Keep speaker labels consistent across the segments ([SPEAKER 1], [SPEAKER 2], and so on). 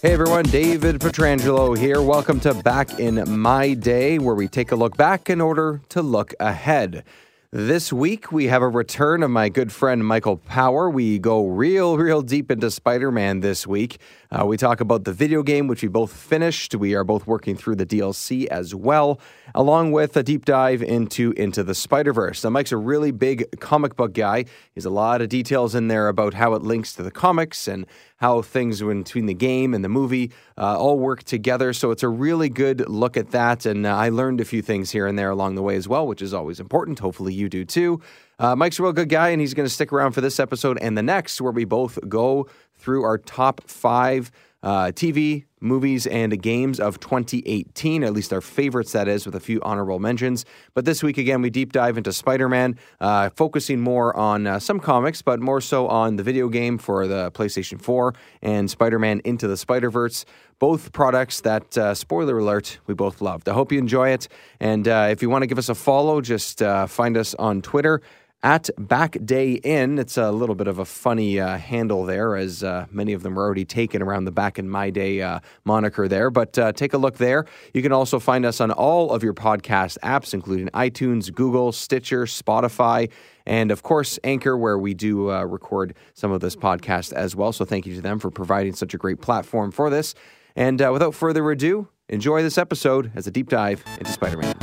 [SPEAKER 1] Hey everyone, David Petrangelo here. Welcome to Back in My Day, where we take a look back in order to look ahead. This week, we have a return of my good friend Michael Power. We go real, real deep into Spider Man this week. Uh, we talk about the video game, which we both finished. We are both working through the DLC as well, along with a deep dive into Into the Spider Verse. Now, Mike's a really big comic book guy. There's a lot of details in there about how it links to the comics and how things in between the game and the movie uh, all work together. So it's a really good look at that. And uh, I learned a few things here and there along the way as well, which is always important. Hopefully, you do too. Uh, Mike's a real good guy, and he's going to stick around for this episode and the next, where we both go through our top five uh, TV, movies, and games of 2018, at least our favorites, that is, with a few honorable mentions. But this week, again, we deep dive into Spider Man, uh, focusing more on uh, some comics, but more so on the video game for the PlayStation 4 and Spider Man Into the Spider Verse, both products that, uh, spoiler alert, we both loved. I hope you enjoy it. And uh, if you want to give us a follow, just uh, find us on Twitter at Back Day In. It's a little bit of a funny uh, handle there, as uh, many of them are already taken around the Back in My Day uh, moniker there. But uh, take a look there. You can also find us on all of your podcast apps, including iTunes, Google, Stitcher, Spotify. And of course, Anchor, where we do uh, record some of this podcast as well. So, thank you to them for providing such a great platform for this. And uh, without further ado, enjoy this episode as a deep dive into Spider Man.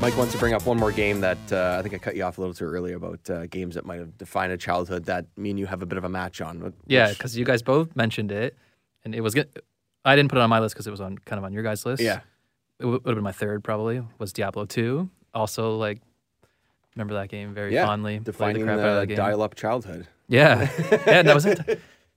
[SPEAKER 1] Mike wants to bring up one more game that uh, I think I cut you off a little too early about uh, games that might have defined a childhood that me and you have a bit of a match on. which-
[SPEAKER 2] Yeah, because you guys both mentioned it, and it was. Good. I didn't put it on my list because it was on kind of on your guys' list.
[SPEAKER 1] Yeah.
[SPEAKER 2] it would have been my third probably. Was Diablo two also like remember that game very
[SPEAKER 1] yeah,
[SPEAKER 2] fondly? played
[SPEAKER 1] defining
[SPEAKER 2] crap out of that
[SPEAKER 1] the
[SPEAKER 2] game.
[SPEAKER 1] dial-up childhood.
[SPEAKER 2] Yeah, yeah, that was it.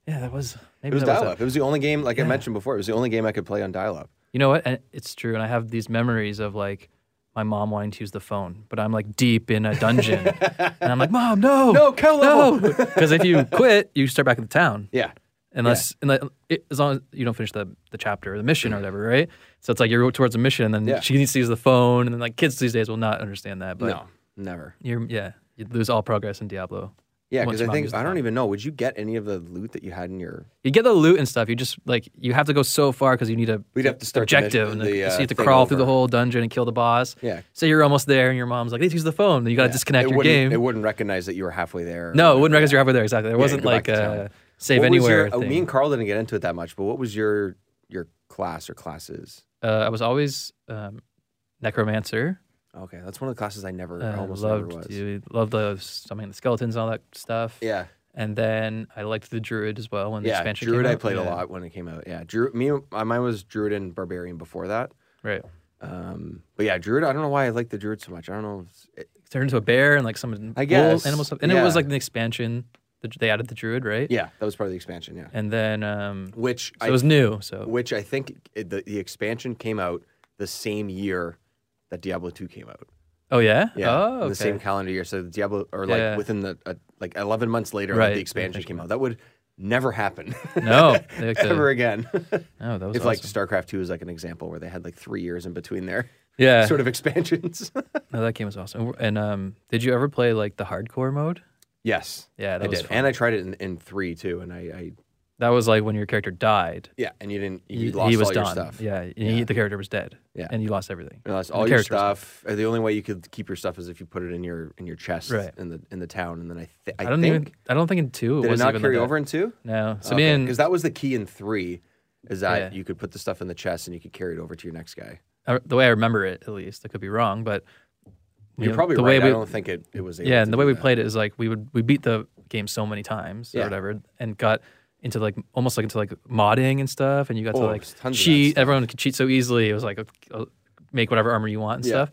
[SPEAKER 2] Yeah, that was. Maybe
[SPEAKER 1] It was
[SPEAKER 2] that was it.
[SPEAKER 1] dial-up. It was the only game, like I mentioned before, it was the only game I could play on dial-up.
[SPEAKER 2] You know what? And it's true. And I have these memories of like my mom wanting to use the phone, but I'm like deep in a dungeon, and I'm like, Mom, no,
[SPEAKER 1] No, kill level."
[SPEAKER 2] because if you quit, you start back in the town.
[SPEAKER 1] Yeah, Mm-hmm.
[SPEAKER 2] unless, unless it, as long as you don't finish the, the chapter or the mission or whatever, right? So it's like you're towards a mission, and then
[SPEAKER 1] Yeah.
[SPEAKER 2] she needs to use the phone, and then like kids these days will not understand that. But
[SPEAKER 1] no, never.
[SPEAKER 2] you're yeah, you lose all progress in Diablo.
[SPEAKER 1] Yeah,
[SPEAKER 2] Once
[SPEAKER 1] because I
[SPEAKER 2] mom
[SPEAKER 1] think
[SPEAKER 2] used
[SPEAKER 1] I
[SPEAKER 2] the
[SPEAKER 1] don't
[SPEAKER 2] phone.
[SPEAKER 1] even know. Would you get any of the loot that you had in your?
[SPEAKER 2] You get the loot and stuff. You just like you have to go so far because you need a
[SPEAKER 1] We'd have to start the
[SPEAKER 2] objective,
[SPEAKER 1] mission-
[SPEAKER 2] and then
[SPEAKER 1] the, uh,
[SPEAKER 2] so you have to
[SPEAKER 1] thing
[SPEAKER 2] crawl through the
[SPEAKER 1] over.
[SPEAKER 2] whole dungeon and kill the boss.
[SPEAKER 1] Yeah.
[SPEAKER 2] So you're almost there, and your mom's like, "Let's use the phone." Then you got to
[SPEAKER 1] Yeah,
[SPEAKER 2] disconnect
[SPEAKER 1] it
[SPEAKER 2] your
[SPEAKER 1] wouldn't-
[SPEAKER 2] game.
[SPEAKER 1] It wouldn't recognize that you were halfway there. or
[SPEAKER 2] no, it
[SPEAKER 1] whatever.
[SPEAKER 2] wouldn't recognize you're halfway there. Exactly. There
[SPEAKER 1] you
[SPEAKER 2] wasn't
[SPEAKER 1] go back
[SPEAKER 2] like
[SPEAKER 1] to
[SPEAKER 2] a
[SPEAKER 1] town.
[SPEAKER 2] save
[SPEAKER 1] What was
[SPEAKER 2] anywhere.
[SPEAKER 1] Your, oh,
[SPEAKER 2] thing.
[SPEAKER 1] me and Carl didn't get into it that much, but what was your your class or classes?
[SPEAKER 2] uh, I was always um, necromancer.
[SPEAKER 1] Okay, that's one of the classes I never
[SPEAKER 2] Uh,
[SPEAKER 1] almost
[SPEAKER 2] loved
[SPEAKER 1] never was.
[SPEAKER 2] the loved the I mean the skeletons and all that stuff.
[SPEAKER 1] Yeah,
[SPEAKER 2] And then I liked the druid as well when the
[SPEAKER 1] yeah.
[SPEAKER 2] expansion
[SPEAKER 1] Druid,
[SPEAKER 2] came
[SPEAKER 1] I
[SPEAKER 2] out.
[SPEAKER 1] played a
[SPEAKER 2] Yeah.
[SPEAKER 1] lot when it came out. Yeah, Druid. Me, uh, mine was Druid and Barbarian before that.
[SPEAKER 2] Right. Hmm.
[SPEAKER 1] Um, but yeah, Druid. I don't know why I like the Druid so much. I don't know. If it,
[SPEAKER 2] Turned into a bear and like some
[SPEAKER 1] I guess,
[SPEAKER 2] wolf animal stuff. And it
[SPEAKER 1] yeah.
[SPEAKER 2] was like an expansion. The, they added the druid, right?
[SPEAKER 1] yeah, that was part of the expansion. Yeah,
[SPEAKER 2] And then um, so
[SPEAKER 1] which I
[SPEAKER 2] it was new. So
[SPEAKER 1] which I think it, the the expansion came out the same year that Diablo two came out.
[SPEAKER 2] oh yeah.
[SPEAKER 1] Yeah,
[SPEAKER 2] Oh
[SPEAKER 1] in
[SPEAKER 2] okay.
[SPEAKER 1] the same calendar year. So Diablo, or like
[SPEAKER 2] Yeah.
[SPEAKER 1] within the uh, like eleven months later,
[SPEAKER 2] Right,
[SPEAKER 1] the
[SPEAKER 2] the
[SPEAKER 1] expansion came out. That would never happen
[SPEAKER 2] no. They like to,
[SPEAKER 1] ever again.
[SPEAKER 2] No, that was
[SPEAKER 1] if
[SPEAKER 2] awesome.
[SPEAKER 1] like StarCraft two is like an example where they had like three years in between their
[SPEAKER 2] yeah.
[SPEAKER 1] sort of expansions.
[SPEAKER 2] No, that game was awesome. And um, did you ever play like the hardcore mode?
[SPEAKER 1] yes,
[SPEAKER 2] Yeah, that
[SPEAKER 1] I
[SPEAKER 2] was
[SPEAKER 1] did,
[SPEAKER 2] fun.
[SPEAKER 1] and I tried it in, in three too, and I, I
[SPEAKER 2] That was like when your character died.
[SPEAKER 1] yeah, and you didn't, you
[SPEAKER 2] He-
[SPEAKER 1] lost
[SPEAKER 2] he was
[SPEAKER 1] all
[SPEAKER 2] done.
[SPEAKER 1] your stuff.
[SPEAKER 2] Yeah, and he- the character was dead.
[SPEAKER 1] Yeah.
[SPEAKER 2] and you lost everything.
[SPEAKER 1] You lost
[SPEAKER 2] And the
[SPEAKER 1] all your
[SPEAKER 2] character was dead.
[SPEAKER 1] stuff. and The only way you could keep your stuff is if you put it in your in your chest
[SPEAKER 2] Right.
[SPEAKER 1] in the in the town, and then I th-
[SPEAKER 2] I
[SPEAKER 1] I,
[SPEAKER 2] don't
[SPEAKER 1] think
[SPEAKER 2] even. I don't think in two. It
[SPEAKER 1] did it
[SPEAKER 2] was
[SPEAKER 1] not
[SPEAKER 2] even
[SPEAKER 1] carry
[SPEAKER 2] like that.
[SPEAKER 1] over in two?
[SPEAKER 2] No. So me
[SPEAKER 1] Because
[SPEAKER 2] and
[SPEAKER 1] that was the key in three, is that
[SPEAKER 2] Yeah.
[SPEAKER 1] you could put the stuff in the chest and you could carry it over to your next guy.
[SPEAKER 2] uh, the way I remember it, at least, I could be wrong, but you
[SPEAKER 1] You're
[SPEAKER 2] know,
[SPEAKER 1] probably
[SPEAKER 2] the
[SPEAKER 1] right.
[SPEAKER 2] Way
[SPEAKER 1] I
[SPEAKER 2] we,
[SPEAKER 1] don't think it, it was. Able
[SPEAKER 2] yeah,
[SPEAKER 1] to
[SPEAKER 2] and the
[SPEAKER 1] do
[SPEAKER 2] way we
[SPEAKER 1] that.
[SPEAKER 2] played it is like we would we beat the game so many times
[SPEAKER 1] Yeah.
[SPEAKER 2] or whatever, and got into like almost like into like modding and stuff, and you got
[SPEAKER 1] Oh,
[SPEAKER 2] to like
[SPEAKER 1] tons of that
[SPEAKER 2] cheat.
[SPEAKER 1] stuff.
[SPEAKER 2] Everyone could cheat so easily. It was like uh, make whatever armor you want and
[SPEAKER 1] Yeah.
[SPEAKER 2] stuff,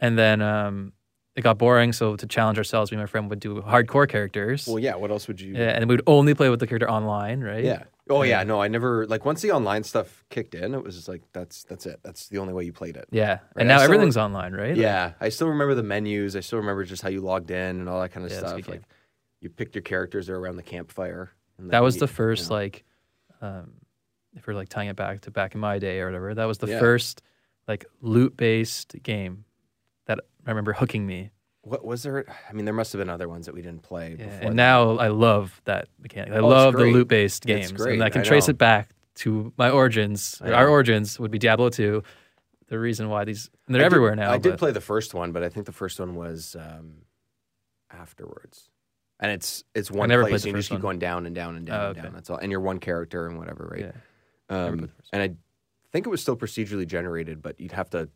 [SPEAKER 2] and then um, it got boring. So to challenge ourselves, me and my friend would do hardcore characters.
[SPEAKER 1] Well, yeah. What else would you?
[SPEAKER 2] yeah, and we would only play with the character online, right?
[SPEAKER 1] Yeah. Oh yeah. No, I never like once the online stuff kicked in. It was just like that's that's it. That's the only way you played it.
[SPEAKER 2] yeah.
[SPEAKER 1] Right,
[SPEAKER 2] And
[SPEAKER 1] I
[SPEAKER 2] now
[SPEAKER 1] still-
[SPEAKER 2] everything's online, right?
[SPEAKER 1] Yeah, I still remember the menus. I still remember just how you logged in and all that kind of
[SPEAKER 2] Yeah, it's a
[SPEAKER 1] stuff.
[SPEAKER 2] good
[SPEAKER 1] Like
[SPEAKER 2] game.
[SPEAKER 1] you picked your characters. They're around the campfire. and
[SPEAKER 2] that
[SPEAKER 1] then
[SPEAKER 2] was
[SPEAKER 1] you-
[SPEAKER 2] the
[SPEAKER 1] you
[SPEAKER 2] first
[SPEAKER 1] know.
[SPEAKER 2] like um, if we're like tying it back to back in my day or whatever, that was the
[SPEAKER 1] Yeah.
[SPEAKER 2] first like loot based game that I remember hooking me.
[SPEAKER 1] What was there? I mean, there must have been other ones that we didn't play
[SPEAKER 2] Yeah,
[SPEAKER 1] before.
[SPEAKER 2] and now I love that mechanic. I
[SPEAKER 1] it's
[SPEAKER 2] love the
[SPEAKER 1] great.
[SPEAKER 2] loot based
[SPEAKER 1] It's
[SPEAKER 2] games.
[SPEAKER 1] great,
[SPEAKER 2] And I can
[SPEAKER 1] I
[SPEAKER 2] trace
[SPEAKER 1] know.
[SPEAKER 2] it back to my origins.
[SPEAKER 1] I
[SPEAKER 2] Our
[SPEAKER 1] know.
[SPEAKER 2] origins would be Diablo 2. The reason why these, and they're
[SPEAKER 1] I did-
[SPEAKER 2] everywhere now.
[SPEAKER 1] I did
[SPEAKER 2] but-
[SPEAKER 1] play the first one, but I think the first one was um, afterwards. And it's it's one
[SPEAKER 2] never
[SPEAKER 1] place.
[SPEAKER 2] played the
[SPEAKER 1] and you just
[SPEAKER 2] first
[SPEAKER 1] keep
[SPEAKER 2] one.
[SPEAKER 1] going down and down and down
[SPEAKER 2] Oh,
[SPEAKER 1] and
[SPEAKER 2] okay.
[SPEAKER 1] down. That's all. And you're one character and whatever, right?
[SPEAKER 2] yeah. Never
[SPEAKER 1] Um,
[SPEAKER 2] played the first
[SPEAKER 1] and I think it was still procedurally generated, but you'd have to,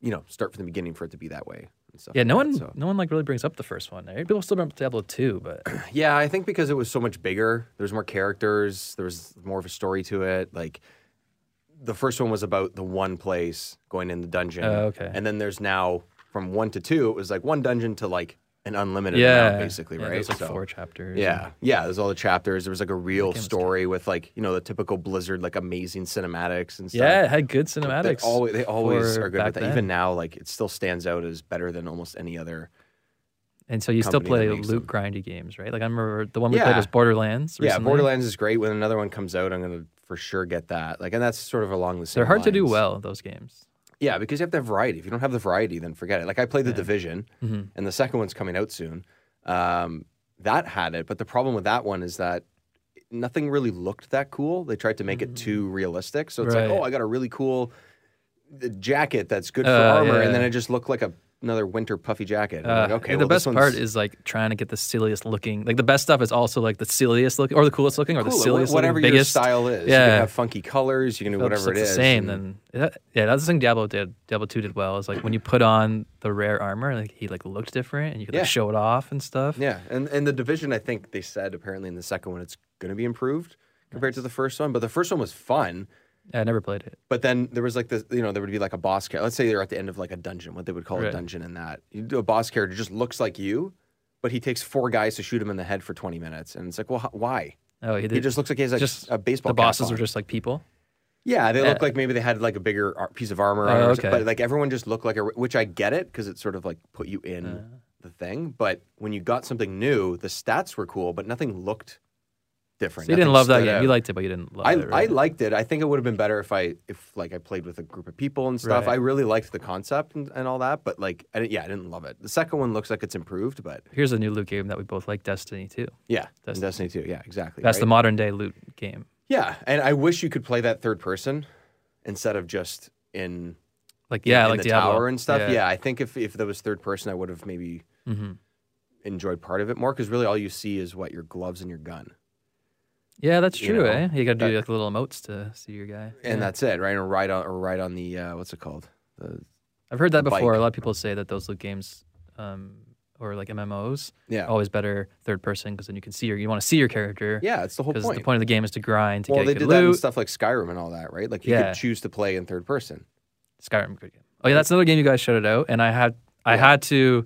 [SPEAKER 1] you know, start from the beginning for it to be that way. And stuff
[SPEAKER 2] Yeah,
[SPEAKER 1] like
[SPEAKER 2] no
[SPEAKER 1] that,
[SPEAKER 2] one,
[SPEAKER 1] so-
[SPEAKER 2] no one like really brings up the first one. Right? People still remember Diablo 2, but
[SPEAKER 1] Yeah, I think because it was so much bigger, there was more characters, there was more of a story to it. Like the first one was about the one place going in the dungeon.
[SPEAKER 2] Oh, okay.
[SPEAKER 1] And then there's now from one to two, it was like one dungeon to like an unlimited
[SPEAKER 2] yeah,
[SPEAKER 1] amount, basically,
[SPEAKER 2] yeah,
[SPEAKER 1] right?
[SPEAKER 2] There's like
[SPEAKER 1] So-
[SPEAKER 2] four chapters. and-
[SPEAKER 1] yeah, yeah. There's all the chapters. There was like a real
[SPEAKER 2] was
[SPEAKER 1] story with like you know the typical Blizzard like amazing cinematics and stuff.
[SPEAKER 2] yeah, it had good
[SPEAKER 1] They
[SPEAKER 2] cinematics.
[SPEAKER 1] always, they always
[SPEAKER 2] for
[SPEAKER 1] are good with
[SPEAKER 2] back
[SPEAKER 1] that.
[SPEAKER 2] then.
[SPEAKER 1] Even now, like it still stands out as better than almost any other.
[SPEAKER 2] and so you still
[SPEAKER 1] company that
[SPEAKER 2] play
[SPEAKER 1] makes
[SPEAKER 2] loot grindy games, right? Like I remember the one we
[SPEAKER 1] Yeah.
[SPEAKER 2] played was Borderlands.
[SPEAKER 1] Yeah,
[SPEAKER 2] recently.
[SPEAKER 1] Borderlands is great. When another one comes out, I'm gonna for sure get that. Like, and that's sort of along the same.
[SPEAKER 2] They're hard to do
[SPEAKER 1] lines.
[SPEAKER 2] well those games.
[SPEAKER 1] Yeah, because you have to have variety. If you don't have the variety, then forget it. Like I played the Division,
[SPEAKER 2] Mm-hmm.
[SPEAKER 1] and the second one's coming out soon. Um, that had it, but the problem with that one is that nothing really looked that cool. They tried to make it too realistic, so it's
[SPEAKER 2] Mm. Right.
[SPEAKER 1] like, oh, I got a really cool uh, jacket that's good for
[SPEAKER 2] Uh,
[SPEAKER 1] armor,
[SPEAKER 2] yeah.
[SPEAKER 1] and then it just looked like a, another winter puffy jacket. And I'm like,
[SPEAKER 2] Uh,
[SPEAKER 1] okay,
[SPEAKER 2] the
[SPEAKER 1] well, this
[SPEAKER 2] best part
[SPEAKER 1] one's-
[SPEAKER 2] is like trying to get the silliest looking. Like the best stuff is also like the silliest looking or the coolest looking or the
[SPEAKER 1] Cool,
[SPEAKER 2] silliest
[SPEAKER 1] whatever
[SPEAKER 2] looking,
[SPEAKER 1] your
[SPEAKER 2] biggest.
[SPEAKER 1] style is. you can
[SPEAKER 2] Yeah.
[SPEAKER 1] have funky colors. You can do
[SPEAKER 2] If it's
[SPEAKER 1] whatever it is.
[SPEAKER 2] the same.
[SPEAKER 1] and-
[SPEAKER 2] Then yeah, yeah, that's the thing Diablo did. Diablo two did well. Is like when you put on the rare armor, like he like looked different and you could
[SPEAKER 1] Yeah.
[SPEAKER 2] like show it off and stuff.
[SPEAKER 1] Yeah, and and the division, I think they said apparently in the second one it's going to be improved compared to the first one. But the first one was fun.
[SPEAKER 2] I never played it.
[SPEAKER 1] But then there was like this, you know, there would be like a boss character. Let's say they're at the end of like a dungeon, what they would call a
[SPEAKER 2] Right.
[SPEAKER 1] dungeon. In that, you do a boss character just looks like you, but he takes four guys to shoot him in the head for twenty minutes, and it's like, well, h- why?
[SPEAKER 2] Oh, he did.
[SPEAKER 1] He just looks like he has like
[SPEAKER 2] just
[SPEAKER 1] a baseball.
[SPEAKER 2] the
[SPEAKER 1] cap
[SPEAKER 2] bosses
[SPEAKER 1] on.
[SPEAKER 2] were just like people.
[SPEAKER 1] Yeah, they look
[SPEAKER 2] Yeah.
[SPEAKER 1] like maybe they had like a bigger ar- piece of armor,
[SPEAKER 2] Oh,
[SPEAKER 1] on or
[SPEAKER 2] okay.
[SPEAKER 1] something, but like everyone just looked like a. Which I get it because it sort of like put you in
[SPEAKER 2] Uh.
[SPEAKER 1] the thing. But when you got something new, the stats were cool, but nothing looked different.
[SPEAKER 2] So you
[SPEAKER 1] Nothing
[SPEAKER 2] didn't love that
[SPEAKER 1] stood
[SPEAKER 2] game.
[SPEAKER 1] out.
[SPEAKER 2] You liked it, but you didn't love
[SPEAKER 1] I,
[SPEAKER 2] it.
[SPEAKER 1] I
[SPEAKER 2] right?
[SPEAKER 1] liked it. I think it would have been better if I if like I played with a group of people and stuff.
[SPEAKER 2] Right.
[SPEAKER 1] I really liked the concept and, and all that, but like I didn't, yeah, I didn't love it. The second one looks like it's improved, but
[SPEAKER 2] Here's a new loot game that we both like, Destiny 2.
[SPEAKER 1] yeah, Destiny,
[SPEAKER 2] Destiny.
[SPEAKER 1] Destiny two, yeah, exactly.
[SPEAKER 2] That's
[SPEAKER 1] right?
[SPEAKER 2] the modern day loot game.
[SPEAKER 1] yeah, and I wish you could play that third person instead of just in
[SPEAKER 2] Like yeah,
[SPEAKER 1] in
[SPEAKER 2] like
[SPEAKER 1] the
[SPEAKER 2] Diablo.
[SPEAKER 1] tower and stuff. Yeah. I think if if that was third person, I would have maybe
[SPEAKER 2] hmm
[SPEAKER 1] enjoyed part of it more because really all you see is what your gloves and your gun,
[SPEAKER 2] Yeah, that's
[SPEAKER 1] You
[SPEAKER 2] true.
[SPEAKER 1] know,
[SPEAKER 2] eh? You got to
[SPEAKER 1] that-
[SPEAKER 2] do like little emotes to see your guy.
[SPEAKER 1] and
[SPEAKER 2] Yeah.
[SPEAKER 1] that's it, right? Or ride on or ride on the uh, what's it called? The,
[SPEAKER 2] I've heard that
[SPEAKER 1] the
[SPEAKER 2] before.
[SPEAKER 1] bike.
[SPEAKER 2] A lot of people say that those loot games um, or like MMOs
[SPEAKER 1] yeah,
[SPEAKER 2] always better third person because then you can see your you want to see your character.
[SPEAKER 1] yeah, it's the whole
[SPEAKER 2] Because
[SPEAKER 1] point.
[SPEAKER 2] the point of the game is to grind to
[SPEAKER 1] well,
[SPEAKER 2] get
[SPEAKER 1] they
[SPEAKER 2] good
[SPEAKER 1] did that in
[SPEAKER 2] loot.
[SPEAKER 1] stuff like Skyrim and all that, right? Like you
[SPEAKER 2] Yeah.
[SPEAKER 1] could choose to play in third person.
[SPEAKER 2] Skyrim, good game. Oh yeah, that's another game you guys shouted out, and I had I had to.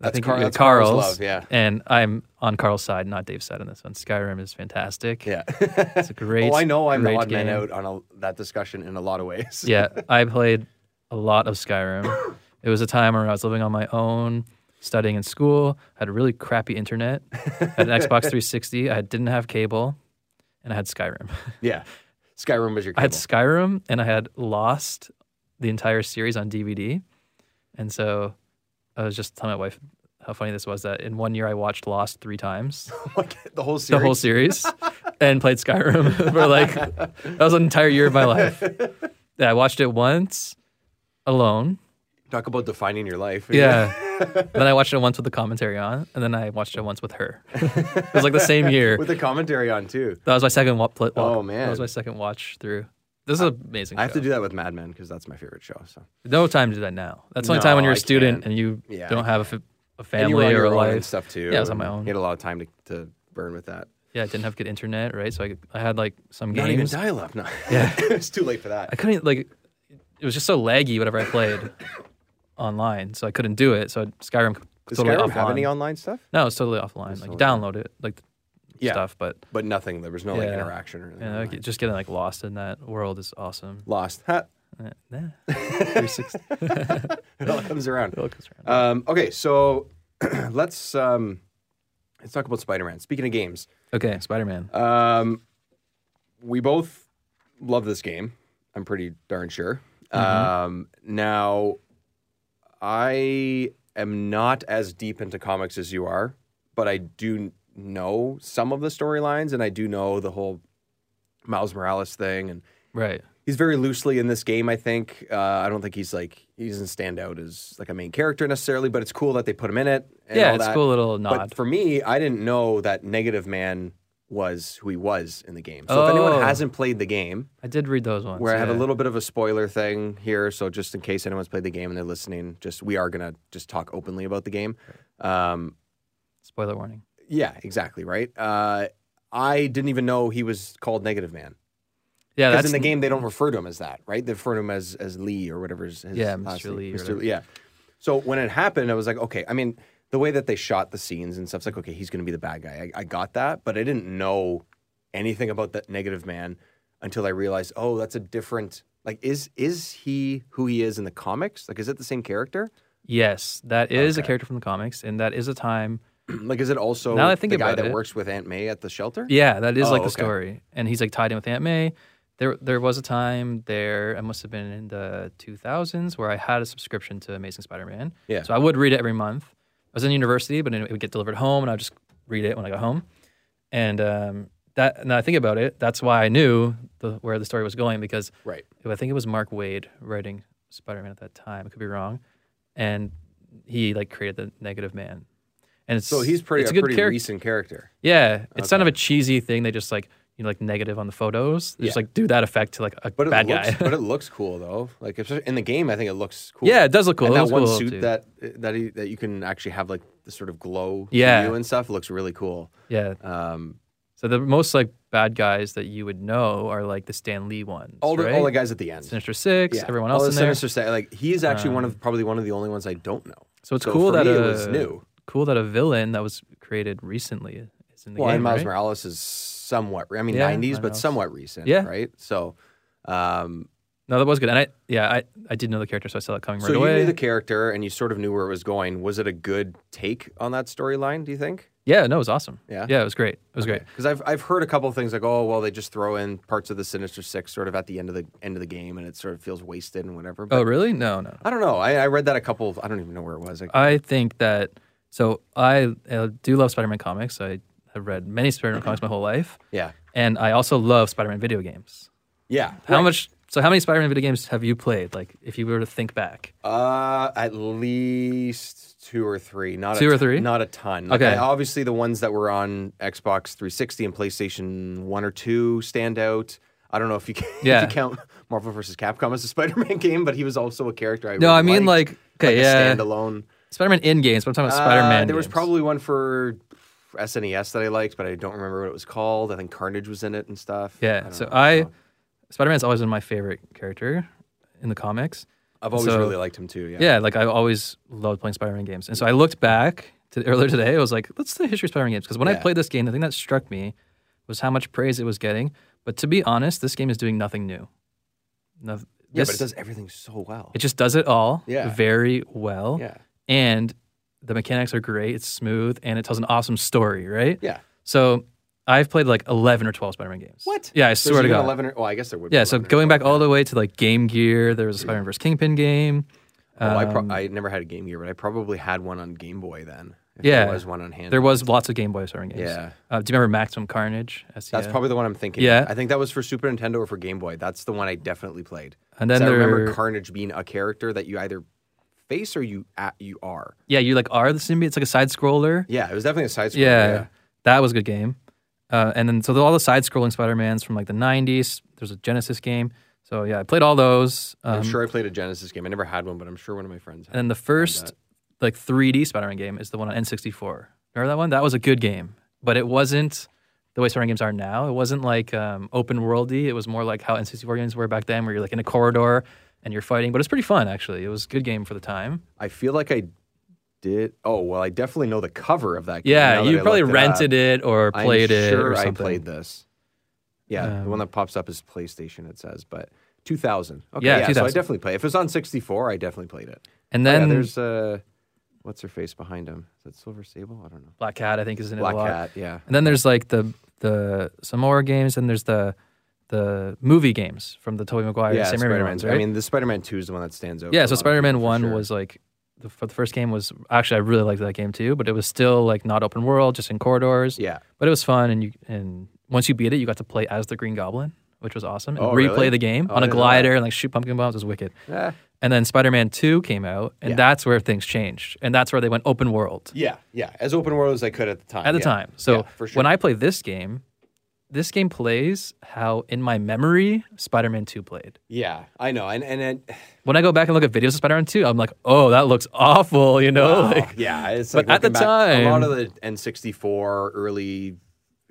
[SPEAKER 2] I
[SPEAKER 1] That's
[SPEAKER 2] think
[SPEAKER 1] Car-
[SPEAKER 2] it was
[SPEAKER 1] that's Carl's
[SPEAKER 2] Carl's,
[SPEAKER 1] love, yeah.
[SPEAKER 2] and I'm on Carl's side, not Dave's side on this one. Skyrim is fantastic.
[SPEAKER 1] Yeah.
[SPEAKER 2] It's a great.
[SPEAKER 1] oh, I know I'm the
[SPEAKER 2] great
[SPEAKER 1] odd man
[SPEAKER 2] game.
[SPEAKER 1] out on a, that discussion in a lot of ways.
[SPEAKER 2] yeah, I played a lot of Skyrim. it was a time where I was living on my own, studying in school, had a really crappy internet, had an Xbox 360, I didn't have cable, and I had Skyrim.
[SPEAKER 1] Yeah. Skyrim was your
[SPEAKER 2] I had
[SPEAKER 1] cable.
[SPEAKER 2] Skyrim and I had Lost the entire series on DVD. And so I was just telling my wife how funny this was that in one year I watched Lost three times,
[SPEAKER 1] Like, the whole series.
[SPEAKER 2] the whole series, and played Skyrim for like, that was an entire year of my life. Yeah, I watched it once alone.
[SPEAKER 1] Talk about defining your life.
[SPEAKER 2] Yeah. And then I watched it once with the commentary on, and then I watched it once with her. it was like the same year.
[SPEAKER 1] With the commentary on too.
[SPEAKER 2] That was my second wa- pl-
[SPEAKER 1] Oh,
[SPEAKER 2] walk-
[SPEAKER 1] man.
[SPEAKER 2] that was my second watch through. This is an amazing.
[SPEAKER 1] I have
[SPEAKER 2] show.
[SPEAKER 1] to do that with Mad Men because that's my favorite show. So
[SPEAKER 2] No time to do that now. That's the only
[SPEAKER 1] No,
[SPEAKER 2] time when you're
[SPEAKER 1] I
[SPEAKER 2] a student
[SPEAKER 1] can't.
[SPEAKER 2] and you
[SPEAKER 1] Yeah,
[SPEAKER 2] don't have a, fa- a
[SPEAKER 1] And you were
[SPEAKER 2] family
[SPEAKER 1] on
[SPEAKER 2] or
[SPEAKER 1] your
[SPEAKER 2] a
[SPEAKER 1] own
[SPEAKER 2] life.
[SPEAKER 1] and stuff too.
[SPEAKER 2] Yeah, I was on my
[SPEAKER 1] and
[SPEAKER 2] own.
[SPEAKER 1] You had a lot of time to, to burn with that.
[SPEAKER 2] Yeah, I didn't have good internet, right? So I, I had like some
[SPEAKER 1] Not even
[SPEAKER 2] games.
[SPEAKER 1] dial up. No. Yeah. it's too late for
[SPEAKER 2] I
[SPEAKER 1] that.
[SPEAKER 2] couldn't like. It was just so laggy whatever I played online, so I couldn't do it. So I- Skyrim
[SPEAKER 1] Does
[SPEAKER 2] totally
[SPEAKER 1] Skyrim
[SPEAKER 2] offline.
[SPEAKER 1] have any online stuff?
[SPEAKER 2] no, it's totally offline. Like you download it, like
[SPEAKER 1] Yeah.
[SPEAKER 2] stuff, but
[SPEAKER 1] But nothing. There was no like
[SPEAKER 2] Yeah.
[SPEAKER 1] interaction or anything.
[SPEAKER 2] you know,
[SPEAKER 1] online.
[SPEAKER 2] just getting like lost in that world is awesome.
[SPEAKER 1] Lost. Ha.
[SPEAKER 2] Eh, nah. 360.
[SPEAKER 1] It all comes around.
[SPEAKER 2] Look, it's around.
[SPEAKER 1] Um, okay, so let's um, let's Uh, talk about Spider Man. Speaking of games,
[SPEAKER 2] okay, Spider Man.
[SPEAKER 1] um, we both love this game. I'm pretty darn sure.
[SPEAKER 2] Mm-hmm.
[SPEAKER 1] Um, now, I am not as deep into comics as you are, but I do know some of the storylines, and I do know the whole Miles Morales thing, and
[SPEAKER 2] Right.
[SPEAKER 1] he's very loosely in this game. I think uh, I don't think he's like he doesn't stand out as like a main character necessarily, but it's cool that they put him in it. and
[SPEAKER 2] yeah,
[SPEAKER 1] all
[SPEAKER 2] it's a
[SPEAKER 1] that.
[SPEAKER 2] cool little
[SPEAKER 1] But
[SPEAKER 2] nod.
[SPEAKER 1] for me, I didn't know that Negative Man was who he was in the game. So if anyone
[SPEAKER 2] Oh.
[SPEAKER 1] hasn't played the game,
[SPEAKER 2] I did read those ones.
[SPEAKER 1] where I have a
[SPEAKER 2] yeah.
[SPEAKER 1] little bit of a spoiler thing here, so just in case anyone's played the game and they're listening, just we are gonna just talk openly about the game. Um,
[SPEAKER 2] spoiler warning.
[SPEAKER 1] yeah, exactly right. Uh, I didn't even know he was called Negative Man
[SPEAKER 2] Yeah,
[SPEAKER 1] because
[SPEAKER 2] that's
[SPEAKER 1] in the game they don't refer to him as that, right? They refer to him as as Lee or whatever his, his
[SPEAKER 2] Yeah,
[SPEAKER 1] last
[SPEAKER 2] Mr.
[SPEAKER 1] name-
[SPEAKER 2] Lee or
[SPEAKER 1] Mr.
[SPEAKER 2] whatever.
[SPEAKER 1] Lee, yeah. So when it happened, I was like, okay. I mean, the way that they shot the scenes and stuff, it's like, okay, he's gonna be the bad guy. I, I got that, but I didn't know anything about that Negative Man until I realized, oh, that's a different. Like, is is he who he is in the comics? Like, is it the same character?
[SPEAKER 2] Yes, that is
[SPEAKER 1] Okay.
[SPEAKER 2] a character from the comics, and that is a time.
[SPEAKER 1] like, is it also
[SPEAKER 2] Now that I think
[SPEAKER 1] the guy
[SPEAKER 2] about
[SPEAKER 1] that
[SPEAKER 2] it-
[SPEAKER 1] works with Aunt May at the shelter?
[SPEAKER 2] Yeah, that is
[SPEAKER 1] Oh,
[SPEAKER 2] like the
[SPEAKER 1] okay.
[SPEAKER 2] story, and he's like tied in with Aunt May. There, there was a time there. I must have been in the 2000s where I had a subscription to Amazing Spider-Man.
[SPEAKER 1] Yeah.
[SPEAKER 2] So I would read it every month. I was in university, but it would get delivered home, and I would just read it when I got home. And um, that, now I think about it, that's why I knew the, where the story was going because
[SPEAKER 1] Right.
[SPEAKER 2] I think it was Mark Wade writing Spider-Man at that time. I could be wrong, and he like created the Negative Man, and it's
[SPEAKER 1] So he's pretty
[SPEAKER 2] It's
[SPEAKER 1] a
[SPEAKER 2] a good
[SPEAKER 1] pretty
[SPEAKER 2] character.
[SPEAKER 1] recent character.
[SPEAKER 2] Yeah, it's kind of a cheesy thing. They just like you know like negative on the photos. They just
[SPEAKER 1] Yeah.
[SPEAKER 2] like do that effect to like a
[SPEAKER 1] But it
[SPEAKER 2] bad
[SPEAKER 1] looks,
[SPEAKER 2] guy.
[SPEAKER 1] but it looks cool though. Like if, in the game, I think it looks cool.
[SPEAKER 2] yeah, it does look cool.
[SPEAKER 1] And
[SPEAKER 2] It
[SPEAKER 1] that
[SPEAKER 2] looks
[SPEAKER 1] one
[SPEAKER 2] cool,
[SPEAKER 1] suit
[SPEAKER 2] too.
[SPEAKER 1] that that he, that you can actually have like the sort of glow to
[SPEAKER 2] Yeah.
[SPEAKER 1] you and stuff looks really cool.
[SPEAKER 2] yeah.
[SPEAKER 1] Um,
[SPEAKER 2] So the most like bad guys that you would know are like the Stan Lee ones,
[SPEAKER 1] all the
[SPEAKER 2] right?
[SPEAKER 1] all the guys at the end.
[SPEAKER 2] Sinister Six,
[SPEAKER 1] Yeah.
[SPEAKER 2] everyone
[SPEAKER 1] All
[SPEAKER 2] else
[SPEAKER 1] the
[SPEAKER 2] in there. Um,
[SPEAKER 1] Sinister Six, like he's actually one of probably one of the only ones I don't know.
[SPEAKER 2] So it's
[SPEAKER 1] So
[SPEAKER 2] cool
[SPEAKER 1] for
[SPEAKER 2] that
[SPEAKER 1] me, it
[SPEAKER 2] a,
[SPEAKER 1] was new.
[SPEAKER 2] cool that a villain that was created recently is in the
[SPEAKER 1] well,
[SPEAKER 2] game.
[SPEAKER 1] and Miles
[SPEAKER 2] right?
[SPEAKER 1] Morales is somewhat. I mean,
[SPEAKER 2] Yeah,
[SPEAKER 1] nineties, but
[SPEAKER 2] Miles.
[SPEAKER 1] somewhat recent.
[SPEAKER 2] Yeah.
[SPEAKER 1] right. So, um,
[SPEAKER 2] No, that was good. And I yeah, I, I did know the character, so I saw that coming
[SPEAKER 1] so
[SPEAKER 2] right
[SPEAKER 1] you
[SPEAKER 2] away.
[SPEAKER 1] knew the character and you sort of knew where it was going. Was it a good take on that storyline? Do you think?
[SPEAKER 2] yeah, no, it was awesome.
[SPEAKER 1] Yeah?
[SPEAKER 2] yeah, it was great. It was great.
[SPEAKER 1] Because I've I've heard a couple of things like, oh well, they just throw in parts of the Sinister Six sort of at the end of the end of the game, and it sort of feels wasted and whatever. But
[SPEAKER 2] Oh, really? No, no.
[SPEAKER 1] I don't know. I, I read that a couple. Of, I don't even know where it was. Like,
[SPEAKER 2] I think that so I uh, do love Spider-Man comics. I have read many Spider-Man comics my whole life,
[SPEAKER 1] yeah,
[SPEAKER 2] and I also love Spider-Man video games.
[SPEAKER 1] yeah.
[SPEAKER 2] How much? So how many Spider-Man video games have you played? Like, if you were to think back,
[SPEAKER 1] Uh, at least two or three. Not
[SPEAKER 2] Two
[SPEAKER 1] a
[SPEAKER 2] or
[SPEAKER 1] ton-
[SPEAKER 2] three?
[SPEAKER 1] Not a ton. Like,
[SPEAKER 2] Okay.
[SPEAKER 1] I- obviously, the ones that were on Xbox 360 and PlayStation One or Two stand out. I don't know if you can if you
[SPEAKER 2] Yeah.
[SPEAKER 1] count Marvel vs. Capcom as a Spider-Man game, but he was also a character. I
[SPEAKER 2] no,
[SPEAKER 1] really
[SPEAKER 2] I mean
[SPEAKER 1] liked,
[SPEAKER 2] like okay,
[SPEAKER 1] a
[SPEAKER 2] yeah,
[SPEAKER 1] standalone.
[SPEAKER 2] Spider-Man in games. But I'm talking about
[SPEAKER 1] Uh,
[SPEAKER 2] Spider-Man.
[SPEAKER 1] There was
[SPEAKER 2] games.
[SPEAKER 1] probably one for SNES that I liked, but I don't remember what it was called. I think Carnage was in it and stuff. I
[SPEAKER 2] yeah.
[SPEAKER 1] don't
[SPEAKER 2] so
[SPEAKER 1] know.
[SPEAKER 2] I, Spider-Man's always been my favorite character in the comics.
[SPEAKER 1] I've always
[SPEAKER 2] so-
[SPEAKER 1] really liked him too. Yeah.
[SPEAKER 2] Yeah, like I always loved playing Spider-Man games, and so I looked back to earlier today. I was like, "Let's the history of Spider-Man games," because when I
[SPEAKER 1] Yeah.
[SPEAKER 2] played this game, the thing that struck me was how much praise it was getting. But to be honest, this game is doing nothing new. No,
[SPEAKER 1] Yeah,
[SPEAKER 2] this-
[SPEAKER 1] but it does everything so well.
[SPEAKER 2] it just does it all
[SPEAKER 1] Yeah.
[SPEAKER 2] very well,
[SPEAKER 1] yeah.
[SPEAKER 2] and the mechanics are great. It's smooth, and it tells an awesome story, right?
[SPEAKER 1] Yeah.
[SPEAKER 2] So I've played like eleven or twelve Spider-Man games.
[SPEAKER 1] What?
[SPEAKER 2] Yeah, I
[SPEAKER 1] There's
[SPEAKER 2] swear to
[SPEAKER 1] even
[SPEAKER 2] God.
[SPEAKER 1] 11 or, well, I guess there would be.
[SPEAKER 2] yeah, so
[SPEAKER 1] 11 or
[SPEAKER 2] going back
[SPEAKER 1] 12.
[SPEAKER 2] all the way to like Game Gear, there was a Spider-Man vs. Kingpin game.
[SPEAKER 1] Oh, I, pro-
[SPEAKER 2] Um,
[SPEAKER 1] I never had a Game Gear, but I probably had one on Game Boy then. If
[SPEAKER 2] Yeah.
[SPEAKER 1] There was one on hand.
[SPEAKER 2] There was lots of Game Boy Spider-Man games.
[SPEAKER 1] Yeah.
[SPEAKER 2] Uh, do you remember Maximum Carnage? E SES?
[SPEAKER 1] That's probably the one I'm thinking. of.
[SPEAKER 2] Yeah.
[SPEAKER 1] I think that was for Super Nintendo or for Game Boy. That's the one I definitely played.
[SPEAKER 2] And then
[SPEAKER 1] 'Cause I remember
[SPEAKER 2] there-
[SPEAKER 1] Carnage being a character that you either face or you at, you are.
[SPEAKER 2] yeah. You like are the symbiote. It's like a side scroller.
[SPEAKER 1] Yeah, it was definitely a side scroller.
[SPEAKER 2] Yeah, that was a good game. Uh, and then so the- all the side scrolling Spider-Mans from like the '90s. There's a Genesis game. So yeah, I played all those. Um,
[SPEAKER 1] I'm sure I played a Genesis game. I never had one, but I'm sure one of my friends
[SPEAKER 2] And
[SPEAKER 1] had.
[SPEAKER 2] then the first
[SPEAKER 1] uh,
[SPEAKER 2] like 3D Spider-Man game is the one on N64. Remember that one? That was a good game, but it wasn't the way Spider-Man games are now. It wasn't like um, open worldy. It was more like how N64 games were back then, where you're like in a corridor and you're fighting. But it's pretty fun actually. It was a good game for the time.
[SPEAKER 1] I feel like I did. Oh well, I definitely know the cover of that. game.
[SPEAKER 2] Yeah,
[SPEAKER 1] now that
[SPEAKER 2] you
[SPEAKER 1] I
[SPEAKER 2] probably
[SPEAKER 1] looked
[SPEAKER 2] rented
[SPEAKER 1] It
[SPEAKER 2] it, or
[SPEAKER 1] up.
[SPEAKER 2] played
[SPEAKER 1] I'm
[SPEAKER 2] it
[SPEAKER 1] Sure,
[SPEAKER 2] or
[SPEAKER 1] I
[SPEAKER 2] something. Um,
[SPEAKER 1] played this. Yeah, the one that pops up is PlayStation. It says, but 2000. Okay,
[SPEAKER 2] Yeah,
[SPEAKER 1] yeah, so I
[SPEAKER 2] 2000.
[SPEAKER 1] definitely played. If it was on 64, I definitely played it. Oh,
[SPEAKER 2] And
[SPEAKER 1] yeah,
[SPEAKER 2] then
[SPEAKER 1] there's uh, what's her face behind him? Is that Silver Sable? I don't know.
[SPEAKER 2] Black Cat, I think, is in it
[SPEAKER 1] Black
[SPEAKER 2] a lot.
[SPEAKER 1] Cat. Yeah.
[SPEAKER 2] And then there's like the the some more games, and there's the the movie games from the Tobey Maguire,
[SPEAKER 1] yeah,
[SPEAKER 2] Sam Raimi
[SPEAKER 1] Spider-Man.
[SPEAKER 2] ones, right?
[SPEAKER 1] I mean, the Spider-Man Two is the one that stands out.
[SPEAKER 2] yeah,
[SPEAKER 1] for a lot
[SPEAKER 2] so
[SPEAKER 1] of
[SPEAKER 2] Spider-Man
[SPEAKER 1] people, for
[SPEAKER 2] One
[SPEAKER 1] sure.
[SPEAKER 2] was like the, for the first game was actually I really liked that game too, but it was still like not open world, just in corridors.
[SPEAKER 1] yeah,
[SPEAKER 2] But it was fun, and you and once you beat it, you got to play as the Green Goblin, which was awesome. And
[SPEAKER 1] Oh,
[SPEAKER 2] replay
[SPEAKER 1] really?
[SPEAKER 2] the game
[SPEAKER 1] Oh, I
[SPEAKER 2] on a
[SPEAKER 1] didn't know that.
[SPEAKER 2] glider and like shoot pumpkin bombs It was wicked.
[SPEAKER 1] Eh,
[SPEAKER 2] And then Spider-Man Two came out, and
[SPEAKER 1] Yeah.
[SPEAKER 2] that's where things changed, and that's where they went open world
[SPEAKER 1] yeah, yeah. As open world as I could at the time.
[SPEAKER 2] at the
[SPEAKER 1] yeah.
[SPEAKER 2] time. So
[SPEAKER 1] Yeah, for sure.
[SPEAKER 2] when I play this game, this game plays how in my memory Spider-Man Two played.
[SPEAKER 1] yeah, I know, and and it,
[SPEAKER 2] When I go back and look at videos of Spider-Man Two, I'm like, oh, that looks awful, you know.
[SPEAKER 1] Oh,
[SPEAKER 2] Like,
[SPEAKER 1] yeah, it's
[SPEAKER 2] but
[SPEAKER 1] like
[SPEAKER 2] at the
[SPEAKER 1] looking back, a lot
[SPEAKER 2] time-
[SPEAKER 1] of the N64 early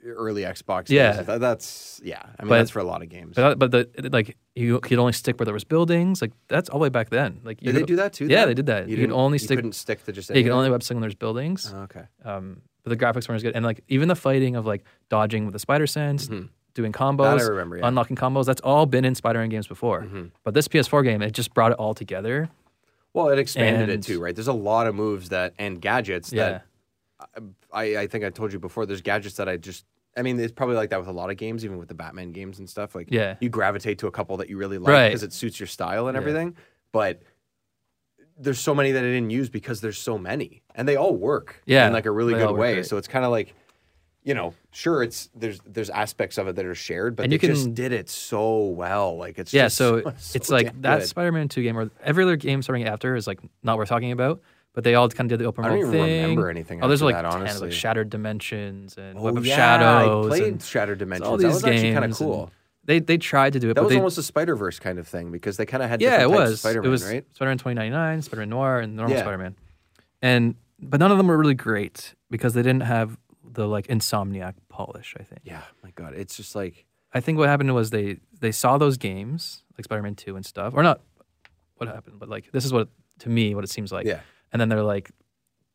[SPEAKER 1] early Xbox.
[SPEAKER 2] Yeah.
[SPEAKER 1] games, that- that's yeah. I mean,
[SPEAKER 2] But-
[SPEAKER 1] that's for a lot of games.
[SPEAKER 2] But, but the like you could only stick where there was buildings. Like that's all the way back then. Like you
[SPEAKER 1] did they
[SPEAKER 2] could-
[SPEAKER 1] do that too?
[SPEAKER 2] Yeah,
[SPEAKER 1] then?
[SPEAKER 2] they did that. You, could
[SPEAKER 1] didn't-
[SPEAKER 2] only
[SPEAKER 1] You
[SPEAKER 2] stick.
[SPEAKER 1] couldn't stick to just.
[SPEAKER 2] yeah, you could
[SPEAKER 1] anything?
[SPEAKER 2] only web stick when there's buildings.
[SPEAKER 1] Oh, okay.
[SPEAKER 2] Um, but the graphics weren't as good, and like even the fighting of like dodging with the spider sense, doing
[SPEAKER 1] Mm-hmm. That
[SPEAKER 2] combos,
[SPEAKER 1] I remember. Yeah. Mm-hmm.
[SPEAKER 2] unlocking combos. That's all been in Spider-Man games before. But this PS4 game, it just brought it all together.
[SPEAKER 1] well, it expanded it
[SPEAKER 2] and-
[SPEAKER 1] too, right? There's a lot of moves that and gadgets
[SPEAKER 2] Yeah,
[SPEAKER 1] that I, I think I told you before. There's gadgets that I just. I mean, it's probably like that with a lot of games, even with the Batman games and stuff. Like,
[SPEAKER 2] Yeah.
[SPEAKER 1] you gravitate to a couple that you really like
[SPEAKER 2] Right.
[SPEAKER 1] because it suits your style and
[SPEAKER 2] Yeah.
[SPEAKER 1] everything. But there's so many that I didn't use because there's so many, and they all work
[SPEAKER 2] Yeah,
[SPEAKER 1] in like a really
[SPEAKER 2] they
[SPEAKER 1] good
[SPEAKER 2] all work
[SPEAKER 1] way.
[SPEAKER 2] great.
[SPEAKER 1] So it's kind of like, you know, sure, it's there's there's aspects of it that are shared, but
[SPEAKER 2] And
[SPEAKER 1] they
[SPEAKER 2] you can-
[SPEAKER 1] just did it so well. Like, it's
[SPEAKER 2] yeah.
[SPEAKER 1] just
[SPEAKER 2] So it's like
[SPEAKER 1] damn
[SPEAKER 2] that
[SPEAKER 1] good.
[SPEAKER 2] Spider-Man Two game, or every other game starting after is like not worth talking about. But they all kind of did the open
[SPEAKER 1] I don't
[SPEAKER 2] world
[SPEAKER 1] even
[SPEAKER 2] thing.
[SPEAKER 1] remember anything.
[SPEAKER 2] Oh, there's
[SPEAKER 1] after
[SPEAKER 2] like
[SPEAKER 1] that,
[SPEAKER 2] 10,
[SPEAKER 1] honestly.
[SPEAKER 2] like Shattered Dimensions and
[SPEAKER 1] Oh,
[SPEAKER 2] Web of
[SPEAKER 1] yeah,
[SPEAKER 2] Shadows.
[SPEAKER 1] I played
[SPEAKER 2] and-
[SPEAKER 1] Shattered Dimensions.
[SPEAKER 2] all
[SPEAKER 1] that
[SPEAKER 2] these
[SPEAKER 1] was
[SPEAKER 2] games.
[SPEAKER 1] actually kind
[SPEAKER 2] and
[SPEAKER 1] of cool.
[SPEAKER 2] They they tried to do it,
[SPEAKER 1] That
[SPEAKER 2] but
[SPEAKER 1] was
[SPEAKER 2] they
[SPEAKER 1] almost a Spider Verse kind of thing because they kind of had
[SPEAKER 2] yeah, it
[SPEAKER 1] different types of
[SPEAKER 2] was
[SPEAKER 1] Spider-Man,
[SPEAKER 2] it was
[SPEAKER 1] right?
[SPEAKER 2] Spider-Man 2099, Spider-Man Noir, and normal
[SPEAKER 1] Yeah.
[SPEAKER 2] Spider-Man, and but none of them were really great because they didn't have the like Insomniac polish. I think.
[SPEAKER 1] Yeah, my God, it's just like
[SPEAKER 2] I think what happened was they they saw those games like Spider-Man 2 and stuff, or not. What happened? But like this is what to me what it seems like.
[SPEAKER 1] yeah,
[SPEAKER 2] and then they're like,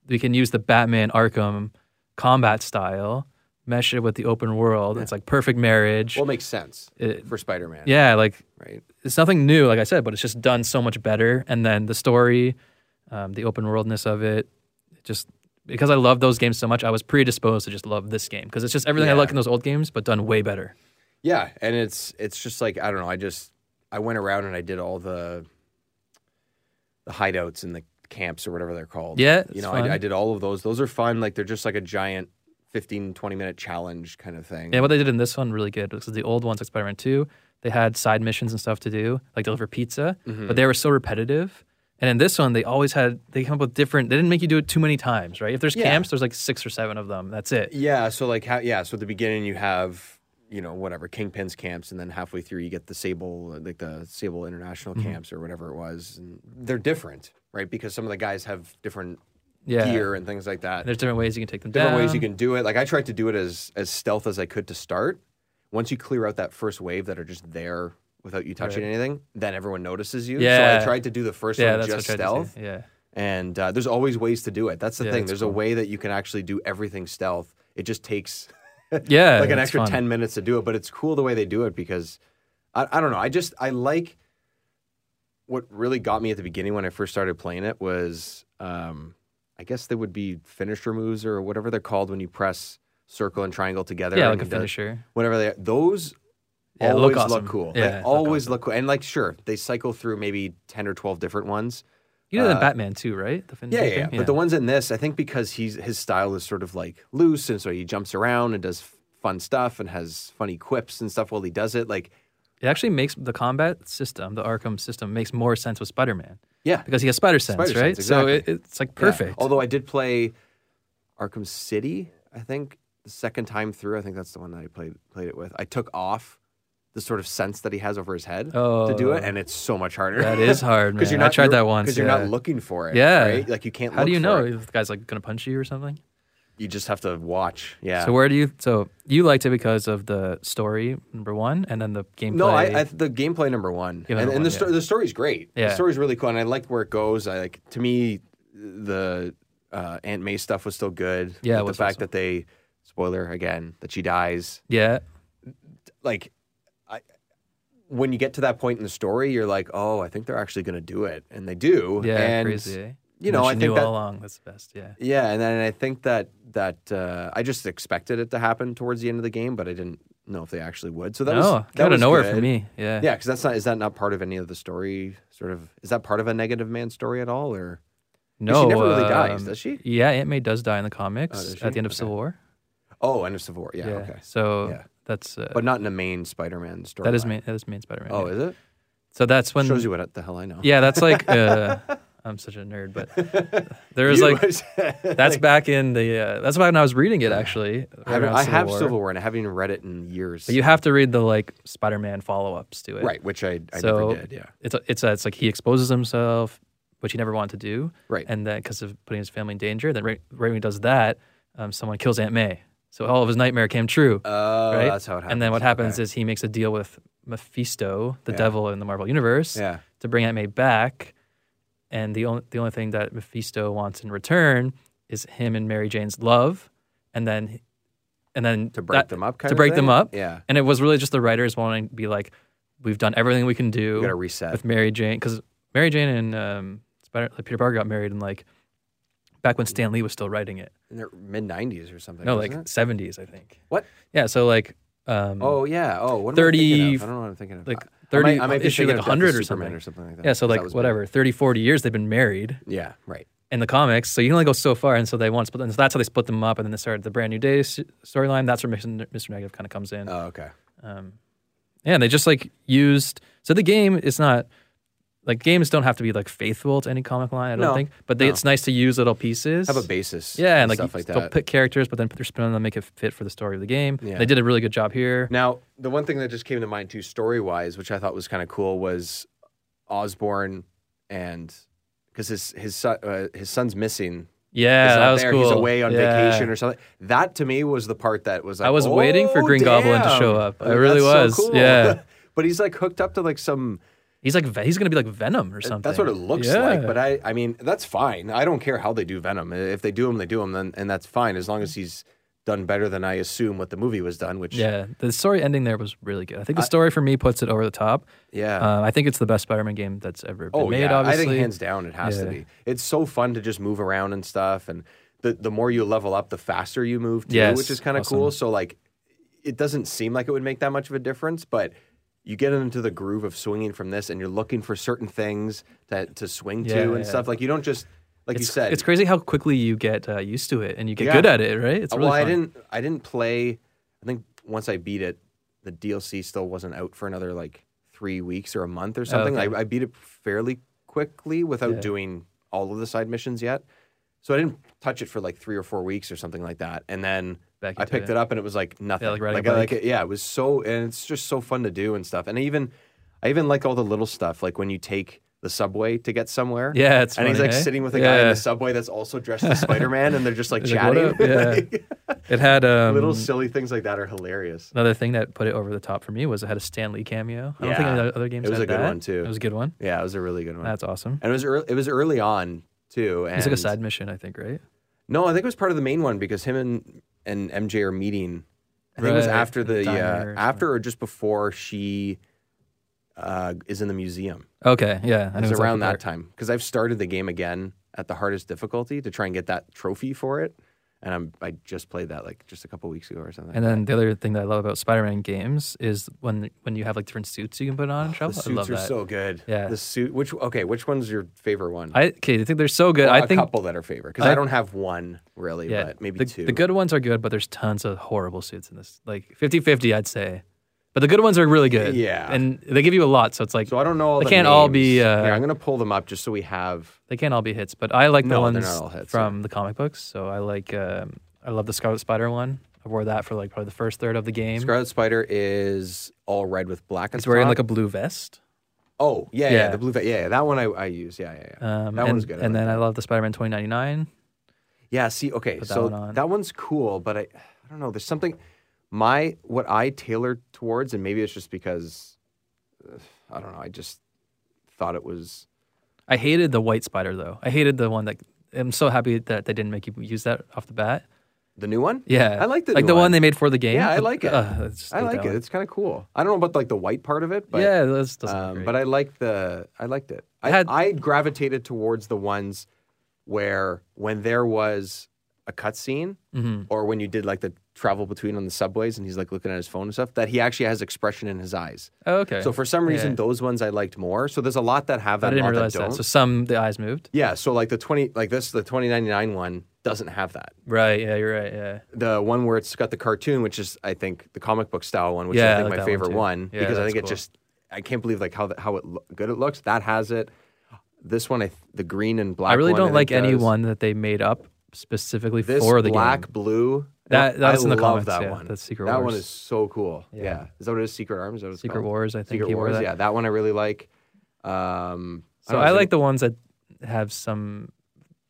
[SPEAKER 2] we can use the Batman Arkham combat style, mesh it with the open world. It's like perfect marriage.
[SPEAKER 1] well, it makes sense
[SPEAKER 2] It-
[SPEAKER 1] for Spider-Man.
[SPEAKER 2] yeah, like
[SPEAKER 1] right.
[SPEAKER 2] it's nothing new, like I said, but it's just done so much better. And then the story, um, the open worldness of it, it just because I love those games so much, I was predisposed to just love this game because it's just everything I
[SPEAKER 1] Yeah.
[SPEAKER 2] like in those old games, but done way better.
[SPEAKER 1] Yeah, and it's it's just like I don't know. I just I went around and I did all the the hideouts and the camps or whatever they're called.
[SPEAKER 2] Yeah,
[SPEAKER 1] you
[SPEAKER 2] it's
[SPEAKER 1] know,
[SPEAKER 2] fun.
[SPEAKER 1] I, I did all of those. Those are fun. Like they're just like a giant 15, 20 minute challenge kind of thing.
[SPEAKER 2] Yeah, what they did in this one really good because the old ones, like Spider-Man Two, they had side missions and stuff to do, like deliver pizza,
[SPEAKER 1] Mm-hmm.
[SPEAKER 2] but they were so repetitive. And in this one, they always had they come up with different. They didn't make you do it too many times, right? If there's
[SPEAKER 1] Yeah.
[SPEAKER 2] camps, there's like six or seven of them. That's it.
[SPEAKER 1] Yeah, so like how yeah, so at the beginning you have you know whatever Kingpin's camps, and then halfway through you get the Sable like the Sable International
[SPEAKER 2] Mm-hmm.
[SPEAKER 1] camps or whatever it was. And they're different, right? Because some of the guys have different
[SPEAKER 2] Yeah,
[SPEAKER 1] gear and things like that.
[SPEAKER 2] And there's different ways you can take them
[SPEAKER 1] different
[SPEAKER 2] down.
[SPEAKER 1] ways you can do it. Like I tried to do it as as stealth as I could to start. Once you clear out that first wave that are just there without you touching anything, then everyone notices you. So
[SPEAKER 2] Yeah.
[SPEAKER 1] I tried to do the first
[SPEAKER 2] Yeah,
[SPEAKER 1] one
[SPEAKER 2] that's
[SPEAKER 1] just
[SPEAKER 2] what I tried to
[SPEAKER 1] stealth.
[SPEAKER 2] say. Yeah,
[SPEAKER 1] And uh, there's always ways to do it. That's the
[SPEAKER 2] Yeah,
[SPEAKER 1] thing.
[SPEAKER 2] that's
[SPEAKER 1] There's a way that you can actually do everything stealth. It just takes
[SPEAKER 2] yeah,
[SPEAKER 1] like an
[SPEAKER 2] it's
[SPEAKER 1] extra
[SPEAKER 2] fun.
[SPEAKER 1] 10 minutes to do it but it's cool the way they do it because I, I don't know i just i like what really got me at the beginning when i first started playing it was um, i guess they would be finisher moves or whatever they're called when you press circle and triangle together
[SPEAKER 2] Yeah,
[SPEAKER 1] and
[SPEAKER 2] like a
[SPEAKER 1] the-
[SPEAKER 2] finisher.
[SPEAKER 1] whatever they those
[SPEAKER 2] Yeah,
[SPEAKER 1] always
[SPEAKER 2] look
[SPEAKER 1] look,
[SPEAKER 2] awesome.
[SPEAKER 1] cool
[SPEAKER 2] Yeah,
[SPEAKER 1] they
[SPEAKER 2] look
[SPEAKER 1] always look cool and like sure they cycle through maybe 10 or 12 different ones
[SPEAKER 2] You know
[SPEAKER 1] uh,
[SPEAKER 2] the Batman too, right? The finisher
[SPEAKER 1] yeah, yeah,
[SPEAKER 2] thing?
[SPEAKER 1] yeah. But the ones in this, I think because he's his style is sort of like loose, and so he jumps around and does f- fun stuff and has funny quips and stuff while he does it. Like,
[SPEAKER 2] it actually makes the combat system, the Arkham system, makes more sense with Spider-Man
[SPEAKER 1] yeah,
[SPEAKER 2] because he has spider sense,
[SPEAKER 1] Spider
[SPEAKER 2] right?
[SPEAKER 1] sense,
[SPEAKER 2] So
[SPEAKER 1] exactly.
[SPEAKER 2] it, it's like
[SPEAKER 1] Yeah.
[SPEAKER 2] perfect.
[SPEAKER 1] Although I did play Arkham City, I think the second time through, I think that's the one that I played played it with. I took off the sort of sense that he has over his head to do it,
[SPEAKER 2] Oh.
[SPEAKER 1] and it's so much harder.
[SPEAKER 2] That is hard, man.
[SPEAKER 1] Because you're
[SPEAKER 2] I
[SPEAKER 1] not
[SPEAKER 2] tried that once.
[SPEAKER 1] because you're
[SPEAKER 2] yeah.
[SPEAKER 1] not looking for it.
[SPEAKER 2] Yeah.
[SPEAKER 1] right? like you can't.
[SPEAKER 2] How do
[SPEAKER 1] look
[SPEAKER 2] you
[SPEAKER 1] for
[SPEAKER 2] know
[SPEAKER 1] it.
[SPEAKER 2] if the guy's like gonna punch you or something?
[SPEAKER 1] You just have to watch. Yeah.
[SPEAKER 2] So where do you? So you liked it because of the story number one, and then the gameplay.
[SPEAKER 1] No, I, I the gameplay number one, and,
[SPEAKER 2] Gameplay number
[SPEAKER 1] and the
[SPEAKER 2] one,
[SPEAKER 1] story the story's great.
[SPEAKER 2] Yeah.
[SPEAKER 1] The story's really cool, and I like where it goes. I like to me the uh, Aunt May stuff was still good.
[SPEAKER 2] Yeah, it
[SPEAKER 1] Like,
[SPEAKER 2] was
[SPEAKER 1] the fact
[SPEAKER 2] awesome.
[SPEAKER 1] that they spoiler again that she dies.
[SPEAKER 2] yeah,
[SPEAKER 1] Like, I when you get to that point in the story, you're like, oh, I think they're actually going to do it, and they do.
[SPEAKER 2] yeah,
[SPEAKER 1] and,
[SPEAKER 2] crazy. eh?
[SPEAKER 1] You
[SPEAKER 2] And
[SPEAKER 1] know,
[SPEAKER 2] she
[SPEAKER 1] I
[SPEAKER 2] knew
[SPEAKER 1] think that
[SPEAKER 2] all along. That's the best. Yeah,
[SPEAKER 1] yeah, and then I think that that uh, I just expected it to happen towards the end of the game, but I didn't know if they actually would. So that
[SPEAKER 2] no,
[SPEAKER 1] was
[SPEAKER 2] came
[SPEAKER 1] that
[SPEAKER 2] out of
[SPEAKER 1] was
[SPEAKER 2] nowhere
[SPEAKER 1] good.
[SPEAKER 2] for me. Yeah.
[SPEAKER 1] Yeah, because that's not is that not part of any of the story? Sort of is that part of a negative man story at all? Or
[SPEAKER 2] No.
[SPEAKER 1] never really dies,
[SPEAKER 2] um,
[SPEAKER 1] does she?
[SPEAKER 2] Yeah, Aunt May does die in the comics
[SPEAKER 1] Oh, does
[SPEAKER 2] at
[SPEAKER 1] she?
[SPEAKER 2] the end of
[SPEAKER 1] Okay.
[SPEAKER 2] Civil War.
[SPEAKER 1] oh, end of Civil War. Yeah, okay,
[SPEAKER 2] So
[SPEAKER 1] Yeah.
[SPEAKER 2] that's uh,
[SPEAKER 1] but not in the main Spider-Man story.
[SPEAKER 2] that is main that is main Spider-Man.
[SPEAKER 1] Oh,
[SPEAKER 2] yeah.
[SPEAKER 1] is it?
[SPEAKER 2] so that's when
[SPEAKER 1] Shows you what the hell I know.
[SPEAKER 2] yeah, that's like uh, I'm such a nerd, but there is like that's back in the uh, that's why when I was reading it actually.
[SPEAKER 1] I, haven't-
[SPEAKER 2] around
[SPEAKER 1] I have
[SPEAKER 2] War.
[SPEAKER 1] Civil War and I haven't even read it in years.
[SPEAKER 2] But you have to read the like Spider-Man follow-ups to it.
[SPEAKER 1] right, which I, I
[SPEAKER 2] So-
[SPEAKER 1] never did. Yeah,
[SPEAKER 2] It's a, it's a, it's like he exposes himself, which he never wanted to do,
[SPEAKER 1] right.
[SPEAKER 2] and then because of putting his family in danger, then right, right when he does that, um, someone kills Aunt May. So all of his nightmare came true.
[SPEAKER 1] oh,
[SPEAKER 2] right?
[SPEAKER 1] that's how it happens.
[SPEAKER 2] And then what happens is he makes a deal with Mephisto, the
[SPEAKER 1] Yeah.
[SPEAKER 2] devil in the Marvel universe,
[SPEAKER 1] yeah,
[SPEAKER 2] to bring Aunt May back. And the only the only thing that Mephisto wants in return is him and Mary Jane's love, and then and then
[SPEAKER 1] to break
[SPEAKER 2] that-
[SPEAKER 1] them up. Kind
[SPEAKER 2] to
[SPEAKER 1] of
[SPEAKER 2] break them
[SPEAKER 1] thing?
[SPEAKER 2] up.
[SPEAKER 1] Yeah,
[SPEAKER 2] And it was really just the writers wanting to be like, we've done everything we can
[SPEAKER 1] you got to
[SPEAKER 2] do
[SPEAKER 1] reset.
[SPEAKER 2] with Mary Jane because Mary Jane and um, Spider- like, Peter Parker got married in like back when Stan Lee was still writing it.
[SPEAKER 1] In their mid nineties or something.
[SPEAKER 2] No,
[SPEAKER 1] wasn't
[SPEAKER 2] like
[SPEAKER 1] it?
[SPEAKER 2] seventies, I think.
[SPEAKER 1] What?
[SPEAKER 2] Yeah, so like um,
[SPEAKER 1] oh yeah. Oh, what am I
[SPEAKER 2] 30
[SPEAKER 1] thinking of? I don't know what I'm thinking of.
[SPEAKER 2] like
[SPEAKER 1] I- I
[SPEAKER 2] thirty
[SPEAKER 1] might- I might be
[SPEAKER 2] issue
[SPEAKER 1] thinking
[SPEAKER 2] like
[SPEAKER 1] of Death of
[SPEAKER 2] hundred or
[SPEAKER 1] Superman
[SPEAKER 2] something.
[SPEAKER 1] or something like that.
[SPEAKER 2] Yeah, so
[SPEAKER 1] 'cause that
[SPEAKER 2] like
[SPEAKER 1] was big.
[SPEAKER 2] whatever, 30, 40 years they've been married
[SPEAKER 1] Yeah, right.
[SPEAKER 2] in the comics, so you can only go so far. And so they want to split, and so that's how they split them up. And then they started the brand new day s- storyline. That's where Mr. Mr. Negative kind of comes in.
[SPEAKER 1] Oh, okay.
[SPEAKER 2] Um, yeah, and they just like used. So the game is not like games don't have to be like faithful to any comic line. I don't
[SPEAKER 1] No,
[SPEAKER 2] think, but they,
[SPEAKER 1] no.
[SPEAKER 2] it's nice to use little pieces.
[SPEAKER 1] Have a basis.
[SPEAKER 2] yeah, and like,
[SPEAKER 1] stuff
[SPEAKER 2] you
[SPEAKER 1] like
[SPEAKER 2] they'll
[SPEAKER 1] that.
[SPEAKER 2] pick characters, but then put their spin on them, and make it fit for the story of the game.
[SPEAKER 1] Yeah.
[SPEAKER 2] They did a really good job here.
[SPEAKER 1] Now, the one thing that just came to mind too, story wise, which I thought was kind of cool, was Osborne and because his his son uh, his son's missing.
[SPEAKER 2] Yeah,
[SPEAKER 1] He's not
[SPEAKER 2] that was
[SPEAKER 1] there.
[SPEAKER 2] cool.
[SPEAKER 1] He's away on
[SPEAKER 2] Yeah.
[SPEAKER 1] vacation or something. That to me was the part that was. Like,
[SPEAKER 2] I was waiting for
[SPEAKER 1] "Oh,
[SPEAKER 2] Green Goblin to
[SPEAKER 1] damn."
[SPEAKER 2] show up. I
[SPEAKER 1] Like,
[SPEAKER 2] really
[SPEAKER 1] that's so
[SPEAKER 2] was.
[SPEAKER 1] cool.
[SPEAKER 2] Yeah.
[SPEAKER 1] but he's like hooked up to like some.
[SPEAKER 2] He's like ve- he's gonna be like Venom or something.
[SPEAKER 1] That's what it looks
[SPEAKER 2] Yeah.
[SPEAKER 1] like. But I, I mean, that's fine. I don't care how they do Venom. If they do him, they do him. Then and that's fine as long as he's done better than I assume what the movie was done. Which
[SPEAKER 2] yeah, the story ending there was really good. I think the
[SPEAKER 1] I-
[SPEAKER 2] story for me puts it over the top.
[SPEAKER 1] yeah.
[SPEAKER 2] Uh, I think it's the best Spider-Man game that's ever been
[SPEAKER 1] Oh
[SPEAKER 2] made.
[SPEAKER 1] yeah,
[SPEAKER 2] Obviously,
[SPEAKER 1] I think hands down it has to
[SPEAKER 2] Yeah.
[SPEAKER 1] be. It's so fun to just move around and stuff, and the the more you level up, the faster you move too,
[SPEAKER 2] Yes,
[SPEAKER 1] which is kind of
[SPEAKER 2] awesome.
[SPEAKER 1] cool. So like, it doesn't seem like it would make that much of a difference, but you get into the groove of swinging from this, and you're looking for certain things that to swing
[SPEAKER 2] Yeah,
[SPEAKER 1] to and
[SPEAKER 2] yeah.
[SPEAKER 1] stuff. Like you don't just like
[SPEAKER 2] it's,
[SPEAKER 1] you said.
[SPEAKER 2] it's crazy how quickly you get uh, used to it and you get
[SPEAKER 1] Yeah.
[SPEAKER 2] good at it, right? It's really
[SPEAKER 1] well, I
[SPEAKER 2] fun.
[SPEAKER 1] didn't I didn't play. I think once I beat it, the DLC still wasn't out for another like three weeks or a month or something.
[SPEAKER 2] okay.
[SPEAKER 1] I, I beat it fairly quickly without
[SPEAKER 2] Yeah.
[SPEAKER 1] doing all of the side missions yet. So I didn't touch it for like three or four weeks or something like that, and then
[SPEAKER 2] Back
[SPEAKER 1] I
[SPEAKER 2] into
[SPEAKER 1] picked
[SPEAKER 2] it.
[SPEAKER 1] it up and it was like nothing.
[SPEAKER 2] like riding a
[SPEAKER 1] I- it- yeah, it was so, and it's just so fun to do and stuff. And I even, I even like all the little stuff, like when you take the subway to get somewhere.
[SPEAKER 2] Yeah, it's
[SPEAKER 1] and he's
[SPEAKER 2] funny,
[SPEAKER 1] like
[SPEAKER 2] eh?
[SPEAKER 1] sitting with a guy in
[SPEAKER 2] Yeah.
[SPEAKER 1] the subway that's also dressed as Spider Man, and they're just like
[SPEAKER 2] He's like, "What
[SPEAKER 1] chatting.
[SPEAKER 2] up?" Yeah.
[SPEAKER 1] Like-
[SPEAKER 2] It had um,
[SPEAKER 1] little silly things like that are hilarious.
[SPEAKER 2] another thing that put it over the top for me was it had a Stan Lee cameo. I don't think
[SPEAKER 1] Yeah.
[SPEAKER 2] any other games
[SPEAKER 1] It was
[SPEAKER 2] had
[SPEAKER 1] a good
[SPEAKER 2] that.
[SPEAKER 1] one, too.
[SPEAKER 2] It was a good one.
[SPEAKER 1] Yeah, it was a really good one.
[SPEAKER 2] That's awesome.
[SPEAKER 1] and it was early, it was early on too. And
[SPEAKER 2] It's like a side mission, I think, right?
[SPEAKER 1] No, I think it was part of the main one because him and and MJ are meeting. I think it was
[SPEAKER 2] Right,
[SPEAKER 1] after the
[SPEAKER 2] diner
[SPEAKER 1] uh,
[SPEAKER 2] or
[SPEAKER 1] after or just before she uh, is in the museum.
[SPEAKER 2] Okay, yeah, I
[SPEAKER 1] It
[SPEAKER 2] know
[SPEAKER 1] was
[SPEAKER 2] exactly
[SPEAKER 1] around
[SPEAKER 2] where-
[SPEAKER 1] that time because I've started the game again at the hardest difficulty to try and get that trophy for it. And I'm I just played that like just a couple weeks ago or something.
[SPEAKER 2] And then the other thing that I love about Spider-Man games is when when you have like different suits you can put on and
[SPEAKER 1] the
[SPEAKER 2] travel. I love
[SPEAKER 1] suits are
[SPEAKER 2] that.
[SPEAKER 1] so good.
[SPEAKER 2] Yeah.
[SPEAKER 1] the suit. Which okay, which one's your favorite one?
[SPEAKER 2] I okay, I think they're so good.
[SPEAKER 1] Well,
[SPEAKER 2] I
[SPEAKER 1] a
[SPEAKER 2] think
[SPEAKER 1] couple that are favorite because I,
[SPEAKER 2] I-
[SPEAKER 1] don't have one really, but maybe
[SPEAKER 2] the,
[SPEAKER 1] two.
[SPEAKER 2] The good ones are good, but there's tons of horrible suits in this. Like 50-50, I'd say. But the good ones are really good.
[SPEAKER 1] Yeah.
[SPEAKER 2] And they give you a lot, so it's like
[SPEAKER 1] so I don't know. All
[SPEAKER 2] They
[SPEAKER 1] the
[SPEAKER 2] can't all
[SPEAKER 1] names.
[SPEAKER 2] be, uh,
[SPEAKER 1] Here, I'm gonna pull them up just so we have.
[SPEAKER 2] they can't all be hits, but I like the
[SPEAKER 1] No, they're
[SPEAKER 2] ones
[SPEAKER 1] not all hits,
[SPEAKER 2] from the comic books. So I like um, I love the Scarlet Spider one. I wore that for like probably the first third of the game.
[SPEAKER 1] Scarlet Spider is all red with black.
[SPEAKER 2] He's wearing like a blue vest.
[SPEAKER 1] Oh yeah, yeah,
[SPEAKER 2] Yeah.
[SPEAKER 1] the blue. Fa- yeah, yeah, that one I, I use. Yeah, yeah, yeah.
[SPEAKER 2] Um,
[SPEAKER 1] that
[SPEAKER 2] and,
[SPEAKER 1] one's good. I
[SPEAKER 2] And
[SPEAKER 1] like
[SPEAKER 2] then
[SPEAKER 1] that.
[SPEAKER 2] I love the Spider-Man 2099.
[SPEAKER 1] Yeah, see, okay,
[SPEAKER 2] Put that
[SPEAKER 1] so
[SPEAKER 2] one on.
[SPEAKER 1] that one's cool, but I, I don't know. There's something, my what I tailored towards, and maybe it's just because, uh, I don't know. I just thought it was.
[SPEAKER 2] I hated the white spider though. I hated the one that I'm so happy that they didn't make you use that off the bat.
[SPEAKER 1] The new one?
[SPEAKER 2] Yeah.
[SPEAKER 1] I like the
[SPEAKER 2] like
[SPEAKER 1] new
[SPEAKER 2] the one.
[SPEAKER 1] one.
[SPEAKER 2] they made for the game.
[SPEAKER 1] Yeah, I
[SPEAKER 2] but-
[SPEAKER 1] like it.
[SPEAKER 2] Ugh, just
[SPEAKER 1] I
[SPEAKER 2] hate
[SPEAKER 1] like
[SPEAKER 2] that
[SPEAKER 1] it.
[SPEAKER 2] one.
[SPEAKER 1] It's kind of cool. I don't know about like the white part of it, but
[SPEAKER 2] yeah, this doesn't. look
[SPEAKER 1] Um,
[SPEAKER 2] great.
[SPEAKER 1] but I like the I liked it. I,
[SPEAKER 2] Had-
[SPEAKER 1] I gravitated towards the ones
[SPEAKER 2] Mm-hmm.
[SPEAKER 1] where when there was a cutscene or when you did like the travel between on the subways and he's like looking at his phone and stuff that he actually has expression in his eyes.
[SPEAKER 2] Oh, okay.
[SPEAKER 1] So for some reason, those ones I liked more. So there's a lot that have that.
[SPEAKER 2] I didn't
[SPEAKER 1] and a lot
[SPEAKER 2] realize
[SPEAKER 1] that. Don't.
[SPEAKER 2] that. So some the eyes moved.
[SPEAKER 1] yeah. So like the twenty, like this, the twenty ninety nine one doesn't have that.
[SPEAKER 2] Right. Yeah. You're right. Yeah.
[SPEAKER 1] The one where it's got the cartoon, which is I think the comic book style one, which
[SPEAKER 2] Yeah, I
[SPEAKER 1] is I think
[SPEAKER 2] like
[SPEAKER 1] my
[SPEAKER 2] that one
[SPEAKER 1] favorite
[SPEAKER 2] too.
[SPEAKER 1] one,
[SPEAKER 2] Yeah,
[SPEAKER 1] because I
[SPEAKER 2] that's
[SPEAKER 1] think it
[SPEAKER 2] cool.
[SPEAKER 1] just I can't believe like how the, how it lo- good it looks. That has it. This one, I th- the green and black.
[SPEAKER 2] I really
[SPEAKER 1] one,
[SPEAKER 2] don't like
[SPEAKER 1] think,
[SPEAKER 2] any
[SPEAKER 1] does.
[SPEAKER 2] one that they made up specifically
[SPEAKER 1] This
[SPEAKER 2] for the
[SPEAKER 1] black
[SPEAKER 2] game.
[SPEAKER 1] blue.
[SPEAKER 2] That-
[SPEAKER 1] Nope,
[SPEAKER 2] that's
[SPEAKER 1] I
[SPEAKER 2] in the
[SPEAKER 1] love
[SPEAKER 2] comics,
[SPEAKER 1] that
[SPEAKER 2] yeah,
[SPEAKER 1] one.
[SPEAKER 2] that's Secret
[SPEAKER 1] that
[SPEAKER 2] Wars.
[SPEAKER 1] one is so cool. Yeah. is that what it is? Secret Arms? Is that what it's
[SPEAKER 2] Secret
[SPEAKER 1] called?
[SPEAKER 2] Wars, I think
[SPEAKER 1] Secret
[SPEAKER 2] he wore
[SPEAKER 1] Wars.
[SPEAKER 2] that.
[SPEAKER 1] Yeah, that one I really like. Um,
[SPEAKER 2] So
[SPEAKER 1] don't
[SPEAKER 2] I,
[SPEAKER 1] know,
[SPEAKER 2] like the ones that have some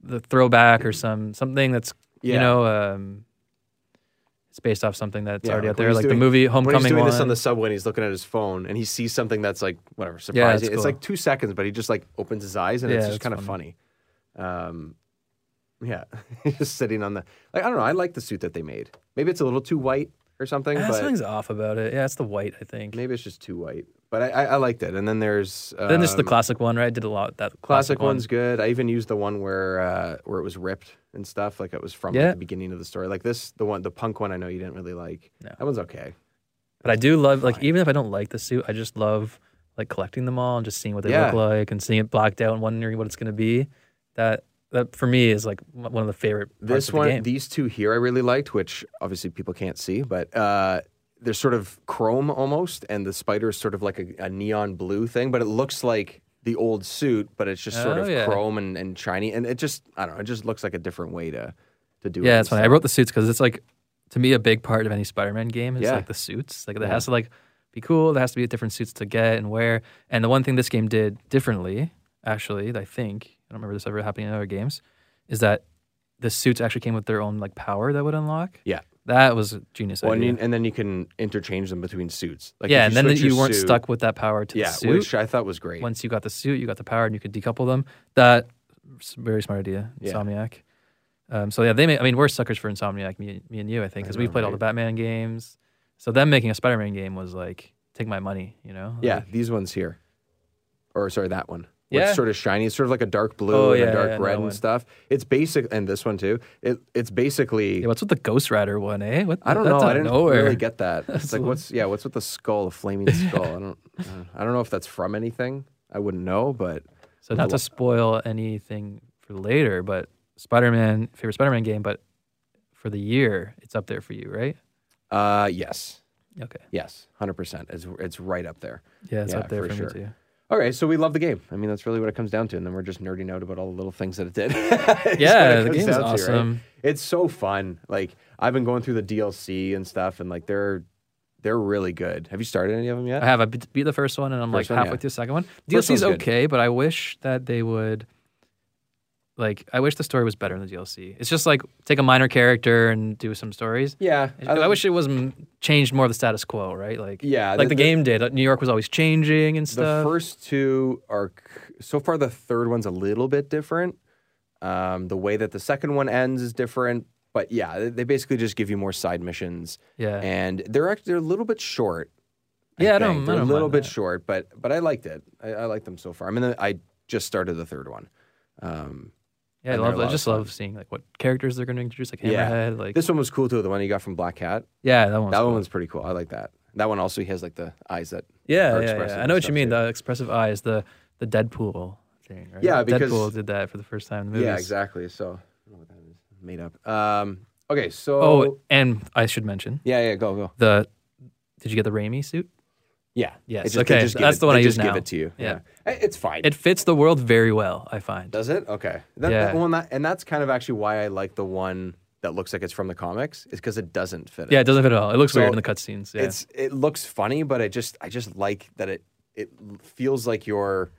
[SPEAKER 2] the throwback or some something that's you
[SPEAKER 1] Yeah.
[SPEAKER 2] know um, it's based off something that's
[SPEAKER 1] Yeah,
[SPEAKER 2] already
[SPEAKER 1] like
[SPEAKER 2] out
[SPEAKER 1] when
[SPEAKER 2] there,
[SPEAKER 1] he's
[SPEAKER 2] like
[SPEAKER 1] doing-
[SPEAKER 2] the movie
[SPEAKER 1] when he's
[SPEAKER 2] Homecoming.
[SPEAKER 1] doing
[SPEAKER 2] one.
[SPEAKER 1] this on the subway and he's looking at his phone and he sees something that's like whatever
[SPEAKER 2] Yeah, it's
[SPEAKER 1] surprising. It's
[SPEAKER 2] cool.
[SPEAKER 1] like two seconds, but he just like opens his eyes and it's
[SPEAKER 2] Yeah,
[SPEAKER 1] just kind
[SPEAKER 2] that's
[SPEAKER 1] of funny. Um, yeah, just sitting on the. Like, I don't know. I like the suit that they made. Maybe it's a little too white or something.
[SPEAKER 2] Ah,
[SPEAKER 1] but
[SPEAKER 2] something's off about it. Yeah, it's the white. I think.
[SPEAKER 1] maybe it's just too white. But I, I, I liked it. And then there's um,
[SPEAKER 2] then there's the classic one, right? Did a lot that
[SPEAKER 1] classic
[SPEAKER 2] one.
[SPEAKER 1] one's good. I even used the one where uh, where it was ripped and stuff. Like it was from like,
[SPEAKER 2] Yeah.
[SPEAKER 1] the beginning of the story. Like this, the one, the punk one. I know you didn't really like.
[SPEAKER 2] No.
[SPEAKER 1] That one's okay.
[SPEAKER 2] But I do love like even if I don't like the suit, I just love like collecting them all and just seeing what they
[SPEAKER 1] Yeah.
[SPEAKER 2] look like and seeing it blacked out and wondering what it's gonna be. That that for me is like m- one of the favorite parts
[SPEAKER 1] This
[SPEAKER 2] of the
[SPEAKER 1] one,
[SPEAKER 2] game.
[SPEAKER 1] these two here, I really liked, which obviously people can't see, but uh, they're sort of chrome almost, and the spider is sort of like a, a neon blue thing, but it looks like the old suit, but it's just sort
[SPEAKER 2] Oh,
[SPEAKER 1] of
[SPEAKER 2] yeah.
[SPEAKER 1] chrome and, and shiny, and it just I don't know, it just looks like a different way to to do it.
[SPEAKER 2] yeah, that's
[SPEAKER 1] and
[SPEAKER 2] funny. I wrote the suits because it's like to me a big part of any Spider-Man game is
[SPEAKER 1] Yeah.
[SPEAKER 2] like the suits. Like it has to like be cool. There has to be different suits to get and wear. And the one thing this game did differently, actually, I think I don't remember this ever happening in other games, is that the suits actually came with their own like power that would unlock.
[SPEAKER 1] Yeah.
[SPEAKER 2] That was a genius.
[SPEAKER 1] Well, and,
[SPEAKER 2] idea.
[SPEAKER 1] you- and then you can interchange them between suits. Like
[SPEAKER 2] yeah,
[SPEAKER 1] if
[SPEAKER 2] and then
[SPEAKER 1] switch
[SPEAKER 2] you
[SPEAKER 1] your
[SPEAKER 2] weren't
[SPEAKER 1] suit-
[SPEAKER 2] stuck with that power to
[SPEAKER 1] Yeah,
[SPEAKER 2] the suit.
[SPEAKER 1] which I thought was great.
[SPEAKER 2] Once you got the suit, you got the power, and you could decouple them. That s- very smart idea,
[SPEAKER 1] Yeah.
[SPEAKER 2] Insomniac. Um, so yeah, they. May, I mean, we're suckers for Insomniac, me, me and you, I think,
[SPEAKER 1] I
[SPEAKER 2] because
[SPEAKER 1] know,
[SPEAKER 2] we played all the
[SPEAKER 1] right?
[SPEAKER 2] Batman games. So them making a Spider-Man game was like, take my money, you know?
[SPEAKER 1] Yeah,
[SPEAKER 2] Like,
[SPEAKER 1] these ones here, or sorry, that one.
[SPEAKER 2] Yeah.
[SPEAKER 1] it's sort of shiny. It's sort of like a dark blue
[SPEAKER 2] Oh,
[SPEAKER 1] and
[SPEAKER 2] yeah,
[SPEAKER 1] a dark
[SPEAKER 2] yeah, that
[SPEAKER 1] red and
[SPEAKER 2] one.
[SPEAKER 1] stuff. It's basic, and this one too. It it's basically.
[SPEAKER 2] yeah, what's with the Ghost Rider one, eh? What,
[SPEAKER 1] I don't
[SPEAKER 2] that's
[SPEAKER 1] know.
[SPEAKER 2] out
[SPEAKER 1] I
[SPEAKER 2] of
[SPEAKER 1] didn't
[SPEAKER 2] nowhere.
[SPEAKER 1] really get that. It's
[SPEAKER 2] That's
[SPEAKER 1] like
[SPEAKER 2] a-
[SPEAKER 1] what's yeah, what's with the skull, the flaming skull? I don't. Uh, I don't know if that's from anything. I wouldn't know, but
[SPEAKER 2] So not to spoil anything for later, but Spider-Man favorite Spider-Man game, but for the year, it's up there for you, right?
[SPEAKER 1] uh, yes,
[SPEAKER 2] Okay.
[SPEAKER 1] yes, hundred percent. It's it's right up there.
[SPEAKER 2] Yeah, it's
[SPEAKER 1] Yeah,
[SPEAKER 2] up there
[SPEAKER 1] for
[SPEAKER 2] for,
[SPEAKER 1] sure.
[SPEAKER 2] me too.
[SPEAKER 1] All right, so we love the game. I mean, that's really what it comes down to, and then we're just nerding out about all the little things that it did. It's what
[SPEAKER 2] Yeah,
[SPEAKER 1] it
[SPEAKER 2] the
[SPEAKER 1] comes
[SPEAKER 2] game's
[SPEAKER 1] down to, right?
[SPEAKER 2] awesome.
[SPEAKER 1] It's so fun. Like I've been going through the DLC and stuff, and like they're they're really good. Have you started any of them yet?
[SPEAKER 2] I have. I beat beat the first one, and I'm
[SPEAKER 1] First one,
[SPEAKER 2] like halfway
[SPEAKER 1] yeah.
[SPEAKER 2] through the second one.
[SPEAKER 1] First
[SPEAKER 2] DLC is
[SPEAKER 1] one's good.
[SPEAKER 2] okay, but I wish that they would. Like, I wish the story was better in the DLC. It's just like take a minor character and do some stories.
[SPEAKER 1] yeah, Um,
[SPEAKER 2] I, I wish it was m- changed more of the status quo, right? Like,
[SPEAKER 1] Yeah,
[SPEAKER 2] like
[SPEAKER 1] the-
[SPEAKER 2] the,
[SPEAKER 1] the-
[SPEAKER 2] game did. Like, New York was always changing and
[SPEAKER 1] the
[SPEAKER 2] stuff.
[SPEAKER 1] first two are c- so far. The third one's a little bit different. Um, the way that the second one ends is different, but yeah, they- they basically just give you more side missions,
[SPEAKER 2] yeah,
[SPEAKER 1] and they're act- they're a little bit short.
[SPEAKER 2] yeah. I
[SPEAKER 1] think.
[SPEAKER 2] don't.
[SPEAKER 1] They're
[SPEAKER 2] I
[SPEAKER 1] a
[SPEAKER 2] don't
[SPEAKER 1] little
[SPEAKER 2] mind
[SPEAKER 1] bit
[SPEAKER 2] that.
[SPEAKER 1] short, but but I liked it. I, I liked them so far. I mean, I just started the third one. Um,
[SPEAKER 2] Yeah,
[SPEAKER 1] and they're
[SPEAKER 2] I
[SPEAKER 1] a
[SPEAKER 2] love.
[SPEAKER 1] lot
[SPEAKER 2] I
[SPEAKER 1] of
[SPEAKER 2] just love seeing like what characters they're going to introduce, like
[SPEAKER 1] Yeah.
[SPEAKER 2] Hammerhead. Like,
[SPEAKER 1] this one was cool too. The one you got from Black Cat.
[SPEAKER 2] yeah, that one.
[SPEAKER 1] That one was pretty cool. I like that. That one also he has like the eyes that.
[SPEAKER 2] Yeah,
[SPEAKER 1] are
[SPEAKER 2] yeah,
[SPEAKER 1] expressive
[SPEAKER 2] yeah. I
[SPEAKER 1] and
[SPEAKER 2] know what
[SPEAKER 1] stuff,
[SPEAKER 2] you mean.
[SPEAKER 1] too.
[SPEAKER 2] The expressive eyes, the the Deadpool thing. Right?
[SPEAKER 1] Yeah, because-
[SPEAKER 2] Deadpool did that for the first time in the movies.
[SPEAKER 1] Yeah, exactly. So I don't know what that is. Made up. Um, okay, so
[SPEAKER 2] Oh, and I should mention
[SPEAKER 1] yeah, yeah, go go.
[SPEAKER 2] the. Did you get the Raimi suit?
[SPEAKER 1] Yeah.
[SPEAKER 2] Yes,
[SPEAKER 1] It they
[SPEAKER 2] okay,
[SPEAKER 1] give
[SPEAKER 2] that's
[SPEAKER 1] it,
[SPEAKER 2] the one
[SPEAKER 1] they
[SPEAKER 2] I use
[SPEAKER 1] just give
[SPEAKER 2] now.
[SPEAKER 1] it to you.
[SPEAKER 2] Yeah.
[SPEAKER 1] I- It's fine.
[SPEAKER 2] It fits the world very well, I find.
[SPEAKER 1] Does it? Okay. That,
[SPEAKER 2] Yeah.
[SPEAKER 1] that one, that, and that's kind of actually why I like the one that looks like it's from the comics is because it doesn't fit. it.
[SPEAKER 2] Yeah, it doesn't fit at all. It looks
[SPEAKER 1] So,
[SPEAKER 2] weird in the cutscenes. Yeah.
[SPEAKER 1] it's it looks funny, but I just I just like that it it feels like you're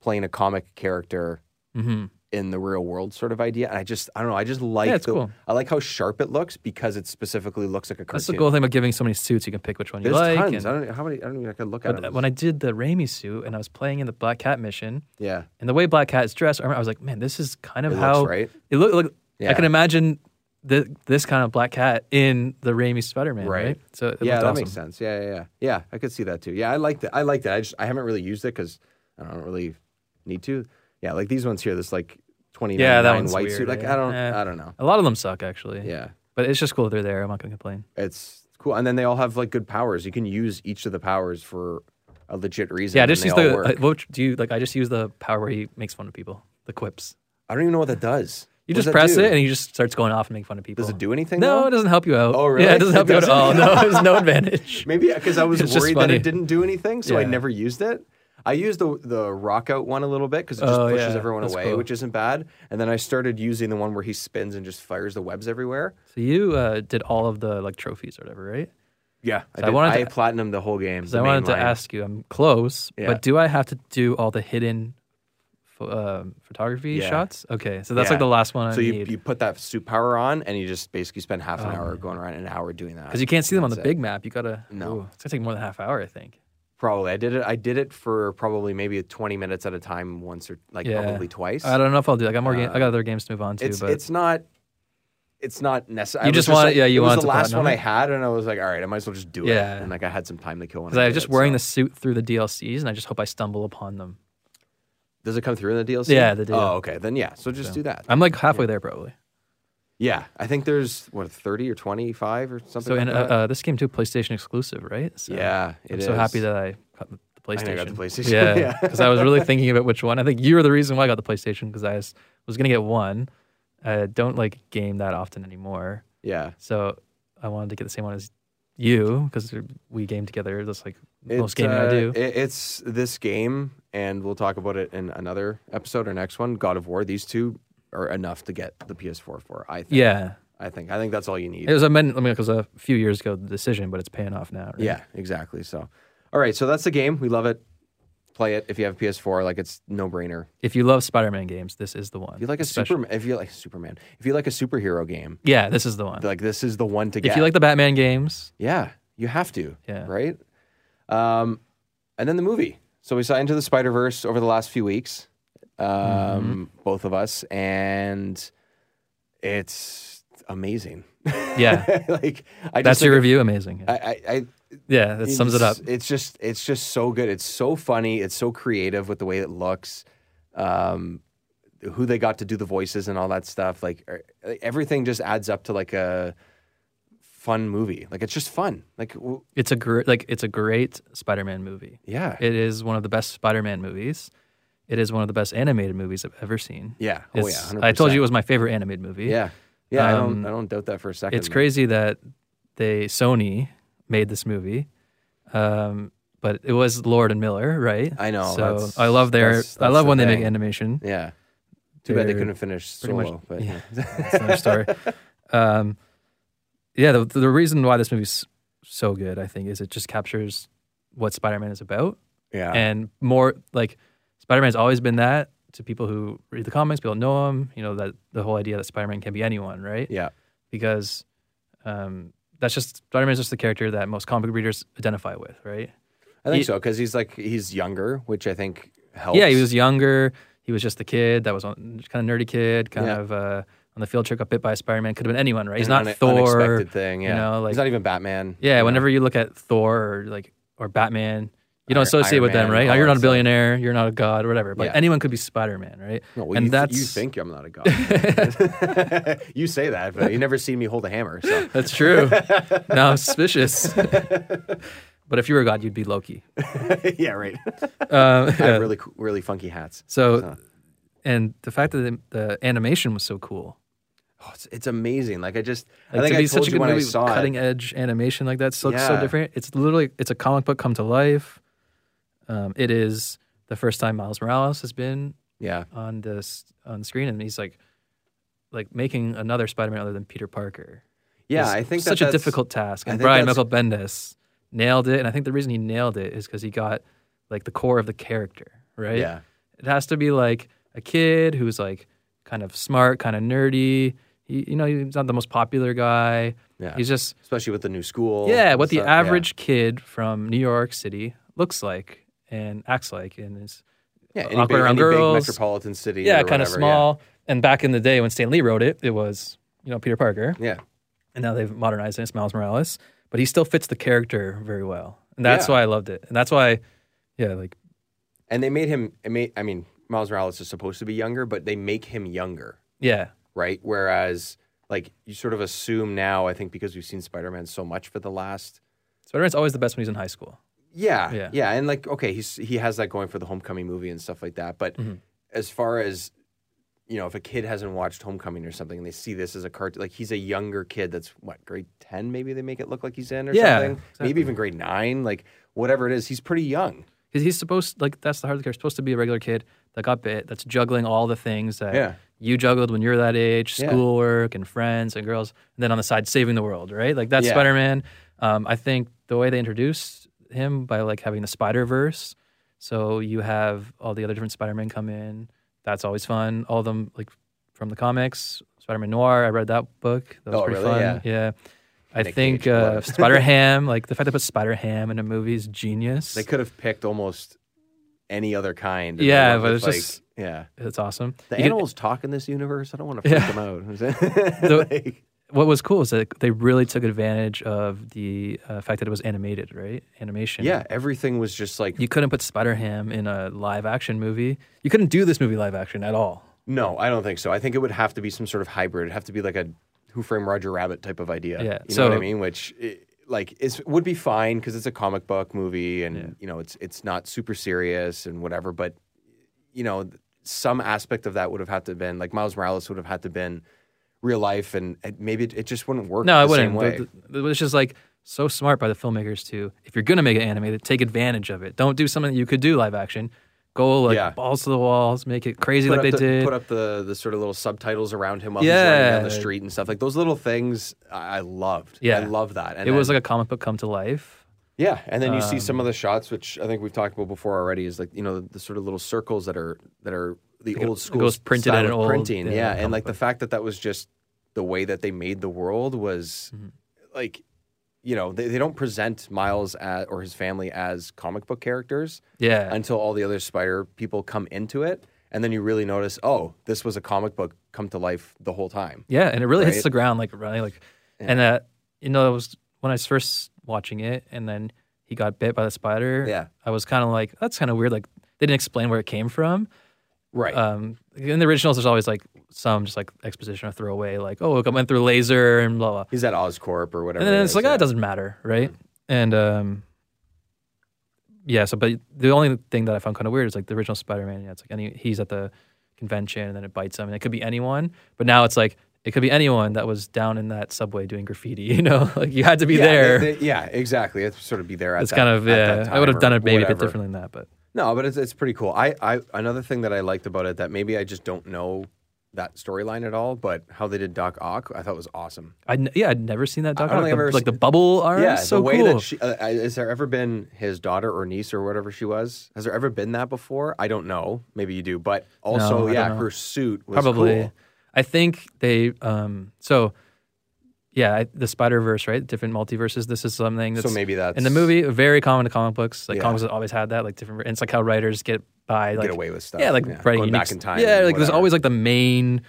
[SPEAKER 1] playing a comic character
[SPEAKER 2] hmm
[SPEAKER 1] in the real world sort of idea. And I just I don't know. I just like
[SPEAKER 2] Yeah, it's
[SPEAKER 1] the,
[SPEAKER 2] cool.
[SPEAKER 1] I like how sharp it looks because it specifically looks like a cartoon.
[SPEAKER 2] That's the cool thing about giving so many suits. You can pick which one you
[SPEAKER 1] There's
[SPEAKER 2] like.
[SPEAKER 1] tons. I
[SPEAKER 2] and-
[SPEAKER 1] don't know how many. I don't even. I could look at
[SPEAKER 2] but uh,
[SPEAKER 1] them.
[SPEAKER 2] when I did the Raimi suit and I was playing in the Black Cat mission,
[SPEAKER 1] yeah.
[SPEAKER 2] and the way Black Cat is dressed, I remember I was like, man, this is kind of
[SPEAKER 1] It looks
[SPEAKER 2] how
[SPEAKER 1] right.
[SPEAKER 2] it looked. Like,
[SPEAKER 1] Yeah.
[SPEAKER 2] I can imagine the, this kind of Black Cat in the Raimi Spider-Man,
[SPEAKER 1] Right.
[SPEAKER 2] right? So it
[SPEAKER 1] yeah,
[SPEAKER 2] looked
[SPEAKER 1] that
[SPEAKER 2] awesome.
[SPEAKER 1] makes sense. Yeah, yeah, yeah. Yeah, I could see that too. Yeah, I like that. I like that. I just I haven't really used it because I don't really need to. Yeah, like these ones here. This like twenty nine
[SPEAKER 2] Yeah, that one's
[SPEAKER 1] white
[SPEAKER 2] weird,
[SPEAKER 1] suit. Like
[SPEAKER 2] eh?
[SPEAKER 1] I don't.
[SPEAKER 2] Eh.
[SPEAKER 1] I don't know.
[SPEAKER 2] A lot of them suck, actually.
[SPEAKER 1] Yeah.
[SPEAKER 2] But it's just cool that they're there. I'm not gonna complain.
[SPEAKER 1] It's cool. And then they all have like good powers. You can use each of the powers for a legit reason.
[SPEAKER 2] Yeah, I
[SPEAKER 1] and
[SPEAKER 2] just
[SPEAKER 1] they
[SPEAKER 2] use
[SPEAKER 1] all
[SPEAKER 2] the uh,
[SPEAKER 1] work.
[SPEAKER 2] like, what do you like? I just use the power where he makes fun of people. The quips.
[SPEAKER 1] I don't even know what that does.
[SPEAKER 2] You
[SPEAKER 1] What does
[SPEAKER 2] just
[SPEAKER 1] that
[SPEAKER 2] press
[SPEAKER 1] do?
[SPEAKER 2] it and he just starts going off and making fun of people.
[SPEAKER 1] does it do anything?
[SPEAKER 2] No,
[SPEAKER 1] though?
[SPEAKER 2] it doesn't help you out.
[SPEAKER 1] Oh, really?
[SPEAKER 2] Yeah, it doesn't help
[SPEAKER 1] It
[SPEAKER 2] you out at all. No, there's no advantage.
[SPEAKER 1] Maybe because I was
[SPEAKER 2] It's just
[SPEAKER 1] worried that
[SPEAKER 2] funny.
[SPEAKER 1] it didn't do anything, so I
[SPEAKER 2] Yeah.
[SPEAKER 1] never used it. I used the the rock out one a little bit because it just
[SPEAKER 2] Oh,
[SPEAKER 1] pushes
[SPEAKER 2] yeah.
[SPEAKER 1] everyone
[SPEAKER 2] That's
[SPEAKER 1] away,
[SPEAKER 2] cool.
[SPEAKER 1] which isn't bad. And then I started using the one where he spins and just fires the webs everywhere.
[SPEAKER 2] So you uh, did all of the like trophies or whatever, right?
[SPEAKER 1] Yeah, I,
[SPEAKER 2] So I
[SPEAKER 1] did.
[SPEAKER 2] wanted
[SPEAKER 1] I
[SPEAKER 2] to-
[SPEAKER 1] platinum the whole game.
[SPEAKER 2] So
[SPEAKER 1] the
[SPEAKER 2] I
[SPEAKER 1] main
[SPEAKER 2] wanted to
[SPEAKER 1] line.
[SPEAKER 2] ask you. I'm close,
[SPEAKER 1] Yeah.
[SPEAKER 2] but do I have to do all the hidden pho- um photography
[SPEAKER 1] Yeah.
[SPEAKER 2] shots? Okay, so that's
[SPEAKER 1] Yeah.
[SPEAKER 2] like the last one I
[SPEAKER 1] So you,
[SPEAKER 2] need. Oh,
[SPEAKER 1] you put that suit power on, and you just basically spend half an hour going around an hour doing that.
[SPEAKER 2] because you can't see them on the
[SPEAKER 1] That's it.
[SPEAKER 2] big map. You gotta.
[SPEAKER 1] No.
[SPEAKER 2] Ooh, it's gonna take more than a half hour, I think.
[SPEAKER 1] Probably I did it. I did it for probably maybe twenty minutes at a time, once or like
[SPEAKER 2] Yeah.
[SPEAKER 1] probably twice.
[SPEAKER 2] I don't know if I'll do. Like, I'm more. ga- I got other games to move on to,
[SPEAKER 1] Uh, it's
[SPEAKER 2] but
[SPEAKER 1] it's not it's not necessary.
[SPEAKER 2] You just want it- yeah, you
[SPEAKER 1] it
[SPEAKER 2] want
[SPEAKER 1] was
[SPEAKER 2] it
[SPEAKER 1] the
[SPEAKER 2] to
[SPEAKER 1] last one
[SPEAKER 2] platinum
[SPEAKER 1] I
[SPEAKER 2] it.
[SPEAKER 1] had, and I was like, all right, I might as well just do
[SPEAKER 2] Yeah.
[SPEAKER 1] it. And like I had some time to kill. Because
[SPEAKER 2] because I was just wearing the suit through the DLCs, and I just hope I stumble upon them.
[SPEAKER 1] Does it come through in the DLC?
[SPEAKER 2] Yeah, the deal.
[SPEAKER 1] Oh, okay. Then yeah, so just do that.
[SPEAKER 2] I'm like halfway there probably.
[SPEAKER 1] yeah, I think there's what thirty or twenty five or something.
[SPEAKER 2] So
[SPEAKER 1] like
[SPEAKER 2] and uh,
[SPEAKER 1] that.
[SPEAKER 2] uh, this game too, PlayStation exclusive, right? So
[SPEAKER 1] yeah,
[SPEAKER 2] I'm
[SPEAKER 1] it
[SPEAKER 2] so
[SPEAKER 1] is.
[SPEAKER 2] happy that I got the
[SPEAKER 1] I
[SPEAKER 2] PlayStation.
[SPEAKER 1] know you got the PlayStation,
[SPEAKER 2] Yeah,
[SPEAKER 1] yeah.
[SPEAKER 2] because I was really thinking about which one. I think you were the reason why I got the PlayStation because I was, was gonna get one. I don't like game that often anymore,
[SPEAKER 1] yeah,
[SPEAKER 2] so I wanted to get the same one as you because we game together. That's like most
[SPEAKER 1] It's,
[SPEAKER 2] gaming I
[SPEAKER 1] uh,
[SPEAKER 2] do.
[SPEAKER 1] it- it's this game, and we'll talk about it in another episode or next one. God of War. These two are enough to get the PS4 for. I think.
[SPEAKER 2] yeah,
[SPEAKER 1] I think. I think that's all you need.
[SPEAKER 2] it was a meant. I mean, it was a few years ago the decision, but it's paying off now. Right?
[SPEAKER 1] Yeah, exactly. So, all right. So that's the game. We love it. Play it if you have PS4. Like it's no brainer.
[SPEAKER 2] If you love Spider-Man games, this is the one.
[SPEAKER 1] If you like a
[SPEAKER 2] Especially-
[SPEAKER 1] super, if you like Superman, if you like a superhero game,
[SPEAKER 2] Yeah, this is the one.
[SPEAKER 1] like this is the one to get.
[SPEAKER 2] if you like the Batman games,
[SPEAKER 1] yeah, you have to.
[SPEAKER 2] Yeah.
[SPEAKER 1] Right. Um, and then the movie. So we saw Into the Spider Verse over the last few weeks, um,
[SPEAKER 2] Mm-hmm.
[SPEAKER 1] both of us, and it's amazing.
[SPEAKER 2] yeah,
[SPEAKER 1] like I
[SPEAKER 2] that's
[SPEAKER 1] just
[SPEAKER 2] your
[SPEAKER 1] like,
[SPEAKER 2] review. Amazing.
[SPEAKER 1] I, I, I
[SPEAKER 2] Yeah, that sums it up.
[SPEAKER 1] It's- It's just it's just so good. It's so funny. It's so creative with the way it looks. Um, who they got to do the voices and all that stuff. Like er- everything just adds up to like a fun movie. Like it's just fun. Like w-
[SPEAKER 2] It's a great, like it's a great Spider-Man movie.
[SPEAKER 1] yeah,
[SPEAKER 2] It is one of the best Spider-Man movies. It is one of the best animated movies I've ever seen.
[SPEAKER 1] yeah. Oh yeah.
[SPEAKER 2] It's-
[SPEAKER 1] 100%.
[SPEAKER 2] I told you it was my favorite animated movie.
[SPEAKER 1] Yeah, yeah. I don't
[SPEAKER 2] Um,
[SPEAKER 1] I don't doubt that for a second.
[SPEAKER 2] It's crazy that they Sony made this movie. Um, but it was Lord and Miller, right?
[SPEAKER 1] I know,
[SPEAKER 2] So
[SPEAKER 1] that's-
[SPEAKER 2] I love their
[SPEAKER 1] that's-
[SPEAKER 2] I
[SPEAKER 1] that's
[SPEAKER 2] love
[SPEAKER 1] the
[SPEAKER 2] when they
[SPEAKER 1] thing.
[SPEAKER 2] make animation.
[SPEAKER 1] Yeah. Too bad they
[SPEAKER 2] They're
[SPEAKER 1] couldn't finish
[SPEAKER 2] pretty much-
[SPEAKER 1] solo. but
[SPEAKER 2] yeah. That's another story. Um, yeah, the, the reason why this movie's so good, I think, is it just captures what Spider-Man is about.
[SPEAKER 1] yeah.
[SPEAKER 2] and more like Spider-Man's always been that to people who read the comics, people know him. You know that the whole idea that Spider-Man can be anyone, right?
[SPEAKER 1] yeah.
[SPEAKER 2] Because um, that's just Spider-Man's just the character that most comic book readers identify with, right?
[SPEAKER 1] I think
[SPEAKER 2] He-
[SPEAKER 1] so because he's like he's younger, which I think helps.
[SPEAKER 2] Yeah, he was younger. He was just the kid that was on, kind of nerdy kid, kind
[SPEAKER 1] Yeah.
[SPEAKER 2] of uh, on the field trip, got bit by Spider-Man. Could have been anyone, right? He's
[SPEAKER 1] an
[SPEAKER 2] not
[SPEAKER 1] une-
[SPEAKER 2] Thor.
[SPEAKER 1] Unexpected thing.
[SPEAKER 2] you
[SPEAKER 1] Yeah.
[SPEAKER 2] know, like-
[SPEAKER 1] he's not even Batman.
[SPEAKER 2] Yeah,
[SPEAKER 1] you know?
[SPEAKER 2] whenever you look at Thor or like or Batman, you
[SPEAKER 1] Iron-
[SPEAKER 2] don't associate
[SPEAKER 1] Iron
[SPEAKER 2] with them,
[SPEAKER 1] Man,
[SPEAKER 2] right?
[SPEAKER 1] all
[SPEAKER 2] Oh,
[SPEAKER 1] that
[SPEAKER 2] you're not a
[SPEAKER 1] stuff.
[SPEAKER 2] billionaire. You're not a god, or whatever. But
[SPEAKER 1] Yeah.
[SPEAKER 2] anyone could be Spider-Man, right?
[SPEAKER 1] No, Oh, well,
[SPEAKER 2] and
[SPEAKER 1] you, th-
[SPEAKER 2] that's
[SPEAKER 1] you think I'm not a god. you say that, but you never seen me hold a hammer. So
[SPEAKER 2] That's true. now I'm suspicious. but if you were a god, you'd be Loki.
[SPEAKER 1] yeah, right.
[SPEAKER 2] Um,
[SPEAKER 1] I
[SPEAKER 2] yeah.
[SPEAKER 1] have really, coo- really funky hats.
[SPEAKER 2] so, and the fact that the, the animation was so cool.
[SPEAKER 1] Oh, it's, it's amazing. Like I just,
[SPEAKER 2] Like,
[SPEAKER 1] I think
[SPEAKER 2] to
[SPEAKER 1] I
[SPEAKER 2] be
[SPEAKER 1] told
[SPEAKER 2] such a
[SPEAKER 1] you
[SPEAKER 2] good
[SPEAKER 1] when
[SPEAKER 2] movie
[SPEAKER 1] I
[SPEAKER 2] with
[SPEAKER 1] saw
[SPEAKER 2] cutting
[SPEAKER 1] it.
[SPEAKER 2] edge animation like that so, so
[SPEAKER 1] Yeah.
[SPEAKER 2] different. It's literally it's a comic book come to life. Um, it is the first time Miles Morales has been
[SPEAKER 1] Yeah,
[SPEAKER 2] on this on screen, and he's like like making another Spider-Man other than Peter Parker.
[SPEAKER 1] yeah.
[SPEAKER 2] is
[SPEAKER 1] I think that
[SPEAKER 2] such a
[SPEAKER 1] that's-
[SPEAKER 2] difficult task.
[SPEAKER 1] I
[SPEAKER 2] And
[SPEAKER 1] think
[SPEAKER 2] Brian
[SPEAKER 1] that's-
[SPEAKER 2] Michael Bendis nailed it, and I think the reason he nailed it is because he got like the core of the character right.
[SPEAKER 1] Yeah,
[SPEAKER 2] It has to be like a kid who's like kind of smart, kind of nerdy. He, you know, he's not the most popular guy.
[SPEAKER 1] yeah.
[SPEAKER 2] He's just
[SPEAKER 1] Especially with the new school.
[SPEAKER 2] yeah,
[SPEAKER 1] and
[SPEAKER 2] what the
[SPEAKER 1] stuff. Yeah.
[SPEAKER 2] average kid from New York City looks like and acts like, and is
[SPEAKER 1] yeah, any,
[SPEAKER 2] awkward
[SPEAKER 1] big,
[SPEAKER 2] around
[SPEAKER 1] any
[SPEAKER 2] girls.
[SPEAKER 1] big metropolitan city.
[SPEAKER 2] yeah,
[SPEAKER 1] or
[SPEAKER 2] kind of
[SPEAKER 1] whatever,
[SPEAKER 2] small. And back in the day when Stan Lee wrote it, it was you know Peter Parker,
[SPEAKER 1] Yeah. yeah.
[SPEAKER 2] and now they've modernized it. It's Miles Morales, but he still fits the character very well, and that's
[SPEAKER 1] Yeah.
[SPEAKER 2] why I loved it, and that's why, yeah, like
[SPEAKER 1] and they made him. It made, I mean, Miles Morales is supposed to be younger, but they make him younger.
[SPEAKER 2] yeah,
[SPEAKER 1] right? Whereas like you sort of assume now, I think because we've seen Spider Man so much for the last
[SPEAKER 2] Spider Man's always the best when he's in high school.
[SPEAKER 1] yeah, yeah,
[SPEAKER 2] Yeah.
[SPEAKER 1] and like okay, he's he has that going for the Homecoming movie and stuff like that. But
[SPEAKER 2] Mm-hmm.
[SPEAKER 1] as far as you know, if a kid hasn't watched Homecoming or something and they see this as a cartoon, like he's a younger kid that's what grade ten, maybe they make it look like he's in or
[SPEAKER 2] Yeah,
[SPEAKER 1] something, maybe
[SPEAKER 2] exactly.
[SPEAKER 1] even grade nine, like whatever it is, he's pretty young.
[SPEAKER 2] He's, he's supposed like that's the hard character. Supposed to be a regular kid that got bit. That's juggling all the things that
[SPEAKER 1] Yeah.
[SPEAKER 2] you juggled when you were that age,
[SPEAKER 1] Yeah.
[SPEAKER 2] schoolwork and friends and girls. And then on the side, saving the world. Right, like that's
[SPEAKER 1] Yeah.
[SPEAKER 2] Spider Man. Um, I think the way they introduced him by like having the Spider Verse. So you have all the other different Spider Men come in. That's always fun. All of them like from the comics. Spider Man Noir. I read that book. That was
[SPEAKER 1] Oh,
[SPEAKER 2] pretty
[SPEAKER 1] really?
[SPEAKER 2] fun. Yeah. I
[SPEAKER 1] Nick
[SPEAKER 2] think
[SPEAKER 1] Cage,
[SPEAKER 2] uh,
[SPEAKER 1] what?
[SPEAKER 2] Spider Ham, like the fact that they put Spider Ham in a movie is genius.
[SPEAKER 1] They could have picked almost any other kind. and they
[SPEAKER 2] Yeah,
[SPEAKER 1] went
[SPEAKER 2] but
[SPEAKER 1] with,
[SPEAKER 2] it's just-
[SPEAKER 1] yeah.
[SPEAKER 2] That's awesome.
[SPEAKER 1] The
[SPEAKER 2] You
[SPEAKER 1] animals talk in this universe. I don't want to freak
[SPEAKER 2] Yeah.
[SPEAKER 1] them out. Is it- like,
[SPEAKER 2] Could, what was cool is that they really took advantage of the uh, fact that it was animated, right? Animation.
[SPEAKER 1] yeah, everything was just like
[SPEAKER 2] You couldn't put Spider Ham in a live action movie. You couldn't do this movie live action at all.
[SPEAKER 1] No, I don't think so. I think it would have to be some sort of hybrid. It'd have to be like a Who Framed Roger Rabbit type of idea.
[SPEAKER 2] Yeah,
[SPEAKER 1] You know what I
[SPEAKER 2] so-
[SPEAKER 1] mean? Which i like is would be fine because it's a comic book movie and you know it's it's not super serious and whatever. But you know th- some aspect of that would have had to been like Miles Morales would have had to been real life and it, maybe it, it just wouldn't work.
[SPEAKER 2] No,
[SPEAKER 1] the
[SPEAKER 2] I wouldn't.
[SPEAKER 1] Same way.
[SPEAKER 2] The- the- It's just like so smart by the filmmakers to, if you're going to make it animated, take advantage of it. Don't do something that you could do live action. Go like
[SPEAKER 1] Yeah.
[SPEAKER 2] balls to the walls, make it crazy
[SPEAKER 1] put
[SPEAKER 2] like
[SPEAKER 1] up
[SPEAKER 2] they
[SPEAKER 1] the,
[SPEAKER 2] did.
[SPEAKER 1] Put up the the sort of little subtitles around him while he's running down the
[SPEAKER 2] Yeah.
[SPEAKER 1] street and stuff. Like those little things, I, I loved. I
[SPEAKER 2] Yeah.
[SPEAKER 1] love that. And
[SPEAKER 2] it was
[SPEAKER 1] then-
[SPEAKER 2] like a comic book come to life.
[SPEAKER 1] Yeah, and then you see some of
[SPEAKER 2] Um,
[SPEAKER 1] the shots, which I think we've talked about before already, is like you know the, sort of little circles that are that are the
[SPEAKER 2] it
[SPEAKER 1] old school
[SPEAKER 2] goes printed
[SPEAKER 1] style
[SPEAKER 2] at
[SPEAKER 1] of
[SPEAKER 2] an old-
[SPEAKER 1] printing,
[SPEAKER 2] yeah,
[SPEAKER 1] yeah, and
[SPEAKER 2] comic
[SPEAKER 1] like the fact that that was just the way that they made the world was
[SPEAKER 2] Mm-hmm.
[SPEAKER 1] like you know they, they don't present Miles as, or his family as comic book characters
[SPEAKER 2] Yeah.
[SPEAKER 1] until all the other Spider people come into it, and then you really notice oh this was a comic book come to life the whole time.
[SPEAKER 2] Yeah, and it really
[SPEAKER 1] Right?
[SPEAKER 2] hits the ground like running like, and uh, you know, it was when I was first watching it, and then he got bit by the spider.
[SPEAKER 1] Yeah.
[SPEAKER 2] I was kind of like, that's kind of weird. Like they didn't explain where it came from.
[SPEAKER 1] Right.
[SPEAKER 2] Um, in the originals, there's always like some just like exposition or throwaway, like oh, it went through laser and blah blah.
[SPEAKER 1] He's at Oscorp or whatever.
[SPEAKER 2] And then
[SPEAKER 1] it
[SPEAKER 2] it's
[SPEAKER 1] is,
[SPEAKER 2] like, ah,
[SPEAKER 1] yeah.
[SPEAKER 2] it doesn't matter, right? And um, yeah, so but the only thing that I found kind of weird is like the original Spider-Man. Yeah, it's like any he's at the convention and then it bites him, and it could be anyone. But now it's like it could be anyone that was down in that subway doing graffiti. You know, like you had to be
[SPEAKER 1] Yeah,
[SPEAKER 2] there.
[SPEAKER 1] they- they- yeah, exactly. It's sort of be there at
[SPEAKER 2] it's
[SPEAKER 1] that-
[SPEAKER 2] kind of
[SPEAKER 1] at that
[SPEAKER 2] yeah.
[SPEAKER 1] time
[SPEAKER 2] I would have done
[SPEAKER 1] or
[SPEAKER 2] it maybe a
[SPEAKER 1] whatever.
[SPEAKER 2] bit differently than that, but
[SPEAKER 1] No, but it's it's pretty cool. I, I another thing that I liked about it that maybe I just don't know that storyline at all, but how they did Doc Ock, I thought was awesome.
[SPEAKER 2] I n- yeah, I'd never seen that
[SPEAKER 1] I
[SPEAKER 2] doc.
[SPEAKER 1] don't think
[SPEAKER 2] Ock. The-
[SPEAKER 1] I've ever
[SPEAKER 2] like the
[SPEAKER 1] seen-
[SPEAKER 2] bubble arm,
[SPEAKER 1] yeah,
[SPEAKER 2] Oh, is so
[SPEAKER 1] the way
[SPEAKER 2] cool.
[SPEAKER 1] that she uh, I- has there ever been his daughter or niece or whatever she was? Has there ever been that before? I don't know. Maybe you do, but also
[SPEAKER 2] No, I
[SPEAKER 1] yeah,
[SPEAKER 2] don't know.
[SPEAKER 1] her suit was
[SPEAKER 2] probably
[SPEAKER 1] cool.
[SPEAKER 2] i think they um so yeah I, the spider verse right different multiverses this is something that's
[SPEAKER 1] So maybe that's
[SPEAKER 2] in the movie very common to comic books like
[SPEAKER 1] Yeah.
[SPEAKER 2] comics have always had that like different and it's like how writers get by like
[SPEAKER 1] get away with stuff.
[SPEAKER 2] yeah like writing
[SPEAKER 1] going
[SPEAKER 2] unique
[SPEAKER 1] back in
[SPEAKER 2] s-
[SPEAKER 1] time.
[SPEAKER 2] yeah
[SPEAKER 1] and
[SPEAKER 2] like there's
[SPEAKER 1] whatever.
[SPEAKER 2] always like the main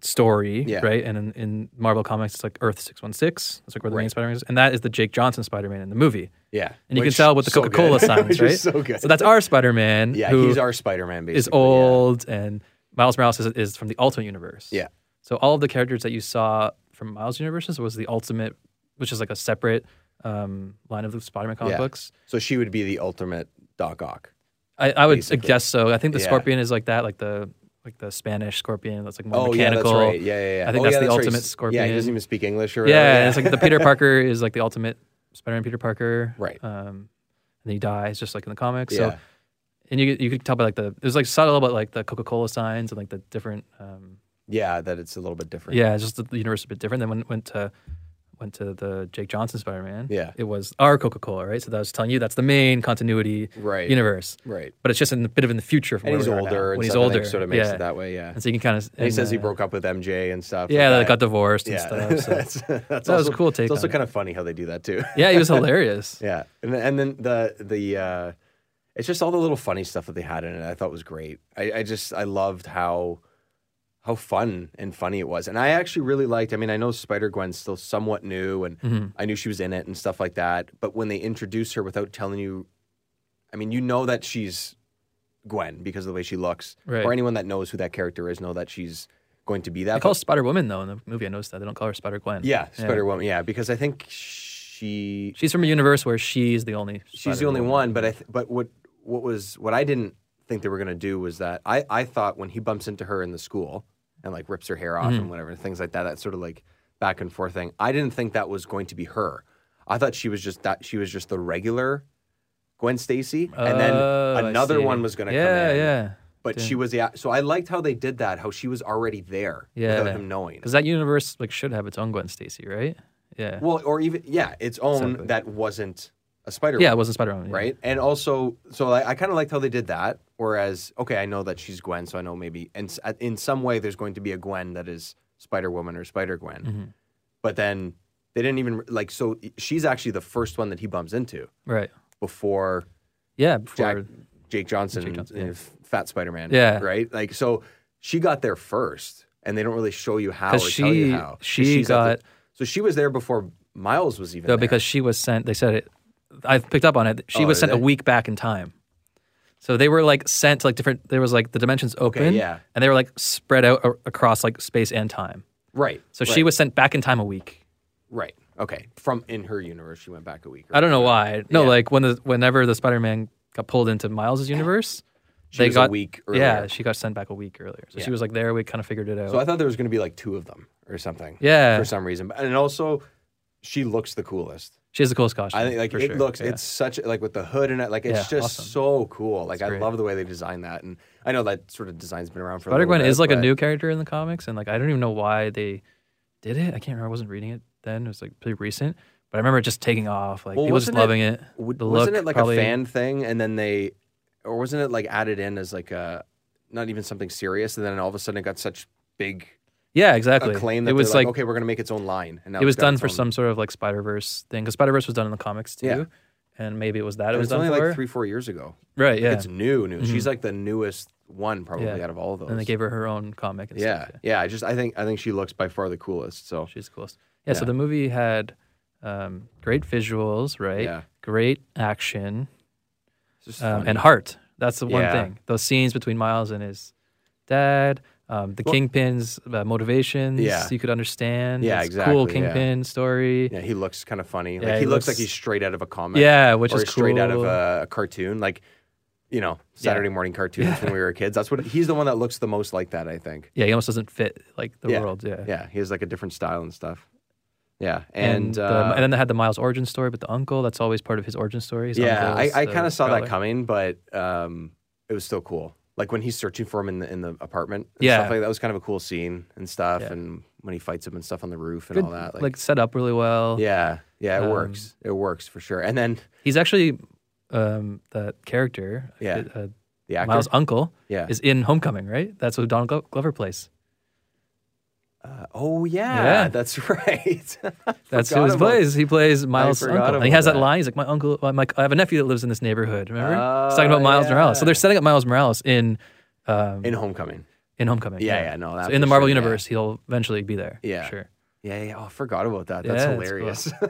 [SPEAKER 2] story
[SPEAKER 1] Yeah.
[SPEAKER 2] right and in, in marvel comics it's like earth 616 that's like where the main spider-man is and that is the jake johnson spider-man in the movie
[SPEAKER 1] yeah,
[SPEAKER 2] and you
[SPEAKER 1] which-
[SPEAKER 2] can tell with the
[SPEAKER 1] so
[SPEAKER 2] coca-cola
[SPEAKER 1] good.
[SPEAKER 2] signs
[SPEAKER 1] Which
[SPEAKER 2] right
[SPEAKER 1] is so good.
[SPEAKER 2] that's our spider-man
[SPEAKER 1] yeah,
[SPEAKER 2] who
[SPEAKER 1] he's our Spider-Man. Basically,
[SPEAKER 2] is
[SPEAKER 1] yeah.
[SPEAKER 2] old and Miles Morales is, is from the Ultimate Universe.
[SPEAKER 1] Yeah.
[SPEAKER 2] So all of the characters that you saw from Miles Universes was the Ultimate, which is like a separate um, line of the Spider-Man comic
[SPEAKER 1] Yeah.
[SPEAKER 2] books.
[SPEAKER 1] So she would be the ultimate Doc Ock.
[SPEAKER 2] I, I would
[SPEAKER 1] Basically.
[SPEAKER 2] guess so. I think the
[SPEAKER 1] Yeah.
[SPEAKER 2] Scorpion is like that, like the like the Spanish Scorpion that's like more
[SPEAKER 1] Oh
[SPEAKER 2] mechanical.
[SPEAKER 1] yeah, that's right. Yeah, yeah, yeah.
[SPEAKER 2] I think
[SPEAKER 1] Oh,
[SPEAKER 2] that's
[SPEAKER 1] yeah,
[SPEAKER 2] the
[SPEAKER 1] right.
[SPEAKER 2] ultimate
[SPEAKER 1] He's-
[SPEAKER 2] Scorpion.
[SPEAKER 1] Yeah, he doesn't even speak English or
[SPEAKER 2] Yeah,
[SPEAKER 1] whatever.
[SPEAKER 2] and it's like the Peter Parker is like the Ultimate Spider-Man Peter Parker.
[SPEAKER 1] Right.
[SPEAKER 2] Um, and he dies just like in the comics.
[SPEAKER 1] yeah.
[SPEAKER 2] So and you you could tell by like the there's like subtle but like the Coca-Cola signs and like the different. Um,
[SPEAKER 1] yeah, that it's a little bit different.
[SPEAKER 2] Yeah, it's just that the universe is a bit different. Then when it went to went to the Jake Johnson Spider Man,
[SPEAKER 1] Yeah.
[SPEAKER 2] it was our Coca Cola, right? So that was telling you that's the main continuity
[SPEAKER 1] Right.
[SPEAKER 2] universe,
[SPEAKER 1] Right.
[SPEAKER 2] but it's just in a bit of in the future. From
[SPEAKER 1] And
[SPEAKER 2] where
[SPEAKER 1] he's
[SPEAKER 2] we are now,
[SPEAKER 1] older. and
[SPEAKER 2] when he's
[SPEAKER 1] stuff, I think
[SPEAKER 2] older,
[SPEAKER 1] sort of makes
[SPEAKER 2] yeah.
[SPEAKER 1] it that way. Yeah.
[SPEAKER 2] And so you can kind of.
[SPEAKER 1] And he says he broke up with MJ and stuff.
[SPEAKER 2] Yeah,
[SPEAKER 1] like
[SPEAKER 2] they got divorced and
[SPEAKER 1] Yeah,
[SPEAKER 2] stuff. So.
[SPEAKER 1] that's, that's
[SPEAKER 2] That was
[SPEAKER 1] also-
[SPEAKER 2] a cool take
[SPEAKER 1] It's also
[SPEAKER 2] on it.
[SPEAKER 1] kind of funny how they do that too.
[SPEAKER 2] yeah, he was hilarious.
[SPEAKER 1] yeah, and then- and then the the uh, it's just all the little funny stuff that they had in it. I thought was great. I, I just I loved how how fun and funny it was, and I actually really liked. I mean, I know Spider Gwen's still somewhat new, and
[SPEAKER 2] Mm-hmm.
[SPEAKER 1] I knew she was in it and stuff like that. But when they introduce her without telling you, I mean, you know that she's Gwen because of the way she looks,
[SPEAKER 2] Right.
[SPEAKER 1] or anyone that knows who that character is know that she's going to be that.
[SPEAKER 2] They call
[SPEAKER 1] but-
[SPEAKER 2] Spider Woman though in the movie. I noticed that they don't call her Spider Gwen.
[SPEAKER 1] yeah, Spider Woman. Yeah, because I think she
[SPEAKER 2] She's from a universe where she's the only.
[SPEAKER 1] she's the only one. But I th- but what what was what I didn't think they were gonna do was that I I thought when he bumps into her in the school and like rips her hair off
[SPEAKER 2] Mm-hmm.
[SPEAKER 1] and whatever things like that that sort of like back and forth thing. I didn't think that was going to be her. I thought she was just that she was just the regular Gwen Stacy, and then
[SPEAKER 2] Oh, I
[SPEAKER 1] another
[SPEAKER 2] see.
[SPEAKER 1] one was gonna
[SPEAKER 2] Yeah,
[SPEAKER 1] come in.
[SPEAKER 2] yeah.
[SPEAKER 1] But she was the so I liked how they did that. How she was already there
[SPEAKER 2] Yeah.
[SPEAKER 1] without him knowing.
[SPEAKER 2] Because that universe like should have its own Gwen Stacy, right? Yeah.
[SPEAKER 1] Well, or even yeah, its own
[SPEAKER 2] Exactly.
[SPEAKER 1] that wasn't a spider.
[SPEAKER 2] yeah, it wasn't Spider Woman.
[SPEAKER 1] right? And also, so I, I kind of liked how they did that. Whereas, okay, I know that she's Gwen, so I know maybe, and s- in some way, there's going to be a Gwen that is Spider Woman or Spider Gwen.
[SPEAKER 2] Mm-hmm.
[SPEAKER 1] But then they didn't even like. So she's actually the first one that he bumps into
[SPEAKER 2] Right.
[SPEAKER 1] before
[SPEAKER 2] Yeah. Before.
[SPEAKER 1] Jack, Jake Johnson,
[SPEAKER 2] Jake Johnson,
[SPEAKER 1] and
[SPEAKER 2] yeah.
[SPEAKER 1] F- Fat Spider Man.
[SPEAKER 2] Yeah.
[SPEAKER 1] right. Like so, she got there first, and they don't really show you how or
[SPEAKER 2] 'Cause
[SPEAKER 1] tell you
[SPEAKER 2] she-
[SPEAKER 1] how. 'Cause
[SPEAKER 2] she
[SPEAKER 1] she's at the-
[SPEAKER 2] got-
[SPEAKER 1] so she was there before Miles was even
[SPEAKER 2] though
[SPEAKER 1] there.
[SPEAKER 2] because she was sent they said it i picked up on it she
[SPEAKER 1] Oh,
[SPEAKER 2] was
[SPEAKER 1] did
[SPEAKER 2] sent a
[SPEAKER 1] they?
[SPEAKER 2] week back in time so they were like sent to like different there was like the dimensions open
[SPEAKER 1] yeah.
[SPEAKER 2] and they were like spread out a- across like space and time
[SPEAKER 1] right.
[SPEAKER 2] so
[SPEAKER 1] right.
[SPEAKER 2] she was sent back in time a week
[SPEAKER 1] Right. Okay. From in her universe, she went back a week.
[SPEAKER 2] i don't know why no
[SPEAKER 1] Yeah.
[SPEAKER 2] like when the whenever the spider-man got pulled into miles' universe
[SPEAKER 1] She
[SPEAKER 2] they
[SPEAKER 1] was a
[SPEAKER 2] got
[SPEAKER 1] week
[SPEAKER 2] yeah
[SPEAKER 1] earlier.
[SPEAKER 2] she got sent back a week earlier so
[SPEAKER 1] Yeah.
[SPEAKER 2] she was like there we kind of figured it out
[SPEAKER 1] So I thought there was going to be like two of them or something.
[SPEAKER 2] Yeah.
[SPEAKER 1] For some reason, and also she looks the coolest.
[SPEAKER 2] she has the coolest costume
[SPEAKER 1] I think like
[SPEAKER 2] for
[SPEAKER 1] it
[SPEAKER 2] sure.
[SPEAKER 1] looks.
[SPEAKER 2] Yeah.
[SPEAKER 1] It's such like with the hood and it. Like it's
[SPEAKER 2] Yeah,
[SPEAKER 1] just
[SPEAKER 2] awesome.
[SPEAKER 1] so cool. Like I
[SPEAKER 2] great.
[SPEAKER 1] love the way they designed that, and I know that sort of design's been around for.
[SPEAKER 2] Spider
[SPEAKER 1] a little
[SPEAKER 2] Gwen
[SPEAKER 1] bit,
[SPEAKER 2] is like a
[SPEAKER 1] but-
[SPEAKER 2] new character in the comics, and like I don't even know why they did it. I can't remember. I wasn't reading it then. It was like pretty recent, but I remember it just taking off. Like
[SPEAKER 1] Well,
[SPEAKER 2] people just
[SPEAKER 1] wasn't
[SPEAKER 2] loving it.
[SPEAKER 1] w-
[SPEAKER 2] The
[SPEAKER 1] wasn't
[SPEAKER 2] look,
[SPEAKER 1] it like
[SPEAKER 2] probably.
[SPEAKER 1] a fan thing, and then they, or wasn't it like added in as like a, not even something serious, and then all of a sudden it got such big
[SPEAKER 2] Yeah, exactly.
[SPEAKER 1] acclaim that
[SPEAKER 2] it was
[SPEAKER 1] they're like,
[SPEAKER 2] like,
[SPEAKER 1] okay, we're going to make its own line, and now
[SPEAKER 2] it was
[SPEAKER 1] it's got
[SPEAKER 2] done
[SPEAKER 1] its
[SPEAKER 2] for
[SPEAKER 1] own-
[SPEAKER 2] some sort of like Spider Verse thing because Spider Verse was done in the comics too,
[SPEAKER 1] Yeah.
[SPEAKER 2] and maybe it was that it
[SPEAKER 1] It
[SPEAKER 2] was
[SPEAKER 1] was
[SPEAKER 2] done
[SPEAKER 1] only
[SPEAKER 2] for.
[SPEAKER 1] like three, four years ago.
[SPEAKER 2] right? Yeah. Mm-hmm.
[SPEAKER 1] It's new, new. She's like the newest one probably
[SPEAKER 2] Yeah.
[SPEAKER 1] out of all of those.
[SPEAKER 2] and they gave her her own comic. And
[SPEAKER 1] yeah,
[SPEAKER 2] Stuff.
[SPEAKER 1] yeah, I just I think I think she looks by far the coolest. So
[SPEAKER 2] She's the coolest. Yeah, So the movie had um, great visuals, right?
[SPEAKER 1] Yeah.
[SPEAKER 2] Great action
[SPEAKER 1] it's just
[SPEAKER 2] um,
[SPEAKER 1] funny.
[SPEAKER 2] and heart. That's the one
[SPEAKER 1] Yeah.
[SPEAKER 2] thing. Those scenes between Miles and his dad, um, the Kingpin's uh, motivations,
[SPEAKER 1] Yeah.
[SPEAKER 2] you could understand.
[SPEAKER 1] Yeah,
[SPEAKER 2] It's
[SPEAKER 1] exactly,
[SPEAKER 2] Cool
[SPEAKER 1] yeah.
[SPEAKER 2] Kingpin story. Yeah,
[SPEAKER 1] yeah, he looks kind of funny.
[SPEAKER 2] Yeah,
[SPEAKER 1] like he,
[SPEAKER 2] he
[SPEAKER 1] looks, like
[SPEAKER 2] looks-
[SPEAKER 1] he's straight out of a comic.
[SPEAKER 2] which
[SPEAKER 1] or
[SPEAKER 2] is
[SPEAKER 1] he's straight out of uh,
[SPEAKER 2] cool.
[SPEAKER 1] a, cartoon, like you know Saturday morning cartoons when we were kids. That's what he's the one that looks the most like that. I think.
[SPEAKER 2] yeah, he almost doesn't fit like the
[SPEAKER 1] Yeah.
[SPEAKER 2] world. Yeah.
[SPEAKER 1] Yeah, he has like a different style and stuff. Yeah, and
[SPEAKER 2] And
[SPEAKER 1] uh,
[SPEAKER 2] the, and then they had the Miles origin story, but the uncle that's always part of his origin story. His
[SPEAKER 1] yeah,
[SPEAKER 2] uncle
[SPEAKER 1] I,
[SPEAKER 2] is
[SPEAKER 1] I
[SPEAKER 2] the
[SPEAKER 1] kind of saw that
[SPEAKER 2] Prowler.
[SPEAKER 1] coming, but um, it was still cool. Like when he's searching for him in the in the apartment, and
[SPEAKER 2] Yeah.
[SPEAKER 1] stuff like that was kind of a cool scene and stuff.
[SPEAKER 2] Yeah.
[SPEAKER 1] And when he fights him and stuff on the roof and
[SPEAKER 2] Good,
[SPEAKER 1] all that, like,
[SPEAKER 2] like, set up really well.
[SPEAKER 1] yeah, yeah, it
[SPEAKER 2] Um,
[SPEAKER 1] works, it works for sure. And then
[SPEAKER 2] he's actually um, that character.
[SPEAKER 1] Yeah.
[SPEAKER 2] uh,
[SPEAKER 1] the actor,
[SPEAKER 2] Miles' uncle
[SPEAKER 1] yeah,
[SPEAKER 2] is in Homecoming, right? That's what Donald Glo- Glover plays.
[SPEAKER 1] Uh, oh yeah,
[SPEAKER 2] Yeah.
[SPEAKER 1] that's right.
[SPEAKER 2] That's
[SPEAKER 1] Forgot
[SPEAKER 2] who he
[SPEAKER 1] about-
[SPEAKER 2] plays. He plays Miles'
[SPEAKER 1] forgot
[SPEAKER 2] uncle. And he
[SPEAKER 1] about
[SPEAKER 2] has that,
[SPEAKER 1] that.
[SPEAKER 2] line. He's like, "My uncle, my, my, I have a nephew that lives in this neighborhood." Remember?
[SPEAKER 1] Ah,
[SPEAKER 2] He's talking about Miles
[SPEAKER 1] yeah.
[SPEAKER 2] Morales. So they're setting up Miles Morales in um, in,
[SPEAKER 1] in Homecoming.
[SPEAKER 2] Homecoming.
[SPEAKER 1] Yeah, yeah, no, that
[SPEAKER 2] so
[SPEAKER 1] for
[SPEAKER 2] in the Marvel
[SPEAKER 1] sure, yeah.
[SPEAKER 2] universe, he'll eventually be there.
[SPEAKER 1] Yeah.
[SPEAKER 2] for sure.
[SPEAKER 1] Yeah, yeah. Oh, I forgot about that. That's
[SPEAKER 2] Yeah, it's
[SPEAKER 1] hilarious.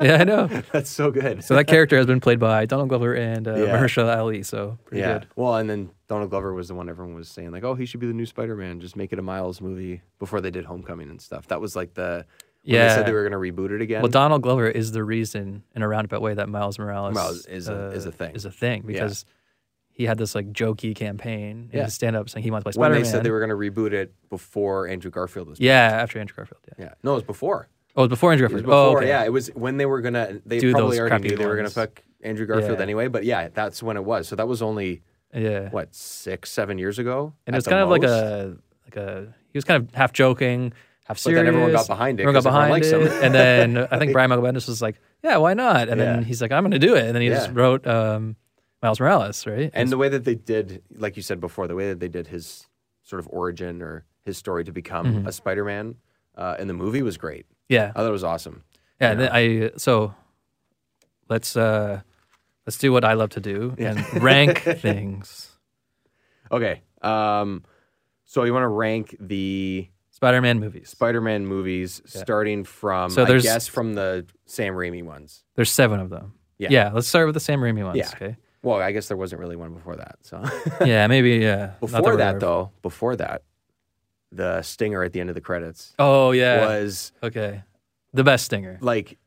[SPEAKER 2] Yeah, I know.
[SPEAKER 1] that's so good.
[SPEAKER 2] so that character has been played by Donald Glover and uh,
[SPEAKER 1] Yeah.
[SPEAKER 2] Mahershala Ali. So pretty
[SPEAKER 1] yeah.
[SPEAKER 2] good.
[SPEAKER 1] Well, and then Donald Glover was the one everyone was saying like, "Oh, he should be the new Spider-Man. Just make it a Miles movie." Before they did Homecoming and stuff, that was like the when they
[SPEAKER 2] Yeah.
[SPEAKER 1] said they were going to reboot it again.
[SPEAKER 2] Well, Donald Glover is the reason, in a roundabout way, that Miles Morales uh,
[SPEAKER 1] Miles is a- is a thing.
[SPEAKER 2] Is a thing because he had this like jokey campaign in
[SPEAKER 1] Yeah.
[SPEAKER 2] his stand-up saying he wants to play
[SPEAKER 1] when
[SPEAKER 2] Spider-Man.
[SPEAKER 1] they said they were going to reboot it before Andrew Garfield was.
[SPEAKER 2] yeah, after Andrew Garfield. Yeah.
[SPEAKER 1] Yeah. No, it was before.
[SPEAKER 2] Oh, it was before Andrew
[SPEAKER 1] It was
[SPEAKER 2] Garfield.
[SPEAKER 1] before.
[SPEAKER 2] oh, okay.
[SPEAKER 1] Yeah, it was when they were going to. They
[SPEAKER 2] Do
[SPEAKER 1] probably
[SPEAKER 2] those
[SPEAKER 1] already
[SPEAKER 2] crappy
[SPEAKER 1] knew they were going to
[SPEAKER 2] ones.
[SPEAKER 1] pick Andrew Garfield
[SPEAKER 2] Yeah.
[SPEAKER 1] anyway. But yeah, that's when it was. So that was only
[SPEAKER 2] Yeah.
[SPEAKER 1] what six, seven years ago.
[SPEAKER 2] and
[SPEAKER 1] at
[SPEAKER 2] it was
[SPEAKER 1] the
[SPEAKER 2] kind of like
[SPEAKER 1] most?
[SPEAKER 2] a like a he was kind of half joking, half
[SPEAKER 1] But
[SPEAKER 2] serious.
[SPEAKER 1] then everyone got behind it
[SPEAKER 2] Everyone got
[SPEAKER 1] 'cause everyone
[SPEAKER 2] behind
[SPEAKER 1] likes
[SPEAKER 2] it,
[SPEAKER 1] him.
[SPEAKER 2] and then I think Brian Michael Bendis was like, "Yeah, why not?" And
[SPEAKER 1] Yeah.
[SPEAKER 2] then he's like, "I'm going to do it," and then he just
[SPEAKER 1] Yeah.
[SPEAKER 2] wrote um, Miles Morales, right?
[SPEAKER 1] And the way that they did, like you said before, the way that they did his sort of origin or his story to become
[SPEAKER 2] Mm-hmm.
[SPEAKER 1] a Spider-Man uh, in the movie was great.
[SPEAKER 2] yeah,
[SPEAKER 1] I thought it was awesome.
[SPEAKER 2] yeah. and then I so let's uh let's do what I love to do and rank things.
[SPEAKER 1] Okay, um, so you want to rank the
[SPEAKER 2] Spider-Man movies.
[SPEAKER 1] Spider-Man movies starting from,
[SPEAKER 2] So
[SPEAKER 1] I
[SPEAKER 2] there's-
[SPEAKER 1] guess, from the Sam Raimi ones.
[SPEAKER 2] There's seven of them.
[SPEAKER 1] Yeah.
[SPEAKER 2] yeah. Let's start with the Sam Raimi ones.
[SPEAKER 1] Yeah.
[SPEAKER 2] Okay.
[SPEAKER 1] Well, I guess there wasn't really one before that. So
[SPEAKER 2] Yeah, maybe. Yeah. Not
[SPEAKER 1] before
[SPEAKER 2] we're
[SPEAKER 1] that,
[SPEAKER 2] aware of.
[SPEAKER 1] though, before that, the stinger at the end of the credits
[SPEAKER 2] Oh yeah.
[SPEAKER 1] was
[SPEAKER 2] Okay. The best stinger.
[SPEAKER 1] like,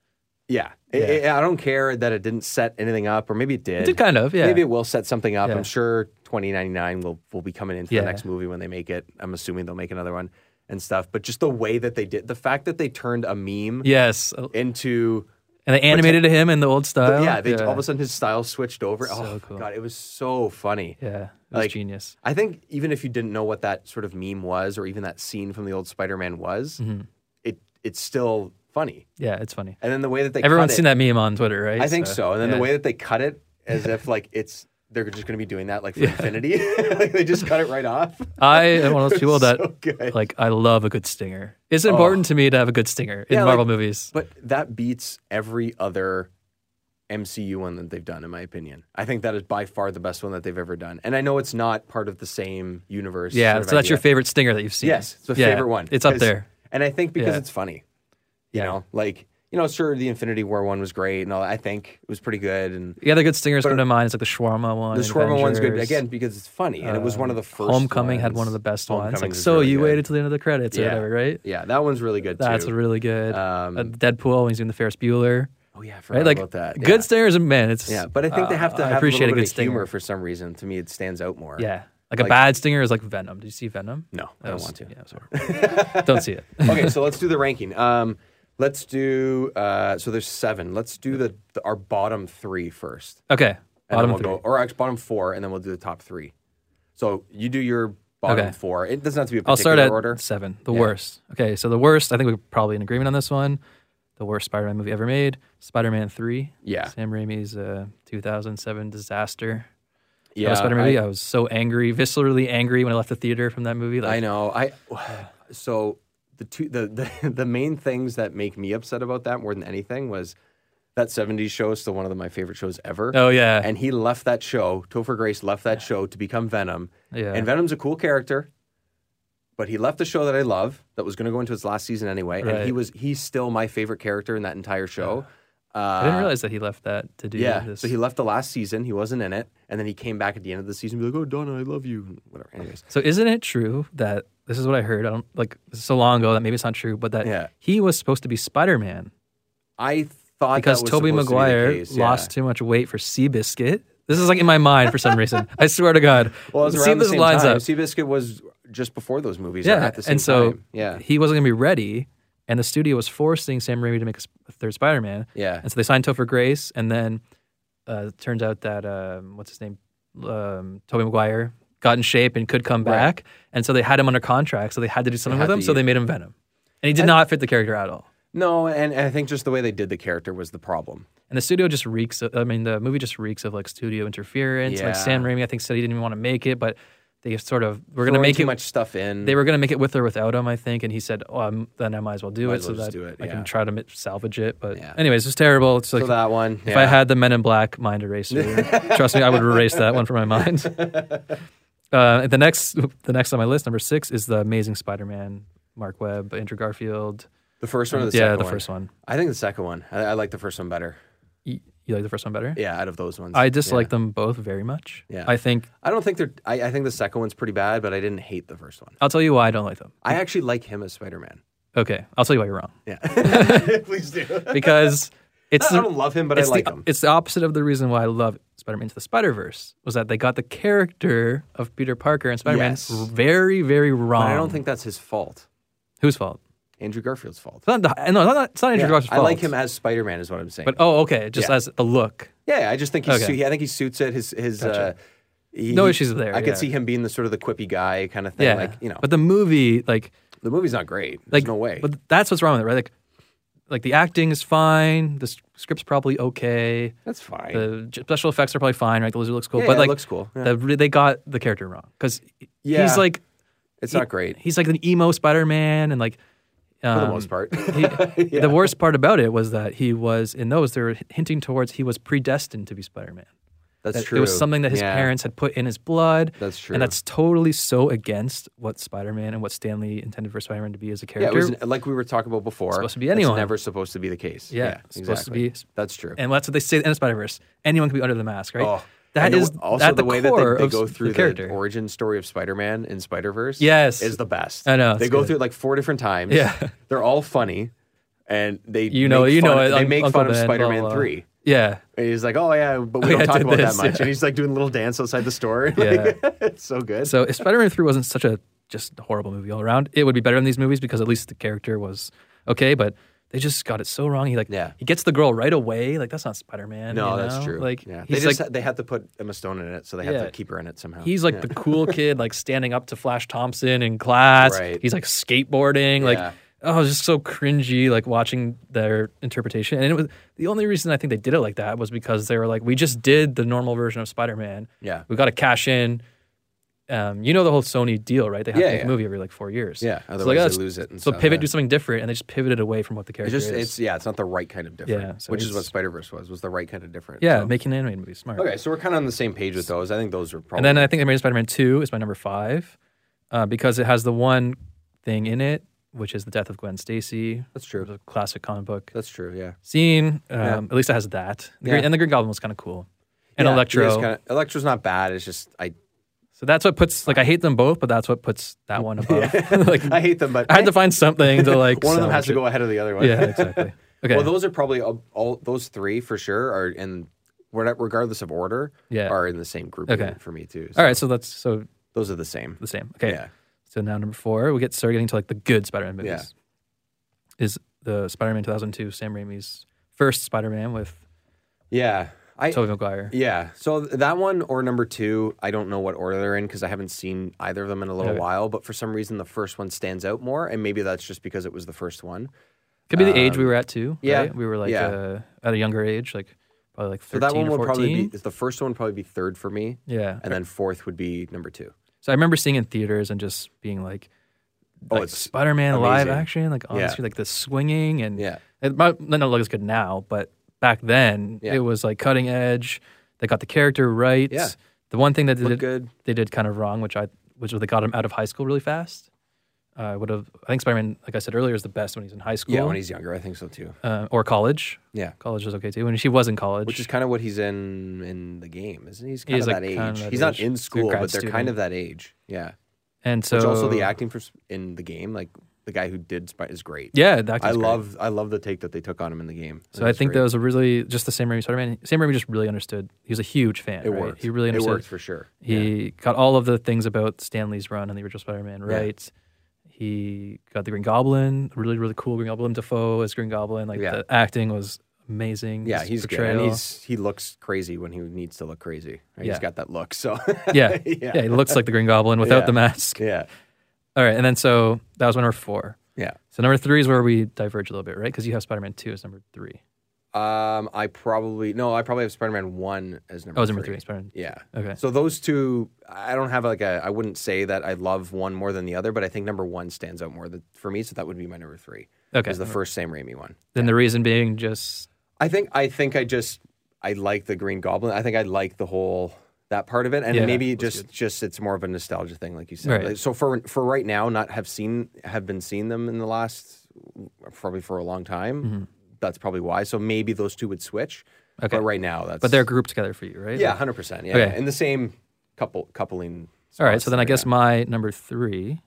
[SPEAKER 1] yeah, It-
[SPEAKER 2] Yeah.
[SPEAKER 1] it- I don't care that it didn't set anything up, or maybe it did.
[SPEAKER 2] It did kind of, yeah.
[SPEAKER 1] Maybe it will set something up.
[SPEAKER 2] Yeah.
[SPEAKER 1] I'm sure 2099 will will be coming into
[SPEAKER 2] Yeah.
[SPEAKER 1] the next movie when they make it. I'm assuming they'll make another one and stuff. But just the way that they did, the fact that they turned a meme
[SPEAKER 2] yes. And
[SPEAKER 1] into
[SPEAKER 2] they animated him in the old style.
[SPEAKER 1] yeah, they, all of a sudden his style switched over.
[SPEAKER 2] So
[SPEAKER 1] oh my
[SPEAKER 2] cool.
[SPEAKER 1] god, it was so funny.
[SPEAKER 2] Yeah. It was
[SPEAKER 1] like,
[SPEAKER 2] genius.
[SPEAKER 1] I think even if you didn't know what that sort of meme was, or even that scene from the old Spider-Man was,
[SPEAKER 2] Mm-hmm.
[SPEAKER 1] it it's still funny.
[SPEAKER 2] Yeah, it's funny.
[SPEAKER 1] And then the way that they
[SPEAKER 2] Everyone's
[SPEAKER 1] cut
[SPEAKER 2] seen
[SPEAKER 1] it,
[SPEAKER 2] that meme on Twitter, right?
[SPEAKER 1] I think so. And then
[SPEAKER 2] yeah.
[SPEAKER 1] the way that they cut it, as if like it's they're just going to be doing that like for infinity. like they just cut it right off.
[SPEAKER 2] I am one of those
[SPEAKER 1] It
[SPEAKER 2] people
[SPEAKER 1] was
[SPEAKER 2] that
[SPEAKER 1] so good. Oh.
[SPEAKER 2] like I love a good stinger. It's important to me to have a good stinger in
[SPEAKER 1] Yeah,
[SPEAKER 2] Marvel
[SPEAKER 1] like-
[SPEAKER 2] movies.
[SPEAKER 1] But that beats every other MCU one that they've done, in my opinion. I think that is by far the best one that they've ever done. And I know it's not part of the same universe.
[SPEAKER 2] Yeah,
[SPEAKER 1] sort of
[SPEAKER 2] so that's your
[SPEAKER 1] idea.
[SPEAKER 2] favorite stinger that you've seen.
[SPEAKER 1] Yes, it's my
[SPEAKER 2] Yeah,
[SPEAKER 1] favorite one.
[SPEAKER 2] It's up
[SPEAKER 1] 'Cause-
[SPEAKER 2] there.
[SPEAKER 1] And I think because
[SPEAKER 2] Yeah.
[SPEAKER 1] it's funny. You
[SPEAKER 2] Yeah.
[SPEAKER 1] know, like, you know, sure, the Infinity War one was great and all that. I think it was pretty good. And
[SPEAKER 2] Yeah, the good stingers come to mind. It's like the shawarma one.
[SPEAKER 1] the Shawarma one's good,
[SPEAKER 2] Avengers.
[SPEAKER 1] again, because it's funny. And it was one of the first.
[SPEAKER 2] Homecoming had
[SPEAKER 1] ones.
[SPEAKER 2] one of the best ones. Like,
[SPEAKER 1] Homecoming's
[SPEAKER 2] so
[SPEAKER 1] really
[SPEAKER 2] you
[SPEAKER 1] good.
[SPEAKER 2] waited till the end of the credits or
[SPEAKER 1] Yeah.
[SPEAKER 2] whatever, right?
[SPEAKER 1] Yeah, that one's really good
[SPEAKER 2] That's
[SPEAKER 1] too.
[SPEAKER 2] really good.
[SPEAKER 1] Um,
[SPEAKER 2] Uh, Deadpool when he's doing the Ferris Bueller,
[SPEAKER 1] oh, yeah, I forgot
[SPEAKER 2] right? Like
[SPEAKER 1] about that.
[SPEAKER 2] good
[SPEAKER 1] Yeah.
[SPEAKER 2] stingers, man. It's
[SPEAKER 1] Yeah, but I think they have to
[SPEAKER 2] uh, I
[SPEAKER 1] have
[SPEAKER 2] appreciate
[SPEAKER 1] a little
[SPEAKER 2] a
[SPEAKER 1] bit
[SPEAKER 2] good
[SPEAKER 1] of
[SPEAKER 2] stinger.
[SPEAKER 1] humor for some reason. To me, it stands out more.
[SPEAKER 2] yeah, like,
[SPEAKER 1] Like-
[SPEAKER 2] a bad stinger is like Venom. Did you see Venom?
[SPEAKER 1] No, I
[SPEAKER 2] That
[SPEAKER 1] don't
[SPEAKER 2] was-
[SPEAKER 1] want to.
[SPEAKER 2] Yeah, sorry. don't see it.
[SPEAKER 1] okay, so let's do the ranking. Um, let's do. Uh, so there's seven. Let's do the, the our bottom three first.
[SPEAKER 2] Okay,
[SPEAKER 1] And
[SPEAKER 2] bottom
[SPEAKER 1] then
[SPEAKER 2] three.
[SPEAKER 1] we'll Go, or actually, bottom four, and then we'll do the top three. So you do your bottom
[SPEAKER 2] Okay.
[SPEAKER 1] four. It doesn't have to be a
[SPEAKER 2] I'll
[SPEAKER 1] particular
[SPEAKER 2] start at
[SPEAKER 1] order.
[SPEAKER 2] seven. The worst. Okay, so the worst. I think we're probably in agreement on this one. The worst Spider-Man movie ever made, Spider-Man Three.
[SPEAKER 1] Yeah.
[SPEAKER 2] Sam Raimi's uh, 2007 disaster.
[SPEAKER 1] Yeah,
[SPEAKER 2] that Spider-Man
[SPEAKER 1] I-
[SPEAKER 2] movie. I was so angry, viscerally angry when I left the theater from that movie. Like,
[SPEAKER 1] I know. I so the two the, the the main things that make me upset about that more than anything was that '70s show is still one of my favorite shows ever.
[SPEAKER 2] Oh yeah,
[SPEAKER 1] and he left that show. Topher Grace left that show to become Venom.
[SPEAKER 2] Yeah.
[SPEAKER 1] And Venom's a cool character, but he left the show that I love that was going to go into its last season anyway. And he
[SPEAKER 2] Right.
[SPEAKER 1] was he's still my favorite character in that entire show. Uh,
[SPEAKER 2] I didn't realize that he left that to do
[SPEAKER 1] yeah,
[SPEAKER 2] this.
[SPEAKER 1] so he left the last season. He wasn't in it, and then he came back at the end of the season, and be like, "Oh, Donna, I love you," and whatever. Anyways,
[SPEAKER 2] So isn't it true that this is what I heard? I don't like this is so long ago that maybe it's not true, but that
[SPEAKER 1] Yeah.
[SPEAKER 2] he was supposed to be Spider Man
[SPEAKER 1] I thought
[SPEAKER 2] because
[SPEAKER 1] that was
[SPEAKER 2] Toby
[SPEAKER 1] supposed to be the
[SPEAKER 2] Maguire
[SPEAKER 1] case, yeah.
[SPEAKER 2] lost too much weight for Seabiscuit. This is like in my mind for some reason. I swear to God.
[SPEAKER 1] Well, it was
[SPEAKER 2] See
[SPEAKER 1] around
[SPEAKER 2] if
[SPEAKER 1] the
[SPEAKER 2] this
[SPEAKER 1] same
[SPEAKER 2] lines
[SPEAKER 1] time.
[SPEAKER 2] up.
[SPEAKER 1] Seabiscuit was just before those movies. or
[SPEAKER 2] yeah,
[SPEAKER 1] at the same
[SPEAKER 2] and so
[SPEAKER 1] time. yeah,
[SPEAKER 2] he wasn't gonna be ready, and the studio was forcing Sam Raimi to make a sp- a third Spider Man.
[SPEAKER 1] yeah.
[SPEAKER 2] And so they signed Topher Grace, and then uh, it turns out that um, what's his name, um, Toby Maguire, got in shape and could come
[SPEAKER 1] Right.
[SPEAKER 2] back, and so they had him under contract, so they had to do something
[SPEAKER 1] had
[SPEAKER 2] with him,
[SPEAKER 1] to
[SPEAKER 2] so
[SPEAKER 1] use-
[SPEAKER 2] they made him Venom, and he did not fit the character at all.
[SPEAKER 1] No, and, and I think just the way they did the character was the problem.
[SPEAKER 2] And the studio just reeks. Of, I mean, the movie just reeks of like studio interference.
[SPEAKER 1] Yeah.
[SPEAKER 2] Like Sam Raimi, I think said he didn't even want to make it, but they sort of we're going to
[SPEAKER 1] Throwing
[SPEAKER 2] make
[SPEAKER 1] too
[SPEAKER 2] it.
[SPEAKER 1] much stuff in.
[SPEAKER 2] They were going to make it with or without him, I think, and he said, "Oh, I'm, then I might as well do
[SPEAKER 1] Might
[SPEAKER 2] it
[SPEAKER 1] as
[SPEAKER 2] so
[SPEAKER 1] well just
[SPEAKER 2] that
[SPEAKER 1] do it,
[SPEAKER 2] I
[SPEAKER 1] yeah.
[SPEAKER 2] can try to mi- salvage it." But
[SPEAKER 1] Yeah.
[SPEAKER 2] anyways, it was terrible. It's like
[SPEAKER 1] so that one.
[SPEAKER 2] If I had the Men in Black mind eraser, trust me, I would erase that one from my mind. Uh, the next, the next on my list, number six, is the Amazing Spider-Man, Mark Webb, Andrew Garfield.
[SPEAKER 1] the first one or the
[SPEAKER 2] yeah,
[SPEAKER 1] second
[SPEAKER 2] the
[SPEAKER 1] one?
[SPEAKER 2] first one.
[SPEAKER 1] I think the second one. I, I like the first one better.
[SPEAKER 2] You, you like the first one better?
[SPEAKER 1] Yeah, out of those ones.
[SPEAKER 2] I dislike them both very much.
[SPEAKER 1] Yeah.
[SPEAKER 2] I think
[SPEAKER 1] I don't think they're. I, I think the second one's pretty bad, but I didn't hate the first one.
[SPEAKER 2] I'll tell you why I don't like them.
[SPEAKER 1] I actually like him as Spider Man.
[SPEAKER 2] Okay, I'll tell you why you're wrong.
[SPEAKER 1] Yeah, please do.
[SPEAKER 2] Because it's
[SPEAKER 1] I
[SPEAKER 2] the-
[SPEAKER 1] don't love him, but I
[SPEAKER 2] it's
[SPEAKER 1] like
[SPEAKER 2] the,
[SPEAKER 1] him.
[SPEAKER 2] It's the opposite of the reason why I love Spider-Man Into the Spider-Verse was that they got the character of Peter Parker and Spider-Man
[SPEAKER 1] Yes.
[SPEAKER 2] very, very wrong.
[SPEAKER 1] But I don't think that's his fault.
[SPEAKER 2] whose fault.
[SPEAKER 1] Andrew Garfield's fault.
[SPEAKER 2] It's not the, no, it's not, it's not Andrew
[SPEAKER 1] Yeah,
[SPEAKER 2] Garfield's
[SPEAKER 1] I
[SPEAKER 2] fault.
[SPEAKER 1] like him as Spider Man, is what I'm saying.
[SPEAKER 2] But oh, okay, just
[SPEAKER 1] Yeah.
[SPEAKER 2] as the look.
[SPEAKER 1] yeah, I just think he.
[SPEAKER 2] Okay.
[SPEAKER 1] su- I think he suits it. His his. Uh, he-
[SPEAKER 2] No issues there,
[SPEAKER 1] I
[SPEAKER 2] yeah.
[SPEAKER 1] could see him being the sort of the quippy guy kind of thing.
[SPEAKER 2] Yeah,
[SPEAKER 1] Like you know,
[SPEAKER 2] But the movie, like,
[SPEAKER 1] the movie's not great. There's
[SPEAKER 2] like
[SPEAKER 1] no way.
[SPEAKER 2] But that's what's wrong with it, right? Like, like the acting is fine. The s- script's probably okay.
[SPEAKER 1] that's fine.
[SPEAKER 2] The j- special effects are probably fine. Right? The lizard looks cool.
[SPEAKER 1] Yeah,
[SPEAKER 2] but
[SPEAKER 1] yeah, it
[SPEAKER 2] like,
[SPEAKER 1] looks cool, yeah.
[SPEAKER 2] the- they got the character wrong because
[SPEAKER 1] Yeah.
[SPEAKER 2] he's like
[SPEAKER 1] it's
[SPEAKER 2] he-
[SPEAKER 1] not great
[SPEAKER 2] He's like an emo Spider Man, and like
[SPEAKER 1] for the
[SPEAKER 2] um,
[SPEAKER 1] most part.
[SPEAKER 2] he- The worst part about it was that he was in those. They were hinting towards he was predestined to be Spider Man.
[SPEAKER 1] That's
[SPEAKER 2] That
[SPEAKER 1] true.
[SPEAKER 2] It was something that his
[SPEAKER 1] Yeah.
[SPEAKER 2] parents had put in his blood.
[SPEAKER 1] That's true.
[SPEAKER 2] And that's totally so against what Spider Man and what Stanley intended for Spider Man to be as a
[SPEAKER 1] Yeah, it
[SPEAKER 2] character.
[SPEAKER 1] was like we were talking about before.
[SPEAKER 2] supposed to be
[SPEAKER 1] it's
[SPEAKER 2] anyone.
[SPEAKER 1] never supposed to be the case.
[SPEAKER 2] Yeah, supposed to
[SPEAKER 1] exactly.
[SPEAKER 2] be-
[SPEAKER 1] That's true.
[SPEAKER 2] and that's what they say in Spider Verse. Anyone can be under the mask, right?
[SPEAKER 1] Oh.
[SPEAKER 2] That
[SPEAKER 1] And the
[SPEAKER 2] is
[SPEAKER 1] w- also
[SPEAKER 2] at
[SPEAKER 1] the,
[SPEAKER 2] the,
[SPEAKER 1] way that they,
[SPEAKER 2] core
[SPEAKER 1] they
[SPEAKER 2] of
[SPEAKER 1] go
[SPEAKER 2] s-
[SPEAKER 1] through
[SPEAKER 2] the
[SPEAKER 1] the,
[SPEAKER 2] character.
[SPEAKER 1] origin story of Spider-Man in Spider-Verse.
[SPEAKER 2] Yes.
[SPEAKER 1] is the best.
[SPEAKER 2] I know,
[SPEAKER 1] they
[SPEAKER 2] it's
[SPEAKER 1] go
[SPEAKER 2] good.
[SPEAKER 1] through it like four different times.
[SPEAKER 2] Yeah.
[SPEAKER 1] they're all funny, and they
[SPEAKER 2] You know-
[SPEAKER 1] make
[SPEAKER 2] you
[SPEAKER 1] fun,
[SPEAKER 2] know it,
[SPEAKER 1] They
[SPEAKER 2] Un-
[SPEAKER 1] make
[SPEAKER 2] Uncle
[SPEAKER 1] fun of
[SPEAKER 2] Ben, blah,
[SPEAKER 1] Spider-Man
[SPEAKER 2] blah.
[SPEAKER 1] three.
[SPEAKER 2] yeah,
[SPEAKER 1] And he's like, oh yeah, but we
[SPEAKER 2] Oh, yeah,
[SPEAKER 1] don't
[SPEAKER 2] I
[SPEAKER 1] talk
[SPEAKER 2] did
[SPEAKER 1] about
[SPEAKER 2] this,
[SPEAKER 1] that much.
[SPEAKER 2] yeah.
[SPEAKER 1] And he's like doing a little dance outside the store. Like,
[SPEAKER 2] Yeah.
[SPEAKER 1] it's so good.
[SPEAKER 2] So if Spider-Man 3 wasn't such a just horrible movie all around, it would be better than these movies because at least the character was okay, but they just got it so wrong. He like
[SPEAKER 1] Yeah.
[SPEAKER 2] he gets the girl right away. Like that's not Spider-Man.
[SPEAKER 1] no,
[SPEAKER 2] you
[SPEAKER 1] that's
[SPEAKER 2] know?
[SPEAKER 1] true.
[SPEAKER 2] Like
[SPEAKER 1] yeah. they
[SPEAKER 2] he's
[SPEAKER 1] just
[SPEAKER 2] like
[SPEAKER 1] had- they had to put Emma Stone in it, so they had
[SPEAKER 2] Yeah.
[SPEAKER 1] to keep her in it somehow.
[SPEAKER 2] he's like the cool kid like standing up to Flash Thompson in class.
[SPEAKER 1] Right.
[SPEAKER 2] He's like skateboarding
[SPEAKER 1] Yeah.
[SPEAKER 2] like Oh, it was just so cringy, like watching their interpretation. And it was the only reason I think they did it like that was because they were like, we just did the normal version of Spider Man.
[SPEAKER 1] yeah,
[SPEAKER 2] we got to cash in. Um, you know the whole Sony deal, right? They have
[SPEAKER 1] Yeah,
[SPEAKER 2] to make
[SPEAKER 1] yeah.
[SPEAKER 2] a movie every like four years.
[SPEAKER 1] yeah.
[SPEAKER 2] So, like,
[SPEAKER 1] Otherwise,
[SPEAKER 2] oh,
[SPEAKER 1] they
[SPEAKER 2] let's-
[SPEAKER 1] lose it. And
[SPEAKER 2] So
[SPEAKER 1] stuff,
[SPEAKER 2] pivot,
[SPEAKER 1] yeah.
[SPEAKER 2] do something different, and they just pivoted away from what the
[SPEAKER 1] It's
[SPEAKER 2] character
[SPEAKER 1] just
[SPEAKER 2] is.
[SPEAKER 1] it's yeah, it's not the right kind of different.
[SPEAKER 2] Yeah, so
[SPEAKER 1] which is
[SPEAKER 2] it's-
[SPEAKER 1] what Spider Verse was was the right kind of different.
[SPEAKER 2] yeah,
[SPEAKER 1] so-
[SPEAKER 2] making an animated movie smart.
[SPEAKER 1] Okay, so we're kind of on the same page with those. I think those are probably.
[SPEAKER 2] And then I think Amazing Spider-Man Two is my number five uh, because it has the one thing in it, which is the death of Gwen Stacy.
[SPEAKER 1] That's true.
[SPEAKER 2] The classic comic book
[SPEAKER 1] that's true. Yeah,
[SPEAKER 2] scene. Um, At least it has that. The
[SPEAKER 1] Yeah.
[SPEAKER 2] Green, and the Green Goblin was kind of cool. And
[SPEAKER 1] Yeah, it
[SPEAKER 2] Electro.
[SPEAKER 1] is kinda- Electro's not bad. It's just I
[SPEAKER 2] so that's what puts like I hate them both, but that's what puts that one above. like
[SPEAKER 1] I hate them, but
[SPEAKER 2] I had to find something to like.
[SPEAKER 1] one of them has
[SPEAKER 2] salvage
[SPEAKER 1] to
[SPEAKER 2] it.
[SPEAKER 1] go ahead of the other one.
[SPEAKER 2] Yeah, exactly. Okay.
[SPEAKER 1] Well, those are probably all, all those three for sure are and regardless of order
[SPEAKER 2] Yeah.
[SPEAKER 1] are in the same group
[SPEAKER 2] Okay.
[SPEAKER 1] for me too. So
[SPEAKER 2] All right, so that's so
[SPEAKER 1] those are the same.
[SPEAKER 2] the same. Okay.
[SPEAKER 1] Yeah.
[SPEAKER 2] So now number four, we get started getting to like the good Spider-Man movies. Is the Spider-Man 2002 Sam Raimi's first Spider-Man with
[SPEAKER 1] Yeah. I
[SPEAKER 2] Tobey Maguire?
[SPEAKER 1] Yeah. So th- that one or number two, I don't know what order they're in because I haven't seen either of them in a little
[SPEAKER 2] Okay.
[SPEAKER 1] while. But for some reason, the first one stands out more, and maybe that's just because it was the first one.
[SPEAKER 2] Could be the age we were at too.
[SPEAKER 1] yeah,
[SPEAKER 2] right? we were like
[SPEAKER 1] yeah.
[SPEAKER 2] uh, at a younger age, like probably like
[SPEAKER 1] So
[SPEAKER 2] 13
[SPEAKER 1] that one
[SPEAKER 2] or
[SPEAKER 1] would
[SPEAKER 2] 14.
[SPEAKER 1] probably be the first one would probably be third for me,
[SPEAKER 2] yeah.
[SPEAKER 1] and then fourth would be number two.
[SPEAKER 2] So I remember seeing it in theaters and just being like,
[SPEAKER 1] Oh,
[SPEAKER 2] like
[SPEAKER 1] it's
[SPEAKER 2] Spider-Man live
[SPEAKER 1] amazing.
[SPEAKER 2] action, like
[SPEAKER 1] Yeah.
[SPEAKER 2] honestly, like the swinging and
[SPEAKER 1] Yeah.
[SPEAKER 2] It might might not look as good now, but back then
[SPEAKER 1] Yeah.
[SPEAKER 2] it was like cutting edge. They got the character right.
[SPEAKER 1] Yeah.
[SPEAKER 2] The one thing that they
[SPEAKER 1] Looked
[SPEAKER 2] did,
[SPEAKER 1] good.
[SPEAKER 2] they did kind of wrong, which I which was they got him out of high school really fast. I would have. I think Spider-Man, like I said earlier, is the best when he's in high school.
[SPEAKER 1] Yeah, when he's younger, I think so too.
[SPEAKER 2] uh, or college.
[SPEAKER 1] Yeah.
[SPEAKER 2] College is okay too. When she was in college,
[SPEAKER 1] Which is kind of what he's in in the game, isn't he? He's kind
[SPEAKER 2] He's,
[SPEAKER 1] of
[SPEAKER 2] like,
[SPEAKER 1] that age.
[SPEAKER 2] kind of that
[SPEAKER 1] he's not
[SPEAKER 2] age.
[SPEAKER 1] in
[SPEAKER 2] He's a
[SPEAKER 1] school,
[SPEAKER 2] grad
[SPEAKER 1] but they're kind
[SPEAKER 2] student.
[SPEAKER 1] of that age. Yeah.
[SPEAKER 2] and so
[SPEAKER 1] Which also the acting for Sp- in the game, like the guy who did Spider is great.
[SPEAKER 2] Yeah, the acting's
[SPEAKER 1] I
[SPEAKER 2] great.
[SPEAKER 1] love I love the take that they took on him in the game.
[SPEAKER 2] So I
[SPEAKER 1] it's
[SPEAKER 2] think
[SPEAKER 1] great.
[SPEAKER 2] that was a really just the Sam Raimi Spider-Man. Sam Raimi just really understood. He was a huge fan.
[SPEAKER 1] it
[SPEAKER 2] right?
[SPEAKER 1] worked.
[SPEAKER 2] He really
[SPEAKER 1] it
[SPEAKER 2] understood.
[SPEAKER 1] worked for sure. Yeah.
[SPEAKER 2] He got all of the things about Stan Lee's run on the original Spider-Man right. He got the Green Goblin, really really cool Green Goblin. Defoe as Green Goblin, like
[SPEAKER 1] Yeah.
[SPEAKER 2] the acting was amazing.
[SPEAKER 1] Yeah,
[SPEAKER 2] His
[SPEAKER 1] he's good.
[SPEAKER 2] portrayal.
[SPEAKER 1] And he's he looks crazy when he needs to look crazy. right? He's
[SPEAKER 2] Yeah.
[SPEAKER 1] got that look. So
[SPEAKER 2] yeah.
[SPEAKER 1] Yeah.
[SPEAKER 2] yeah, He looks like the Green Goblin without
[SPEAKER 1] Yeah.
[SPEAKER 2] the mask.
[SPEAKER 1] yeah,
[SPEAKER 2] All right, and then so that was my number four.
[SPEAKER 1] yeah.
[SPEAKER 2] So number three is where we diverge a little bit, right? Because you have Spider-Man Two as number three.
[SPEAKER 1] Um, I probably no, I probably have Spider Man one as number.
[SPEAKER 2] Oh, it's number three, Spider-Man.
[SPEAKER 1] Yeah.
[SPEAKER 2] Okay.
[SPEAKER 1] So those two, I don't have like a. I wouldn't say that I love one more than the other, but I think number one stands out more than, for me. So that would be my number three.
[SPEAKER 2] Okay.
[SPEAKER 1] Is the first Sam Raimi one.
[SPEAKER 2] then the reason being just
[SPEAKER 1] I think. I think I just. I like the Green Goblin. I think I like the whole that part of it, and
[SPEAKER 2] Yeah,
[SPEAKER 1] maybe
[SPEAKER 2] that's
[SPEAKER 1] just just it's more of a nostalgia thing, like you said.
[SPEAKER 2] Right.
[SPEAKER 1] Like, so for for right now, not have seen have been seeing them in the last probably for a long time. That's probably why. So maybe those two would switch.
[SPEAKER 2] Mm-hmm. Okay.
[SPEAKER 1] But right now, that's
[SPEAKER 2] but they're grouped together for you, right?
[SPEAKER 1] yeah, hundred percent. Yeah,
[SPEAKER 2] Okay.
[SPEAKER 1] in the same couple coupling.
[SPEAKER 2] All right,
[SPEAKER 1] spots
[SPEAKER 2] so then I
[SPEAKER 1] there,
[SPEAKER 2] guess
[SPEAKER 1] yeah.
[SPEAKER 2] my number three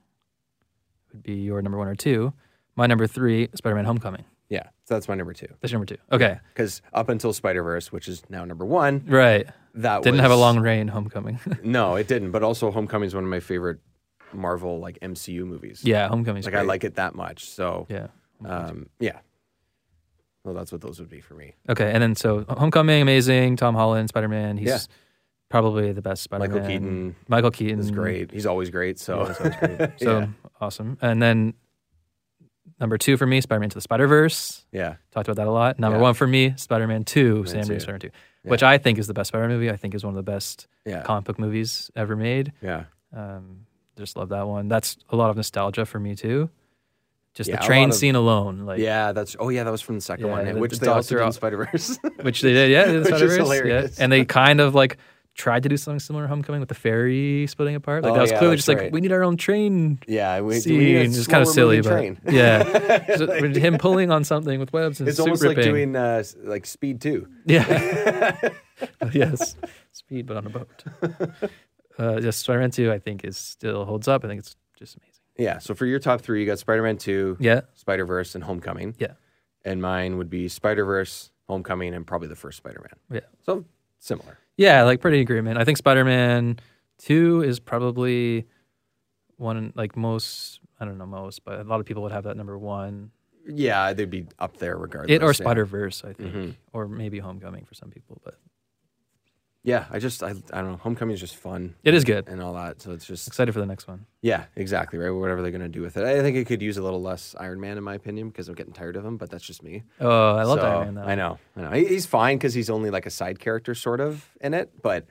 [SPEAKER 2] would be your number one or two. My number three, Spider Man Homecoming.
[SPEAKER 1] yeah, so that's my number two.
[SPEAKER 2] That's your number two. Okay,
[SPEAKER 1] Because up until Spider Verse, which is now number one,
[SPEAKER 2] right.
[SPEAKER 1] that
[SPEAKER 2] Didn't
[SPEAKER 1] was,
[SPEAKER 2] have a long reign, Homecoming.
[SPEAKER 1] No, it didn't. But also, Homecoming is one of my favorite Marvel like MCU movies.
[SPEAKER 2] yeah, Homecoming's
[SPEAKER 1] like I
[SPEAKER 2] great.
[SPEAKER 1] like it that much. So
[SPEAKER 2] Yeah.
[SPEAKER 1] um, yeah. Well, that's what those would be for me.
[SPEAKER 2] Okay, and then so Homecoming, amazing. Tom Holland, Spider Man. He's
[SPEAKER 1] Yeah.
[SPEAKER 2] probably the best Spider Man.
[SPEAKER 1] Michael Keaton
[SPEAKER 2] Michael Keaton
[SPEAKER 1] is great. He's always great. So
[SPEAKER 2] So
[SPEAKER 1] Yeah.
[SPEAKER 2] awesome. And then number two for me, Spider Man to the Spider Verse.
[SPEAKER 1] yeah,
[SPEAKER 2] Talked about that a lot. Number
[SPEAKER 1] Yeah.
[SPEAKER 2] one for me, Spider Man 2, Sam
[SPEAKER 1] two.
[SPEAKER 2] Raimi's Spider Man 2, which I think is the best Spider Man movie. I think is one of the best
[SPEAKER 1] yeah,
[SPEAKER 2] comic book movies ever made.
[SPEAKER 1] yeah.
[SPEAKER 2] Um, just love that one. That's a lot of nostalgia for me too. Just
[SPEAKER 1] Yeah, a
[SPEAKER 2] the train
[SPEAKER 1] lot of-
[SPEAKER 2] scene alone, like
[SPEAKER 1] Yeah, that's oh yeah, that was from the second
[SPEAKER 2] Yeah,
[SPEAKER 1] one,
[SPEAKER 2] the-
[SPEAKER 1] which
[SPEAKER 2] the
[SPEAKER 1] they also
[SPEAKER 2] Doctor
[SPEAKER 1] did in
[SPEAKER 2] Oct-
[SPEAKER 1] Spider Verse.
[SPEAKER 2] which they did, yeah, in the
[SPEAKER 1] Which is
[SPEAKER 2] Spider-Verse, yeah.
[SPEAKER 1] hilarious.
[SPEAKER 2] And they kind of like tried to do something similar in Homecoming with the ferry splitting apart. Like
[SPEAKER 1] Oh,
[SPEAKER 2] that was
[SPEAKER 1] yeah,
[SPEAKER 2] clearly
[SPEAKER 1] that's
[SPEAKER 2] just
[SPEAKER 1] right.
[SPEAKER 2] like we need our own train
[SPEAKER 1] yeah, we, we need a
[SPEAKER 2] scene. It's kind of
[SPEAKER 1] slower
[SPEAKER 2] silly,
[SPEAKER 1] moving
[SPEAKER 2] but
[SPEAKER 1] train.
[SPEAKER 2] yeah, Just with him pulling on something with webs and
[SPEAKER 1] It's
[SPEAKER 2] suit
[SPEAKER 1] almost uh, like
[SPEAKER 2] ripping.
[SPEAKER 1] doing uh, s- like Speed Two.
[SPEAKER 2] yeah, yes, speed, but on a boat. uh, yes, Spider-Man Two, I think, is still holds up. I think it's just amazing.
[SPEAKER 1] Yeah. So for your top three, you got Spider Man 2,
[SPEAKER 2] Yeah,
[SPEAKER 1] Spider Verse, and Homecoming.
[SPEAKER 2] Yeah.
[SPEAKER 1] And mine would be Spider Verse, Homecoming, and probably the first Spider Man.
[SPEAKER 2] Yeah.
[SPEAKER 1] So similar.
[SPEAKER 2] yeah, like pretty agreement. I think Spider-Man Two is probably one like most. I don't know most, but a lot of people would have that number one.
[SPEAKER 1] Yeah, they'd be up there regardless.
[SPEAKER 2] It or
[SPEAKER 1] yeah.
[SPEAKER 2] Spider Verse, I think,
[SPEAKER 1] Mhm.
[SPEAKER 2] or maybe Homecoming for some people, but
[SPEAKER 1] Yeah, I just I, I don't know. Homecoming is just fun
[SPEAKER 2] it is good.
[SPEAKER 1] and all that. So it's just
[SPEAKER 2] Excited for the next one.
[SPEAKER 1] yeah, exactly right. Whatever they're gonna do with it, I think it could use a little less Iron Man in my opinion because I'm getting tired of him. But that's just me.
[SPEAKER 2] Oh, I love
[SPEAKER 1] So,
[SPEAKER 2] Iron Man. Though.
[SPEAKER 1] I know, I know. He, he's fine because he's only like a side character sort of in it, but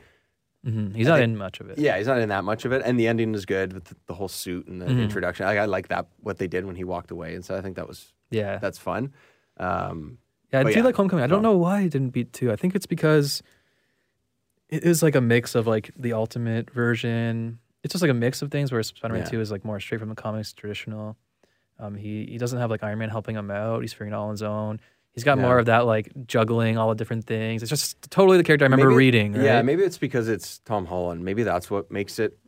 [SPEAKER 2] Mhm. He's not in much of it.
[SPEAKER 1] yeah, he's not in that much of it. And the ending is good with the, the whole suit and the
[SPEAKER 2] Mm-hmm.
[SPEAKER 1] introduction. I, I like that what they did when he walked away, and so I think that was
[SPEAKER 2] Yeah,
[SPEAKER 1] that's fun. Um,
[SPEAKER 2] yeah. I
[SPEAKER 1] but
[SPEAKER 2] do
[SPEAKER 1] yeah.
[SPEAKER 2] like Homecoming. I don't know why it didn't beat two. I think it's because it is like a mix of like the ultimate version. It's just like a mix of things where Spider-Man
[SPEAKER 1] Yeah.
[SPEAKER 2] Two is like more straight from the comics, traditional. Um, he he doesn't have like Iron Man helping him out. He's figuring it out on his own. He's got
[SPEAKER 1] Yeah.
[SPEAKER 2] more of that like juggling all the different things. It's just totally the character I remember
[SPEAKER 1] Maybe-
[SPEAKER 2] reading. Right?
[SPEAKER 1] Yeah, maybe it's because it's Tom Holland. Maybe that's what makes it.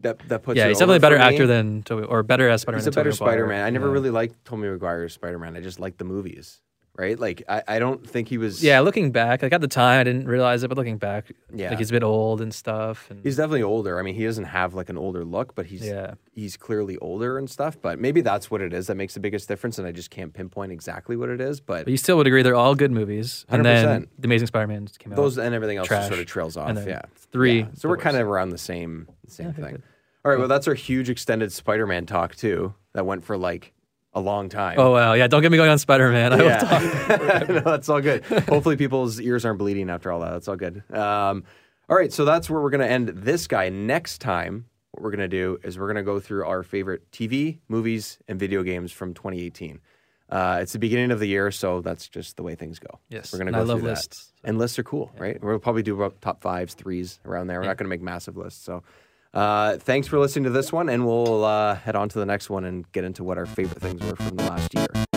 [SPEAKER 1] That that puts.
[SPEAKER 2] yeah.
[SPEAKER 1] it
[SPEAKER 2] He's definitely a
[SPEAKER 1] over
[SPEAKER 2] better
[SPEAKER 1] for me.
[SPEAKER 2] actor than Toby, or better as Spider-Man.
[SPEAKER 1] He's a
[SPEAKER 2] than
[SPEAKER 1] better
[SPEAKER 2] Tobey Maguire.
[SPEAKER 1] Spider Man. I never
[SPEAKER 2] Yeah.
[SPEAKER 1] really liked Tobey Maguire's Spider Man. I just liked the movies, right? Like I, I don't think he was.
[SPEAKER 2] Yeah, looking back, like at the time, I didn't realize it, but looking back,
[SPEAKER 1] yeah.
[SPEAKER 2] like
[SPEAKER 1] he's,
[SPEAKER 2] he's a bit old and stuff. And
[SPEAKER 1] definitely older. I mean, he doesn't have like an older look, but he's
[SPEAKER 2] yeah,
[SPEAKER 1] he's clearly older and stuff. But maybe that's what it is that makes the biggest difference, and I just can't pinpoint exactly what it is. But
[SPEAKER 2] but you still would agree they're all good movies. And then
[SPEAKER 1] 100%.
[SPEAKER 2] the Amazing Spider-Man came out.
[SPEAKER 1] those and everything else just
[SPEAKER 2] Trash.
[SPEAKER 1] sort of trails off.
[SPEAKER 2] and then
[SPEAKER 1] yeah,
[SPEAKER 2] three.
[SPEAKER 1] Yeah. So we're
[SPEAKER 2] the
[SPEAKER 1] kind
[SPEAKER 2] worst.
[SPEAKER 1] of around the same same
[SPEAKER 2] okay,
[SPEAKER 1] thing.
[SPEAKER 2] good.
[SPEAKER 1] All right. Well, that's our huge extended Spider Man talk too. That went for like a long time.
[SPEAKER 2] Oh wow, yeah. Don't get me going on Spider-Man. I will talk-
[SPEAKER 1] yeah. no, that's all good. Hopefully, people's ears aren't bleeding after all that. That's all good. Um, all right, so that's where we're going to end this guy. Next time, what we're going to do is we're going to go through our favorite TV, movies, and video games from 2018. Uh, it's the beginning of the year, so that's just the way things go.
[SPEAKER 2] Yes,
[SPEAKER 1] we're going to
[SPEAKER 2] and
[SPEAKER 1] go
[SPEAKER 2] I love
[SPEAKER 1] through that.
[SPEAKER 2] lists.
[SPEAKER 1] And lists are cool, right? We'll probably do about top fives, threes around there. We're not going to make massive lists. So, uh, thanks for listening to this one, and we'll uh, head on to the next one and get into what our favorite things were from the last year.